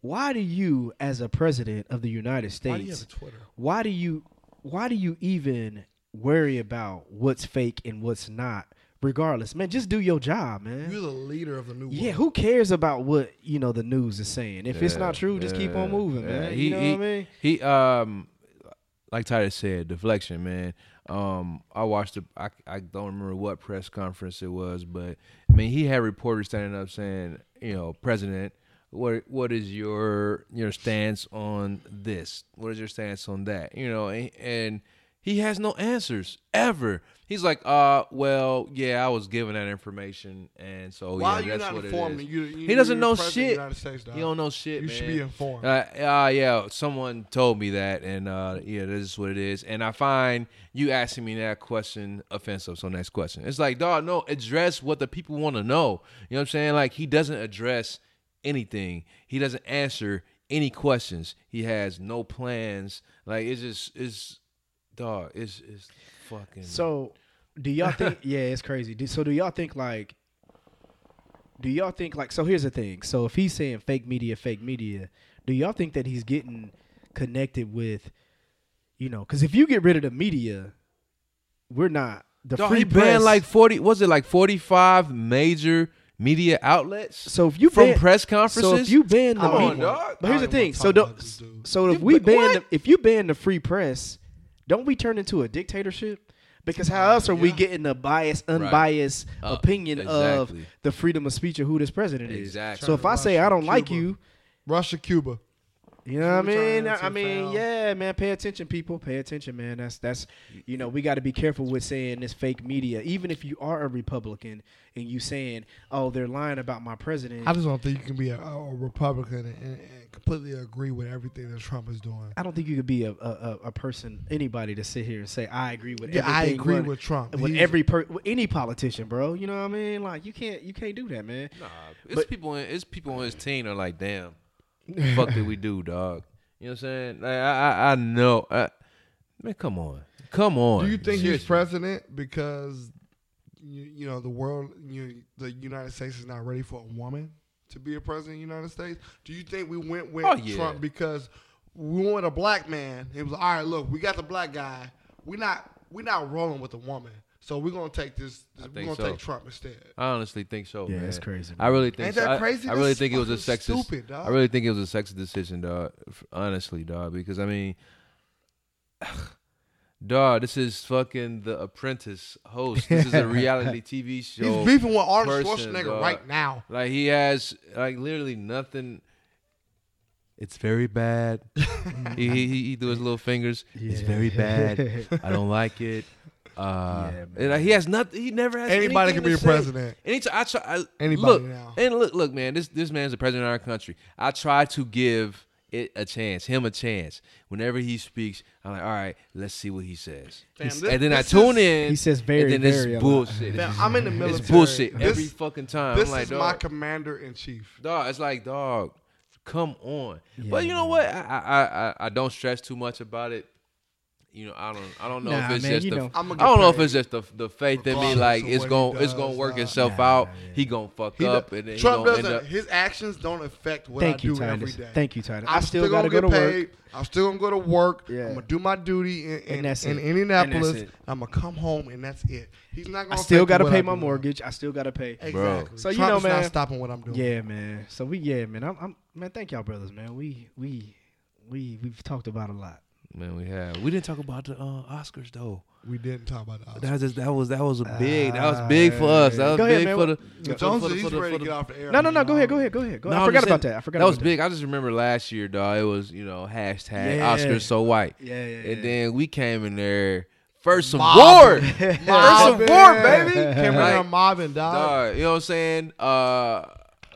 Speaker 1: why do you, as a president of the United States,
Speaker 4: Why do you have a Twitter?
Speaker 1: why do you why do you even worry about what's fake and what's not? Regardless, man, just do your job, man.
Speaker 4: You're the leader of the new
Speaker 1: yeah,
Speaker 4: world.
Speaker 1: who cares about what you know the news is saying? If it's
Speaker 3: Yeah,
Speaker 1: not true, just keep on
Speaker 3: yeah,
Speaker 1: moving,
Speaker 3: yeah.
Speaker 1: man.
Speaker 3: He,
Speaker 1: you know
Speaker 3: he,
Speaker 1: what I mean?
Speaker 3: He um, like Titus said, deflection, man. Um, I watched the. I, I don't remember what press conference it was, but I mean, he had reporters standing up saying, you know, President, what what is your your stance on this? What is your stance on that? You know, and, and he has no answers ever. He's like, uh, well, yeah, I was given that information, and so yeah,
Speaker 4: Why are you
Speaker 3: that's
Speaker 4: not
Speaker 3: what it
Speaker 4: informed?
Speaker 3: is.
Speaker 4: You- you-
Speaker 3: he doesn't
Speaker 4: you're
Speaker 3: know
Speaker 4: president of the
Speaker 3: shit.
Speaker 4: United States, dog.
Speaker 3: He don't know shit.
Speaker 4: You
Speaker 3: man.
Speaker 4: should be informed.
Speaker 3: Uh, uh, yeah, someone told me that, and uh, yeah, this is what it is. And I find you asking me that question offensive. So next question. It's like, dog, no, address what the people want to know. You know what I'm saying? Like he doesn't address anything. He doesn't answer any questions. He has no plans. Like it's just, it's, dog, it's, it's fucking.
Speaker 1: So, do y'all think? yeah, it's crazy. Do, so, do y'all think like? Do y'all think like? So here's the thing. So if he's saying fake media, fake media, do y'all think that he's getting connected with, you know? Because if you get rid of the media, we're not the
Speaker 3: dog,
Speaker 1: free
Speaker 3: he
Speaker 1: press.
Speaker 3: banned like forty. Was it like forty five major media outlets?
Speaker 1: so if you
Speaker 3: from
Speaker 1: ban-
Speaker 3: press conferences.
Speaker 1: So if you ban the
Speaker 3: Come on,
Speaker 1: media-
Speaker 3: dog.
Speaker 1: but here's
Speaker 4: I
Speaker 1: the
Speaker 4: don't
Speaker 1: thing.
Speaker 4: wanna
Speaker 1: So
Speaker 4: talk about
Speaker 1: don't.
Speaker 4: this dude.
Speaker 1: So if
Speaker 3: You-
Speaker 1: we
Speaker 3: but
Speaker 1: ban the,
Speaker 3: what?
Speaker 1: if you ban the free press, don't we turn into a dictatorship? Because how else are we getting the biased, unbiased
Speaker 3: Uh,
Speaker 1: opinion of
Speaker 3: exactly.
Speaker 1: the freedom of speech of who this president is?
Speaker 3: Exactly.
Speaker 1: So if I say I don't like
Speaker 4: Cuba.
Speaker 1: you,
Speaker 4: Russia, Cuba.
Speaker 1: you know what I
Speaker 4: Cuba turning
Speaker 1: mean? I,
Speaker 4: into
Speaker 1: I mean,
Speaker 4: foul.
Speaker 1: yeah, man. Pay attention, people. Pay attention, man. That's that's you know we got to be careful with saying this fake media. Even if you are a Republican and you saying, oh, they're lying about my president.
Speaker 4: I just don't think you can be a, a Republican and, and, and completely agree with everything that Trump is doing.
Speaker 1: I don't think you could be a, a, a, a person, anybody, to sit here and say I agree with.
Speaker 4: Yeah, I
Speaker 1: everything
Speaker 4: agree
Speaker 1: one-
Speaker 4: with Trump.
Speaker 1: With
Speaker 4: He's-
Speaker 1: every per, with any politician, bro. You know what I mean? Like you can't you can't do that, man.
Speaker 3: Nah, it's
Speaker 1: But-
Speaker 3: people. In, it's people on his team are like, damn, fuck did we do, dog? You know what I'm saying? Like, I, I, I know. I, man, come on, come on.
Speaker 4: Do you think he's
Speaker 3: Seriously.
Speaker 4: president because you, you know the world, you, the United States is not ready for a woman to be a president of the United States? Do you think we went with
Speaker 3: Oh, yeah.
Speaker 4: Trump because we wanted a black man? It was all right. Look, we got the black guy. We not we not rolling with a woman, so we're gonna take this. We're
Speaker 3: think
Speaker 4: gonna
Speaker 3: so.
Speaker 4: take Trump instead.
Speaker 3: I honestly think so.
Speaker 1: Yeah,
Speaker 3: man.
Speaker 1: it's crazy,
Speaker 3: I really think.
Speaker 4: Ain't
Speaker 3: so.
Speaker 4: that
Speaker 3: I-
Speaker 4: crazy?
Speaker 3: I, really
Speaker 4: That's
Speaker 3: think it was a
Speaker 4: fucking
Speaker 3: sexist.
Speaker 4: stupid, dog.
Speaker 3: I really think it was a sexist decision, dog. F- Honestly, dog, because I mean, dog, this is fucking the Apprentice host. This is a reality TV
Speaker 4: He's
Speaker 3: show.
Speaker 4: beefing with Arnold
Speaker 3: person,
Speaker 4: Schwarzenegger
Speaker 3: dog.
Speaker 4: right now.
Speaker 3: Like he has like literally nothing. It's very bad. he, he he do his little fingers. It's
Speaker 1: Yeah.
Speaker 3: very bad. I don't like it. Uh,
Speaker 1: Yeah,
Speaker 3: and like, he has nothing. He never has.
Speaker 4: Anybody
Speaker 3: anything
Speaker 4: can be
Speaker 3: to
Speaker 4: a
Speaker 3: say.
Speaker 4: president.
Speaker 3: Anytime I try, I,
Speaker 4: Anybody
Speaker 3: look,
Speaker 4: now.
Speaker 3: and look, look, man. This this man's the president of our country. I try to give it a chance, him a chance. Whenever he speaks, I'm like, all right, let's see what he says.
Speaker 4: Fam,
Speaker 3: He's-
Speaker 4: this-
Speaker 3: and then I
Speaker 4: this
Speaker 3: tune
Speaker 4: is-
Speaker 3: in.
Speaker 1: He says very,
Speaker 3: and then it's
Speaker 1: very a lot.
Speaker 3: bullshit.
Speaker 4: Man, I'm in the military.
Speaker 3: It's bullshit
Speaker 4: This-
Speaker 3: every fucking time.
Speaker 4: This
Speaker 3: I'm like,
Speaker 4: is my
Speaker 3: dog.
Speaker 4: commander in chief.
Speaker 3: Dog, it's like dog, come on.
Speaker 1: Yeah,
Speaker 3: but you know what? I, I I I don't stress too much about it. you know, I don't, I don't know
Speaker 1: Nah,
Speaker 3: if it's
Speaker 1: man,
Speaker 3: just,
Speaker 1: you
Speaker 3: the,
Speaker 1: know.
Speaker 3: I
Speaker 4: I'ma
Speaker 3: don't
Speaker 4: get
Speaker 3: know if
Speaker 4: paid
Speaker 3: it's just the the faith in me,
Speaker 4: regardless
Speaker 3: like
Speaker 4: of
Speaker 3: it's
Speaker 4: what he
Speaker 3: gonna, it's
Speaker 4: does,
Speaker 3: gonna work
Speaker 4: nah.
Speaker 3: itself
Speaker 1: Nah,
Speaker 3: out.
Speaker 1: yeah.
Speaker 3: He gonna fuck
Speaker 4: He
Speaker 3: up,
Speaker 4: do-
Speaker 3: and then
Speaker 4: Trump
Speaker 3: he gonna end
Speaker 4: doesn't.
Speaker 3: up.
Speaker 4: His actions don't affect what I
Speaker 1: Thank
Speaker 4: do
Speaker 1: you,
Speaker 4: every
Speaker 1: Titus.
Speaker 4: day.
Speaker 1: Thank you, Titus. I still, gotta go
Speaker 4: gonna
Speaker 1: to
Speaker 4: get
Speaker 1: work.
Speaker 4: paid. I'm still gonna go to work.
Speaker 1: Yeah.
Speaker 4: I'm gonna do my duty in, in,
Speaker 1: And that's
Speaker 4: in
Speaker 1: it.
Speaker 4: Indianapolis.
Speaker 1: And that's it.
Speaker 4: I'm gonna come home and that's it. He's not gonna.
Speaker 1: I still
Speaker 4: affect
Speaker 1: gotta
Speaker 4: what
Speaker 1: pay
Speaker 4: I
Speaker 1: my
Speaker 4: do.
Speaker 1: mortgage. I still gotta pay.
Speaker 4: Exactly.
Speaker 1: So, you
Speaker 4: Trump
Speaker 1: know,
Speaker 4: is
Speaker 1: man-
Speaker 4: not stopping what I'm doing.
Speaker 1: Yeah, man. So we, yeah, man. I'm, I'm, man. Thank y'all, brothers, man. We, we, we, we've talked about a lot.
Speaker 3: Man, we have. We didn't talk about the uh, Oscars though.
Speaker 4: We didn't talk about that.
Speaker 3: That was that was that was a big. That was big for us. That was
Speaker 1: Go ahead,
Speaker 3: big
Speaker 1: Ah, man.
Speaker 3: for the.
Speaker 1: Yeah.
Speaker 3: for-
Speaker 4: Jones
Speaker 3: for the-
Speaker 4: he's
Speaker 3: for the-
Speaker 4: ready
Speaker 3: for
Speaker 4: to
Speaker 3: the-
Speaker 4: get off the air.
Speaker 1: No, no, no. Go ahead. Go ahead. Go ahead. Go.
Speaker 3: No,
Speaker 1: I
Speaker 3: I'm
Speaker 1: forgot
Speaker 3: just
Speaker 1: about
Speaker 3: saying,
Speaker 1: that. I forgot.
Speaker 3: That was
Speaker 1: about
Speaker 3: big. I just remember last year, dog. It was you know hashtag
Speaker 1: Yeah.
Speaker 3: Oscars so white,
Speaker 1: Yeah, yeah, yeah.
Speaker 3: and then we came in there first some war,
Speaker 4: Mobbing.
Speaker 3: first some
Speaker 4: Mobbing.
Speaker 3: war, baby.
Speaker 4: Cameron
Speaker 3: Like,
Speaker 4: like, mobbing, dog.
Speaker 3: dog, you know what I'm saying? Uh,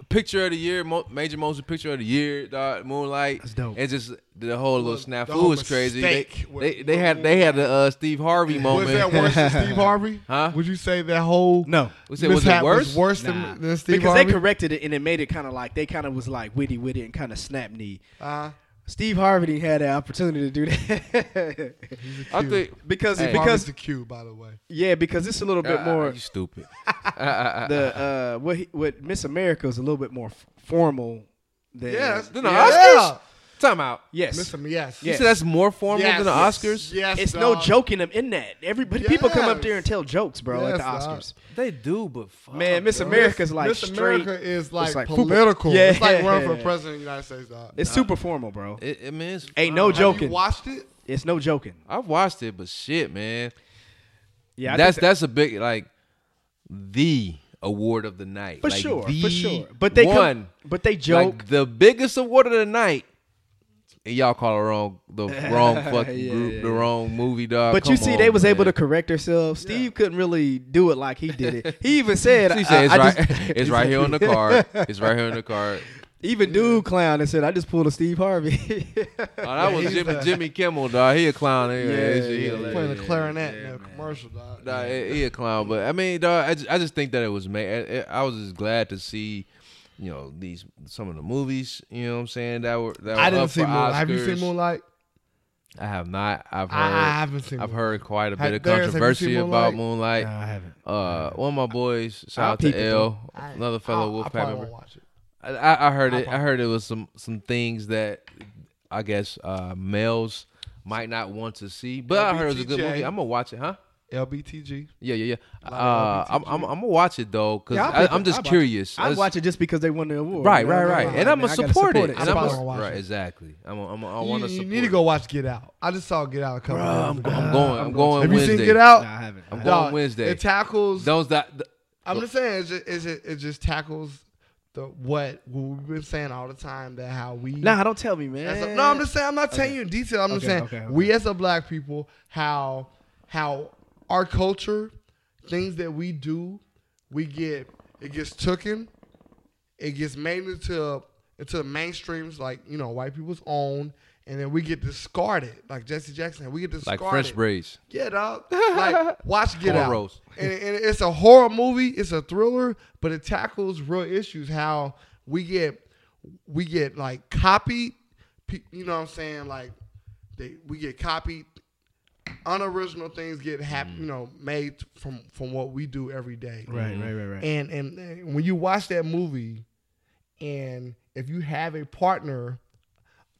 Speaker 3: picture of the year, mo- major motion picture of the year, dog. Moonlight.
Speaker 1: That's dope.
Speaker 3: And just the whole little
Speaker 4: The
Speaker 3: snafu
Speaker 4: whole
Speaker 3: was crazy. They,
Speaker 4: mistake with-
Speaker 3: they, they had they had the uh, Steve Harvey
Speaker 4: Was
Speaker 3: moment.
Speaker 4: that worse than Steve Harvey?
Speaker 3: Huh?
Speaker 4: Would you say that whole
Speaker 1: No.
Speaker 3: We said, was it
Speaker 4: mishap
Speaker 3: worse?
Speaker 4: worse
Speaker 1: Nah.
Speaker 4: than, than Steve
Speaker 1: because
Speaker 4: Harvey?
Speaker 1: they corrected it and it made it kind of like they kind of was like witty, witty, and kind of snap knee.
Speaker 4: uh,
Speaker 1: Steve Harvey had an opportunity to do that
Speaker 3: I think
Speaker 1: because
Speaker 3: Hey.
Speaker 4: because
Speaker 1: because
Speaker 4: the Q, by the way.
Speaker 1: yeah because it's a little bit
Speaker 3: Ah,
Speaker 1: more
Speaker 3: You stupid.
Speaker 1: the uh what he, what Miss America is a little bit more f- formal than
Speaker 4: Yes,
Speaker 3: Then the
Speaker 4: yeah.
Speaker 3: Oscars. Time out.
Speaker 1: yes
Speaker 4: Listen, yes.
Speaker 3: You
Speaker 1: Yes.
Speaker 3: said that's more formal
Speaker 4: Yes,
Speaker 3: than the
Speaker 4: yes,
Speaker 3: Oscars.
Speaker 4: Yes,
Speaker 1: it's no
Speaker 4: dog.
Speaker 1: joking them in that everybody people come up
Speaker 4: Yes.
Speaker 1: there and tell jokes bro at
Speaker 4: Yes,
Speaker 1: the
Speaker 4: dog. Uh-huh,
Speaker 1: Oscars
Speaker 3: They do, but fuck,
Speaker 1: man Miss
Speaker 3: bro.
Speaker 1: America's like
Speaker 4: Miss
Speaker 1: straight
Speaker 4: America is like,
Speaker 1: like football.
Speaker 4: political.
Speaker 1: Yeah.
Speaker 4: It's like running for president of the United States, dog. uh,
Speaker 1: it's super formal bro
Speaker 3: It, it man, it's
Speaker 1: Ain't no
Speaker 3: fine.
Speaker 1: joke.
Speaker 4: Have you
Speaker 1: joking.
Speaker 4: watched it?
Speaker 1: it's no joking
Speaker 3: I've watched it, but shit, man.
Speaker 1: yeah I
Speaker 3: that's
Speaker 1: think
Speaker 3: that's a big like the award of the night
Speaker 1: that- for
Speaker 3: Like,
Speaker 1: sure
Speaker 3: the
Speaker 1: for sure but they
Speaker 3: one
Speaker 1: come, but they joke
Speaker 3: like the biggest award of the night. And y'all call it wrong the wrong fucking
Speaker 1: Yeah,
Speaker 3: group,
Speaker 1: yeah,
Speaker 3: the
Speaker 1: yeah.
Speaker 3: wrong movie, dog.
Speaker 1: But you
Speaker 3: Oh, Come
Speaker 1: see,
Speaker 3: on,
Speaker 1: they was able to
Speaker 3: man.
Speaker 1: correct themselves. Steve couldn't really do it like he did it. He even said,
Speaker 3: She said
Speaker 1: I,
Speaker 3: it's
Speaker 1: I
Speaker 3: right.
Speaker 1: just,
Speaker 3: it's right here on the card. It's right here on the card.
Speaker 1: Even dude clown and said, I just pulled a Steve Harvey.
Speaker 3: Oh, that was Jimmy, Jimmy Kimmel, dog. He a clown. Anyway.
Speaker 1: Yeah,
Speaker 3: It's- he
Speaker 1: yeah,
Speaker 3: a-
Speaker 1: yeah.
Speaker 4: Playing the clarinet in a commercial, dog.
Speaker 3: Nah, he, he a clown, but I mean, dog, I just, I just think that it was made. I, I was just glad to see, you know, these some of the movies. You know what I'm saying? That were that were
Speaker 4: I didn't
Speaker 3: up
Speaker 4: see
Speaker 3: for
Speaker 4: Moonlight. Have you
Speaker 3: Oscars.
Speaker 4: seen Moonlight?
Speaker 3: I have not. I've heard.
Speaker 4: I haven't seen
Speaker 3: I've
Speaker 4: Moonlight.
Speaker 3: heard quite a
Speaker 4: Have-
Speaker 3: bit of
Speaker 4: Darius, have you seen
Speaker 3: controversy about Moonlight.
Speaker 1: I haven't.
Speaker 3: Uh, one of my boys,
Speaker 1: I'll
Speaker 3: shout out
Speaker 1: peep it,
Speaker 3: to L,
Speaker 4: I-
Speaker 3: another fellow
Speaker 4: I, I
Speaker 3: Wolfpack
Speaker 4: probably won't
Speaker 3: member.
Speaker 4: watch it.
Speaker 3: I, I I heard
Speaker 4: I'll
Speaker 3: it. I
Speaker 4: probably-
Speaker 3: heard it was some some things that I guess uh, males might not want to see, but I heard it was a good
Speaker 4: LBTJ.
Speaker 3: movie. I'm gonna watch it, huh?
Speaker 4: LBTG.
Speaker 3: Yeah, yeah, yeah.
Speaker 4: Lot of
Speaker 3: Uh, I'm, I'm, I'm gonna watch it though, cause
Speaker 1: Yeah, I'll
Speaker 3: I,
Speaker 1: peep
Speaker 3: I'm
Speaker 1: it.
Speaker 3: just
Speaker 1: I'll watch it.
Speaker 3: curious.
Speaker 1: I
Speaker 3: That's-
Speaker 1: watch it just because they won the award.
Speaker 3: Right,
Speaker 1: you know?
Speaker 3: right, right.
Speaker 1: Like,
Speaker 3: And I'm
Speaker 1: man,
Speaker 3: gonna
Speaker 1: I gotta
Speaker 3: support it. And
Speaker 4: I'm
Speaker 3: I'm
Speaker 4: probably
Speaker 3: gonna
Speaker 4: gonna watch
Speaker 3: right,
Speaker 4: it.
Speaker 3: exactly. I'm, I'm, I
Speaker 4: You,
Speaker 3: want to
Speaker 4: you
Speaker 3: support.
Speaker 4: need to go watch Get Out. I just saw Get Out a couple
Speaker 3: Bro,
Speaker 4: of days
Speaker 3: I'm,
Speaker 4: ago.
Speaker 3: go- I'm going. I'm going.
Speaker 4: Have you
Speaker 3: Wednesday.
Speaker 4: seen Get Out?
Speaker 1: Nah, I haven't.
Speaker 3: I'm
Speaker 1: I
Speaker 3: going
Speaker 4: Dog,
Speaker 3: Wednesday.
Speaker 4: It tackles.
Speaker 3: Those that. th-
Speaker 4: I'm just saying, it just, it just, it just tackles the what we've been saying all the time that how we.
Speaker 1: haven't. Nah, don't tell me, man.
Speaker 4: As a- no, I'm just saying. I'm not telling you in detail. I'm just
Speaker 1: Okay,
Speaker 4: saying
Speaker 1: okay, okay.
Speaker 4: we as a black people, how how our culture, things that we do, we get it gets taken, it gets made into into mainstreams like you know white people's own, and then we get discarded like Jesse Jackson. We get
Speaker 3: like
Speaker 4: discarded
Speaker 3: French braids.
Speaker 4: yeah, dog. Like, watch Get
Speaker 3: Cornrows.
Speaker 4: Out. And, and it's a horror movie. It's a thriller, but it tackles real issues. How we get, we get like copied. Pe- You know what I'm saying? Like, they we get copied. Unoriginal things get hap- you know made from from what we do every day.
Speaker 1: Right, right, right, right.
Speaker 4: And, and and when you watch that movie, and if you have a partner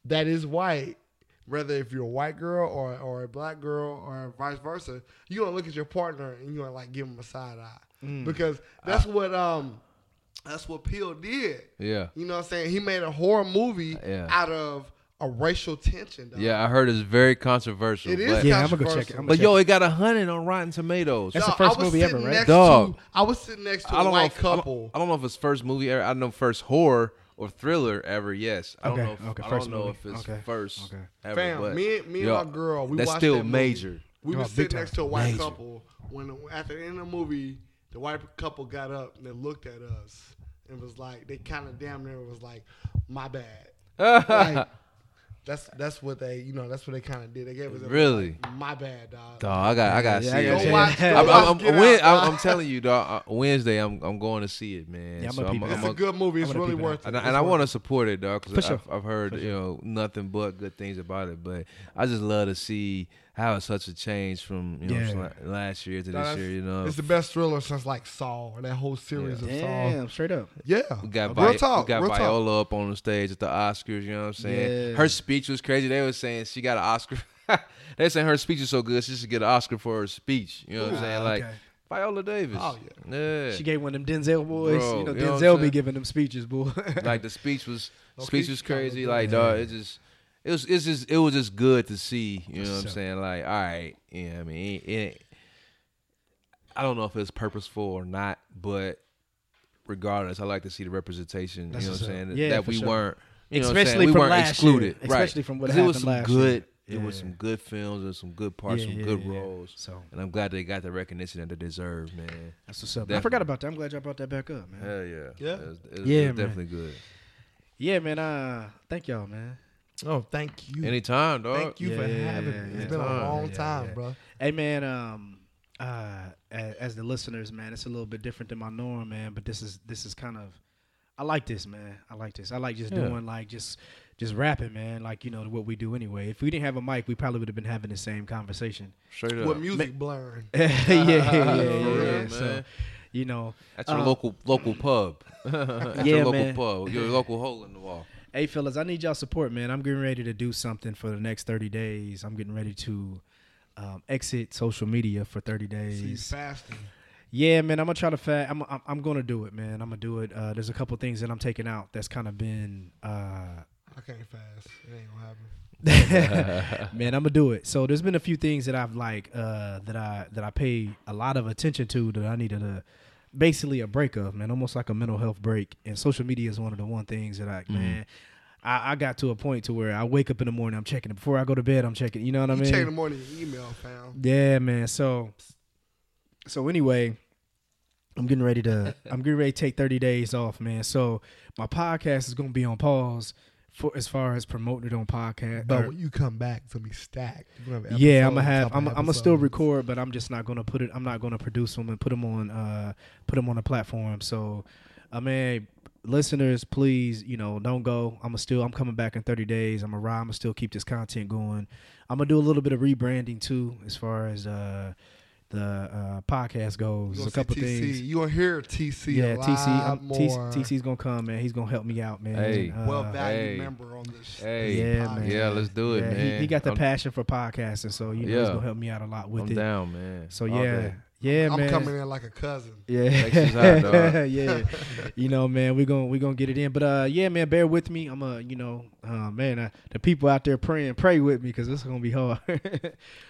Speaker 4: that is white, whether if you're a white girl or or a black girl or vice versa, you gonna look at your partner and you gonna like give him a side eye
Speaker 3: Mm.
Speaker 4: because that's what um that's what Peel did.
Speaker 3: Yeah. Uh,
Speaker 4: You know what I'm saying? He made a horror movie
Speaker 3: Yeah.
Speaker 4: out of a racial tension. Dog.
Speaker 3: Yeah, I heard it's very controversial.
Speaker 4: It is
Speaker 3: but,
Speaker 4: Yeah.
Speaker 1: yeah, I'm gonna go check it. I'm gonna
Speaker 3: But
Speaker 1: check
Speaker 3: yo,
Speaker 1: it.
Speaker 3: it got a hundred on Rotten Tomatoes.
Speaker 1: That's the
Speaker 4: Dog,
Speaker 1: first
Speaker 4: I was
Speaker 1: movie ever,
Speaker 4: sitting
Speaker 1: right?
Speaker 4: next
Speaker 3: Dog.
Speaker 4: To, I was sitting next
Speaker 3: I
Speaker 4: to a
Speaker 3: don't know.
Speaker 4: white
Speaker 3: If, I,
Speaker 4: couple.
Speaker 3: don't, I don't know if it's first movie ever. I know first horror or thriller ever. Yes. I
Speaker 1: Okay,
Speaker 3: don't know. If,
Speaker 1: okay,
Speaker 3: I
Speaker 1: first
Speaker 3: don't know
Speaker 1: movie.
Speaker 3: if it's
Speaker 1: Okay,
Speaker 3: first
Speaker 1: okay.
Speaker 3: ever.
Speaker 4: Fam,
Speaker 3: but,
Speaker 4: me, and- me and
Speaker 3: yo,
Speaker 4: my girl, we
Speaker 3: that's
Speaker 4: watched
Speaker 3: still
Speaker 4: that movie.
Speaker 3: major.
Speaker 4: We
Speaker 1: Oh,
Speaker 4: were
Speaker 1: big
Speaker 4: sitting
Speaker 1: time.
Speaker 4: next to a white
Speaker 3: Major.
Speaker 4: couple. When at the end of the movie, the white couple got up and they looked at us and was like, they kind of damn near was like, "My bad." Like, that's that's what they, you know, that's what they kind of did. They gave us a-
Speaker 3: Really?
Speaker 4: my bad, dog.
Speaker 3: Dog, I got, I got to
Speaker 1: Yeah,
Speaker 3: see
Speaker 1: I gotta
Speaker 3: it.
Speaker 1: check it
Speaker 3: man.
Speaker 1: out.
Speaker 3: I'm,
Speaker 4: Go watch
Speaker 3: I'm,
Speaker 4: Get
Speaker 3: I'm, Wed-
Speaker 4: Out,
Speaker 3: I'm, I'm telling you, dog. uh, Wednesday, I'm, I'm going to see it, man.
Speaker 1: Yeah, I'm
Speaker 3: so
Speaker 1: gonna
Speaker 3: I'm,
Speaker 1: peep it.
Speaker 3: I'm
Speaker 4: It's
Speaker 3: a-
Speaker 4: a good movie. It's
Speaker 1: gonna
Speaker 4: really
Speaker 1: peep it
Speaker 4: worth it.
Speaker 3: and I, and I want to support it, dog,
Speaker 1: For
Speaker 3: because
Speaker 1: sure.
Speaker 3: I've, I've heard you know nothing but good things about it. But I just love to see how it's such a change from you know
Speaker 1: Yeah.
Speaker 3: from la- last year to
Speaker 4: Nah,
Speaker 3: this
Speaker 4: that's-
Speaker 3: year. You know,
Speaker 4: It's the best thriller since like Saw, that whole series of Saw.
Speaker 1: Damn, straight up.
Speaker 4: Yeah,
Speaker 3: We got,
Speaker 4: real
Speaker 3: Vi-
Speaker 4: talk.
Speaker 3: we got
Speaker 4: real talk.
Speaker 3: Viola up on the stage at the Oscars. You know what I'm saying?
Speaker 1: Yeah.
Speaker 3: Her speech was crazy. They were saying she got an Oscar. they saying her speech is so good, she should get an Oscar for her speech. You know what I'm
Speaker 1: Ooh.
Speaker 3: saying?
Speaker 1: Ah,
Speaker 3: Like
Speaker 1: okay.
Speaker 3: Viola Davis.
Speaker 4: Oh,
Speaker 3: yeah. Yeah.
Speaker 1: She gave one of them Denzel boys.
Speaker 3: Bro,
Speaker 1: you know,
Speaker 3: you know what I'm
Speaker 1: Denzel be
Speaker 3: saying?
Speaker 1: giving them speeches, boy.
Speaker 3: like the speech was
Speaker 4: Okay,
Speaker 3: speech was
Speaker 4: she kinda
Speaker 3: crazy.
Speaker 4: did.
Speaker 3: Like dog, it just it was it's just it was just good to see. You know what I'm
Speaker 1: Sure.
Speaker 3: saying? Like all right, yeah. I mean, it, it- I don't know if it's purposeful or not, but regardless, I like to see the representation.
Speaker 4: That's
Speaker 3: you know what I'm
Speaker 4: what's up.
Speaker 3: saying?
Speaker 1: Yeah,
Speaker 3: that
Speaker 1: for
Speaker 3: we
Speaker 1: sure.
Speaker 3: weren't. You know what I'm
Speaker 1: Especially
Speaker 3: saying? we
Speaker 1: from
Speaker 3: weren't
Speaker 1: last
Speaker 3: excluded,
Speaker 1: year.
Speaker 3: right?
Speaker 1: Especially from what
Speaker 3: 'Cause it was
Speaker 1: happened
Speaker 3: some
Speaker 1: last
Speaker 3: good.
Speaker 1: year.
Speaker 3: It was
Speaker 1: Yeah.
Speaker 3: some good films and some good parts,
Speaker 1: Yeah,
Speaker 3: some
Speaker 1: yeah,
Speaker 3: good
Speaker 1: yeah.
Speaker 3: roles.
Speaker 1: So
Speaker 3: And I'm glad they got the recognition that they deserve, man.
Speaker 1: that's what's up. I
Speaker 3: Definitely.
Speaker 1: forgot about that. I'm glad y'all brought that back up, man.
Speaker 3: Hell yeah,
Speaker 4: Yeah.
Speaker 3: It was, it was-
Speaker 1: Yeah,
Speaker 3: it was
Speaker 1: man.
Speaker 3: definitely good.
Speaker 1: Yeah, man. Uh, thank y'all, man.
Speaker 4: Oh, thank you.
Speaker 3: Anytime, dog.
Speaker 4: Thank you for
Speaker 1: Yeah,
Speaker 4: having
Speaker 1: yeah,
Speaker 4: me.
Speaker 1: yeah.
Speaker 4: It's been a
Speaker 3: Yeah,
Speaker 4: long
Speaker 1: yeah,
Speaker 4: time,
Speaker 1: yeah.
Speaker 4: bro.
Speaker 1: Hey, man. Um, uh, as, as the listeners, man, it's a little bit different than my norm, man. But this is this is kind of, I like this, man. I like this. I like just
Speaker 3: Yeah.
Speaker 1: doing like just just rapping, man. Like you know what we do anyway. If we didn't have a mic, we probably would have been having the same conversation.
Speaker 3: Straight up.
Speaker 4: With music blurring.
Speaker 1: yeah, yeah, yeah,
Speaker 3: For
Speaker 1: yeah,
Speaker 3: real,
Speaker 1: yeah.
Speaker 3: man.
Speaker 1: So, you know,
Speaker 3: At your
Speaker 1: Uh,
Speaker 3: local local pub. At
Speaker 1: yeah,
Speaker 3: your local
Speaker 1: man.
Speaker 3: pub. Your local hole in the wall.
Speaker 1: Hey fellas, I need y'all support, man. I'm getting ready to do something for the next 30 days. I'm getting ready to um, exit social media for 30
Speaker 4: So you
Speaker 1: days.
Speaker 4: fasting.
Speaker 1: Yeah, man, I'm gonna try to fat. I'm, I'm I'm gonna do it, man. I'm gonna do it. Uh, there's a couple things that I'm taking out that's kind of been, uh,
Speaker 4: I can't fast. It ain't gonna happen.
Speaker 1: man. I'm gonna do it. So there's been a few things that I've like uh, that I that I pay a lot of attention to that I needed a basically a break of, man. Almost like a mental health break. And social media is one of the one things that
Speaker 4: Mm-hmm.
Speaker 1: I man. I, I got to a point to where I wake up in the morning, I'm checking it. Before I go to bed, I'm checking. You know what I
Speaker 4: you
Speaker 1: mean?
Speaker 4: check in the morning, your email, fam.
Speaker 1: Yeah, man. So, so anyway, I'm getting ready to. I'm getting ready to take 30 days off, man. So my podcast is gonna be on pause for as far as promoting it on podcast.
Speaker 4: But
Speaker 1: or-
Speaker 4: when you come back, it's gonna be stacked. You're gonna have
Speaker 1: yeah, I'm gonna
Speaker 4: episodes
Speaker 1: have.
Speaker 4: on top
Speaker 1: I'm.
Speaker 4: of
Speaker 1: I'm gonna still
Speaker 4: episodes.
Speaker 1: record, but I'm just not gonna put it. I'm not gonna produce them and put them on. Uh, put them on a platform. So, I mean, listeners, please, you know, don't go. I'm gonna still. I'm coming back in 30 days. I'm gonna ride. I'm gonna still keep this content going. I'm gonna do a little bit of rebranding too, as far as uh, the uh, podcast goes.
Speaker 4: You gonna
Speaker 1: There's a couple
Speaker 4: see TC.
Speaker 1: things.
Speaker 4: You gonna hear TC?
Speaker 1: Yeah, um,
Speaker 4: a lot
Speaker 1: TC. I'm,
Speaker 4: more.
Speaker 1: TC's gonna come, man. He's gonna help me out, man.
Speaker 3: Hey.
Speaker 1: Uh,
Speaker 4: well valued
Speaker 3: hey.
Speaker 4: member on this.
Speaker 3: Hey.
Speaker 4: this
Speaker 1: Yeah,
Speaker 4: podcast.
Speaker 1: man.
Speaker 3: Yeah, let's do it,
Speaker 1: yeah,
Speaker 3: man.
Speaker 1: He, he got the
Speaker 3: I'm-
Speaker 1: passion for podcasting, so you know he's
Speaker 3: Yeah.
Speaker 1: gonna help me out a lot with
Speaker 3: I'm
Speaker 1: it.
Speaker 3: down, man.
Speaker 1: So yeah,
Speaker 3: All day.
Speaker 1: yeah,
Speaker 4: I'm
Speaker 1: man.
Speaker 4: coming in like a cousin.
Speaker 1: Yeah,
Speaker 3: Texas hot dog.
Speaker 1: yeah. You know, man, we're gonna we're gonna get it in. But uh, yeah, man, bear with me. I'm uh, you know, uh, man, uh, the people out there praying, pray with me because this is gonna be hard.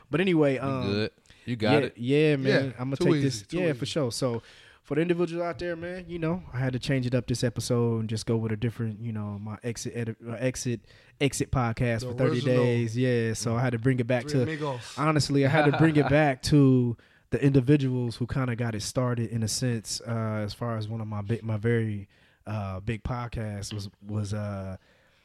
Speaker 1: but anyway,
Speaker 3: You
Speaker 1: um,
Speaker 3: good. You got
Speaker 1: yeah,
Speaker 3: it.
Speaker 1: Yeah, man.
Speaker 4: Yeah,
Speaker 1: I'm gonna
Speaker 4: too
Speaker 1: take
Speaker 4: easy,
Speaker 1: this.
Speaker 4: too
Speaker 1: yeah,
Speaker 4: easy.
Speaker 1: for sure. So for the individuals out there, man, you know, I had to change it up this episode and just go with a different, you know, my exit edit, uh, exit exit podcast
Speaker 4: The
Speaker 1: for 30
Speaker 4: original. Mm.
Speaker 1: days. Yeah, so I had to bring it back
Speaker 4: Three
Speaker 1: to
Speaker 4: amigos.
Speaker 1: honestly, I had to bring it back to the individuals who kind of got it started in a sense. Uh, as far as one of my big, my very uh, big podcasts was was uh,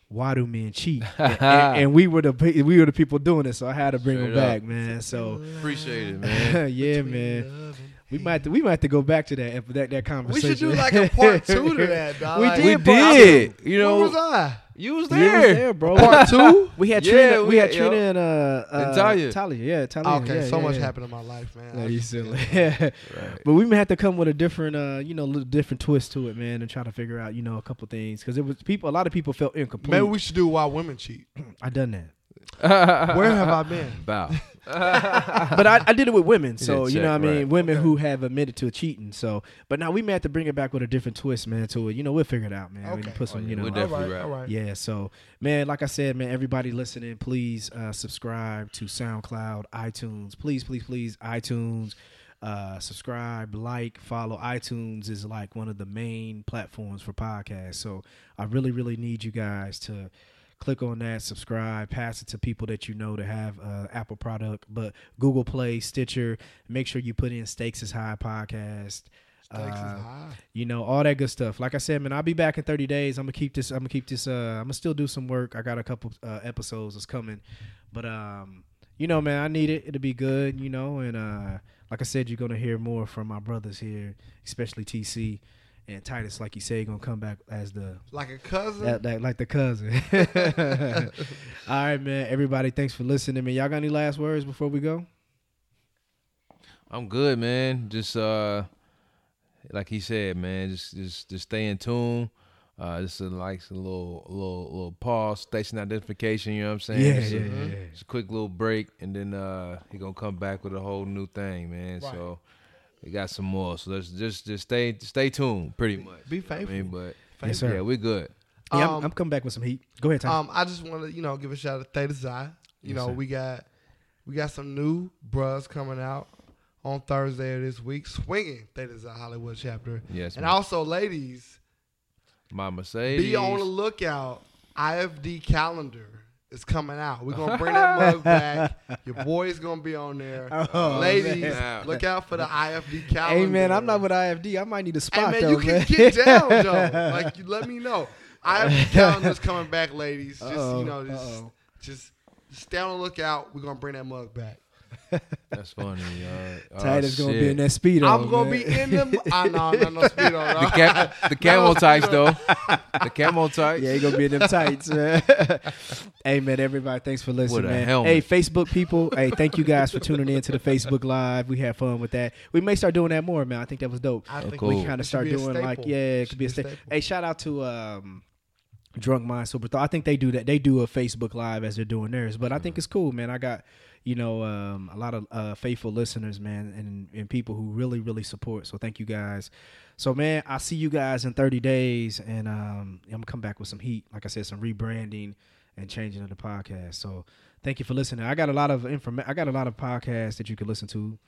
Speaker 1: why do men cheat? and, and we were the pe- we were the people doing it, so I had to bring them
Speaker 3: Straight up.
Speaker 1: back, man. So
Speaker 3: Appreciate it, man.
Speaker 1: yeah, man. We might we might have to go back to that if that that
Speaker 4: We
Speaker 1: conversation.
Speaker 4: should do like a part two to that, dog.
Speaker 1: We
Speaker 4: Like,
Speaker 3: we
Speaker 1: did, bro, I
Speaker 3: did. You
Speaker 4: Where
Speaker 3: know,
Speaker 4: was I?
Speaker 3: you
Speaker 1: You
Speaker 3: was
Speaker 1: was
Speaker 3: there.
Speaker 1: there, bro.
Speaker 4: Part two?
Speaker 1: We had
Speaker 3: Yeah,
Speaker 1: Trina, we,
Speaker 3: we-
Speaker 1: had
Speaker 3: yeah.
Speaker 1: Trina and uh, uh
Speaker 3: And Talia.
Speaker 1: Talia, yeah, Talia.
Speaker 4: Okay,
Speaker 1: yeah,
Speaker 4: so
Speaker 1: yeah,
Speaker 4: much
Speaker 1: yeah.
Speaker 4: happened in my life, man.
Speaker 1: No,
Speaker 4: I
Speaker 1: you
Speaker 4: just-
Speaker 1: silly.
Speaker 4: yeah.
Speaker 3: Right.
Speaker 1: But we may have to come with a different, uh, you know, little different twist to it, man, and try to figure out, you know, a couple things because it was people. A lot of people felt incomplete.
Speaker 4: Maybe we should do why women cheat.
Speaker 1: I done that,
Speaker 4: Where have I been?
Speaker 3: Bow.
Speaker 1: but I, I did it with women,
Speaker 3: You
Speaker 1: so
Speaker 3: did
Speaker 1: you know, what I
Speaker 3: check,
Speaker 1: mean,
Speaker 3: right.
Speaker 1: women who have admitted to cheating. So, but now we may have to bring it back with a different twist, man, to it. You know, we'll figure it out, man. We
Speaker 4: Okay.
Speaker 1: can put
Speaker 3: Oh,
Speaker 1: some,
Speaker 3: yeah,
Speaker 1: you know,
Speaker 3: we'll
Speaker 4: All
Speaker 3: Definitely
Speaker 4: right,
Speaker 3: rap.
Speaker 4: all right.
Speaker 1: Yeah, so man, like I said, man, everybody listening, please uh, subscribe to SoundCloud, iTunes. Please, please, please, iTunes. Uh, subscribe, like, follow. iTunes is like one of the main platforms for podcasts. So I really, really need you guys to click on that, subscribe, pass it to people that you know that have uh, Apple product, but Google Play, Stitcher. Make sure you put in Stakes is High podcast.
Speaker 4: Stakes
Speaker 1: Uh,
Speaker 4: is high.
Speaker 1: you know all that good stuff like i said man i'll be back in 30 days i'm gonna keep this i'm gonna keep this uh i'm gonna still do some work i got a couple uh, episodes that's coming but um you know man i need it it'll be good you know and uh like i said you're gonna hear more from my brothers here especially tc And Titus, like you say, gonna come back as the
Speaker 4: Like a cousin.
Speaker 1: that, that, like the cousin. All right, man. Everybody, thanks for listening, man. Y'all got any last words before we go?
Speaker 3: I'm good, man. Just uh, like he said, man. Just just just stay in tune. Uh, just a, like a little little little pause, station identification. You know what I'm saying?
Speaker 1: Yeah,
Speaker 3: just, a,
Speaker 1: yeah, yeah, yeah.
Speaker 3: just a quick little break, and then uh, he gonna come back with a whole new thing, man.
Speaker 4: Right.
Speaker 3: So we got some more. So let's just just stay stay tuned, pretty much.
Speaker 4: Be
Speaker 3: You know what I
Speaker 4: faithful.
Speaker 3: mean? But
Speaker 1: Yes, sir.
Speaker 3: yeah, we good.
Speaker 1: Yeah, I'm,
Speaker 4: Um,
Speaker 1: I'm coming back with some heat. Go ahead, Titus.
Speaker 4: Um, I just want to, you know, give a shout out to Theta Xi. You
Speaker 1: Yes,
Speaker 4: know,
Speaker 1: sir.
Speaker 4: we got we got some new bros coming out on Thursday of this week, swinging Theta Xi Hollywood chapter.
Speaker 3: Yes,
Speaker 4: and
Speaker 3: ma'am.
Speaker 4: also, ladies,
Speaker 3: My Mercedes.
Speaker 4: be on the lookout. IFD calendar is coming out. We're gonna bring that mug back. Your boy's gonna be on there.
Speaker 1: Oh,
Speaker 4: ladies,
Speaker 3: man.
Speaker 4: look out for the IFD calendar.
Speaker 1: hey, man, I'm not with IFD. I might need a
Speaker 4: Hey
Speaker 1: spot
Speaker 4: man,
Speaker 1: though,
Speaker 4: you can get down though. Like you let me know. I have calendars coming back, ladies. Just
Speaker 1: Uh-oh,
Speaker 4: you know, just,
Speaker 1: uh-oh.
Speaker 4: just stay on the lookout. We're gonna bring that mug back.
Speaker 3: That's funny, y'all. Oh,
Speaker 1: Titus gonna be
Speaker 3: shit.
Speaker 1: in that speedo.
Speaker 4: I'm gonna
Speaker 1: man.
Speaker 4: be in the. I know, no, no speed on
Speaker 3: The, cam- the camo tights though. The camo tights.
Speaker 1: Yeah, he gonna be in them tights, man. hey man, everybody, thanks for listening,
Speaker 3: With a
Speaker 1: man.
Speaker 3: helmet.
Speaker 1: Hey, Facebook people, hey, thank you guys for tuning in to the Facebook Live. We had fun with that. We may start doing that more, man. I think that was dope.
Speaker 4: I think
Speaker 3: cool.
Speaker 1: We kind
Speaker 4: It
Speaker 1: of
Speaker 4: should
Speaker 1: start
Speaker 4: be a
Speaker 1: doing like,
Speaker 4: staple.
Speaker 1: yeah, it,
Speaker 4: It
Speaker 1: could be a,
Speaker 4: should be a
Speaker 1: sta-
Speaker 4: staple.
Speaker 1: Hey, shout out to um, Drunk Mind Super Thought. I think they do that. They do a Facebook Live as they're doing theirs, but I
Speaker 4: Mm-hmm.
Speaker 1: think it's cool, man. I got you know um, a lot of uh, faithful listeners, man, and and people who really really support. So thank you guys. So man, I'll see you guys in 30 days, and um, I'm gonna come back with some heat. Like I said, some rebranding and changing of the podcast. So thank you for listening. I got a lot of information. I got a lot of podcasts that you can listen to.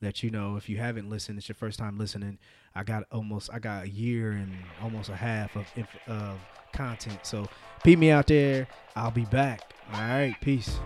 Speaker 1: That you know, if you haven't listened, it's your first time listening. I got almost, I got a year and almost a half of inf- of content. So, peep me out there. I'll be back. All right, peace.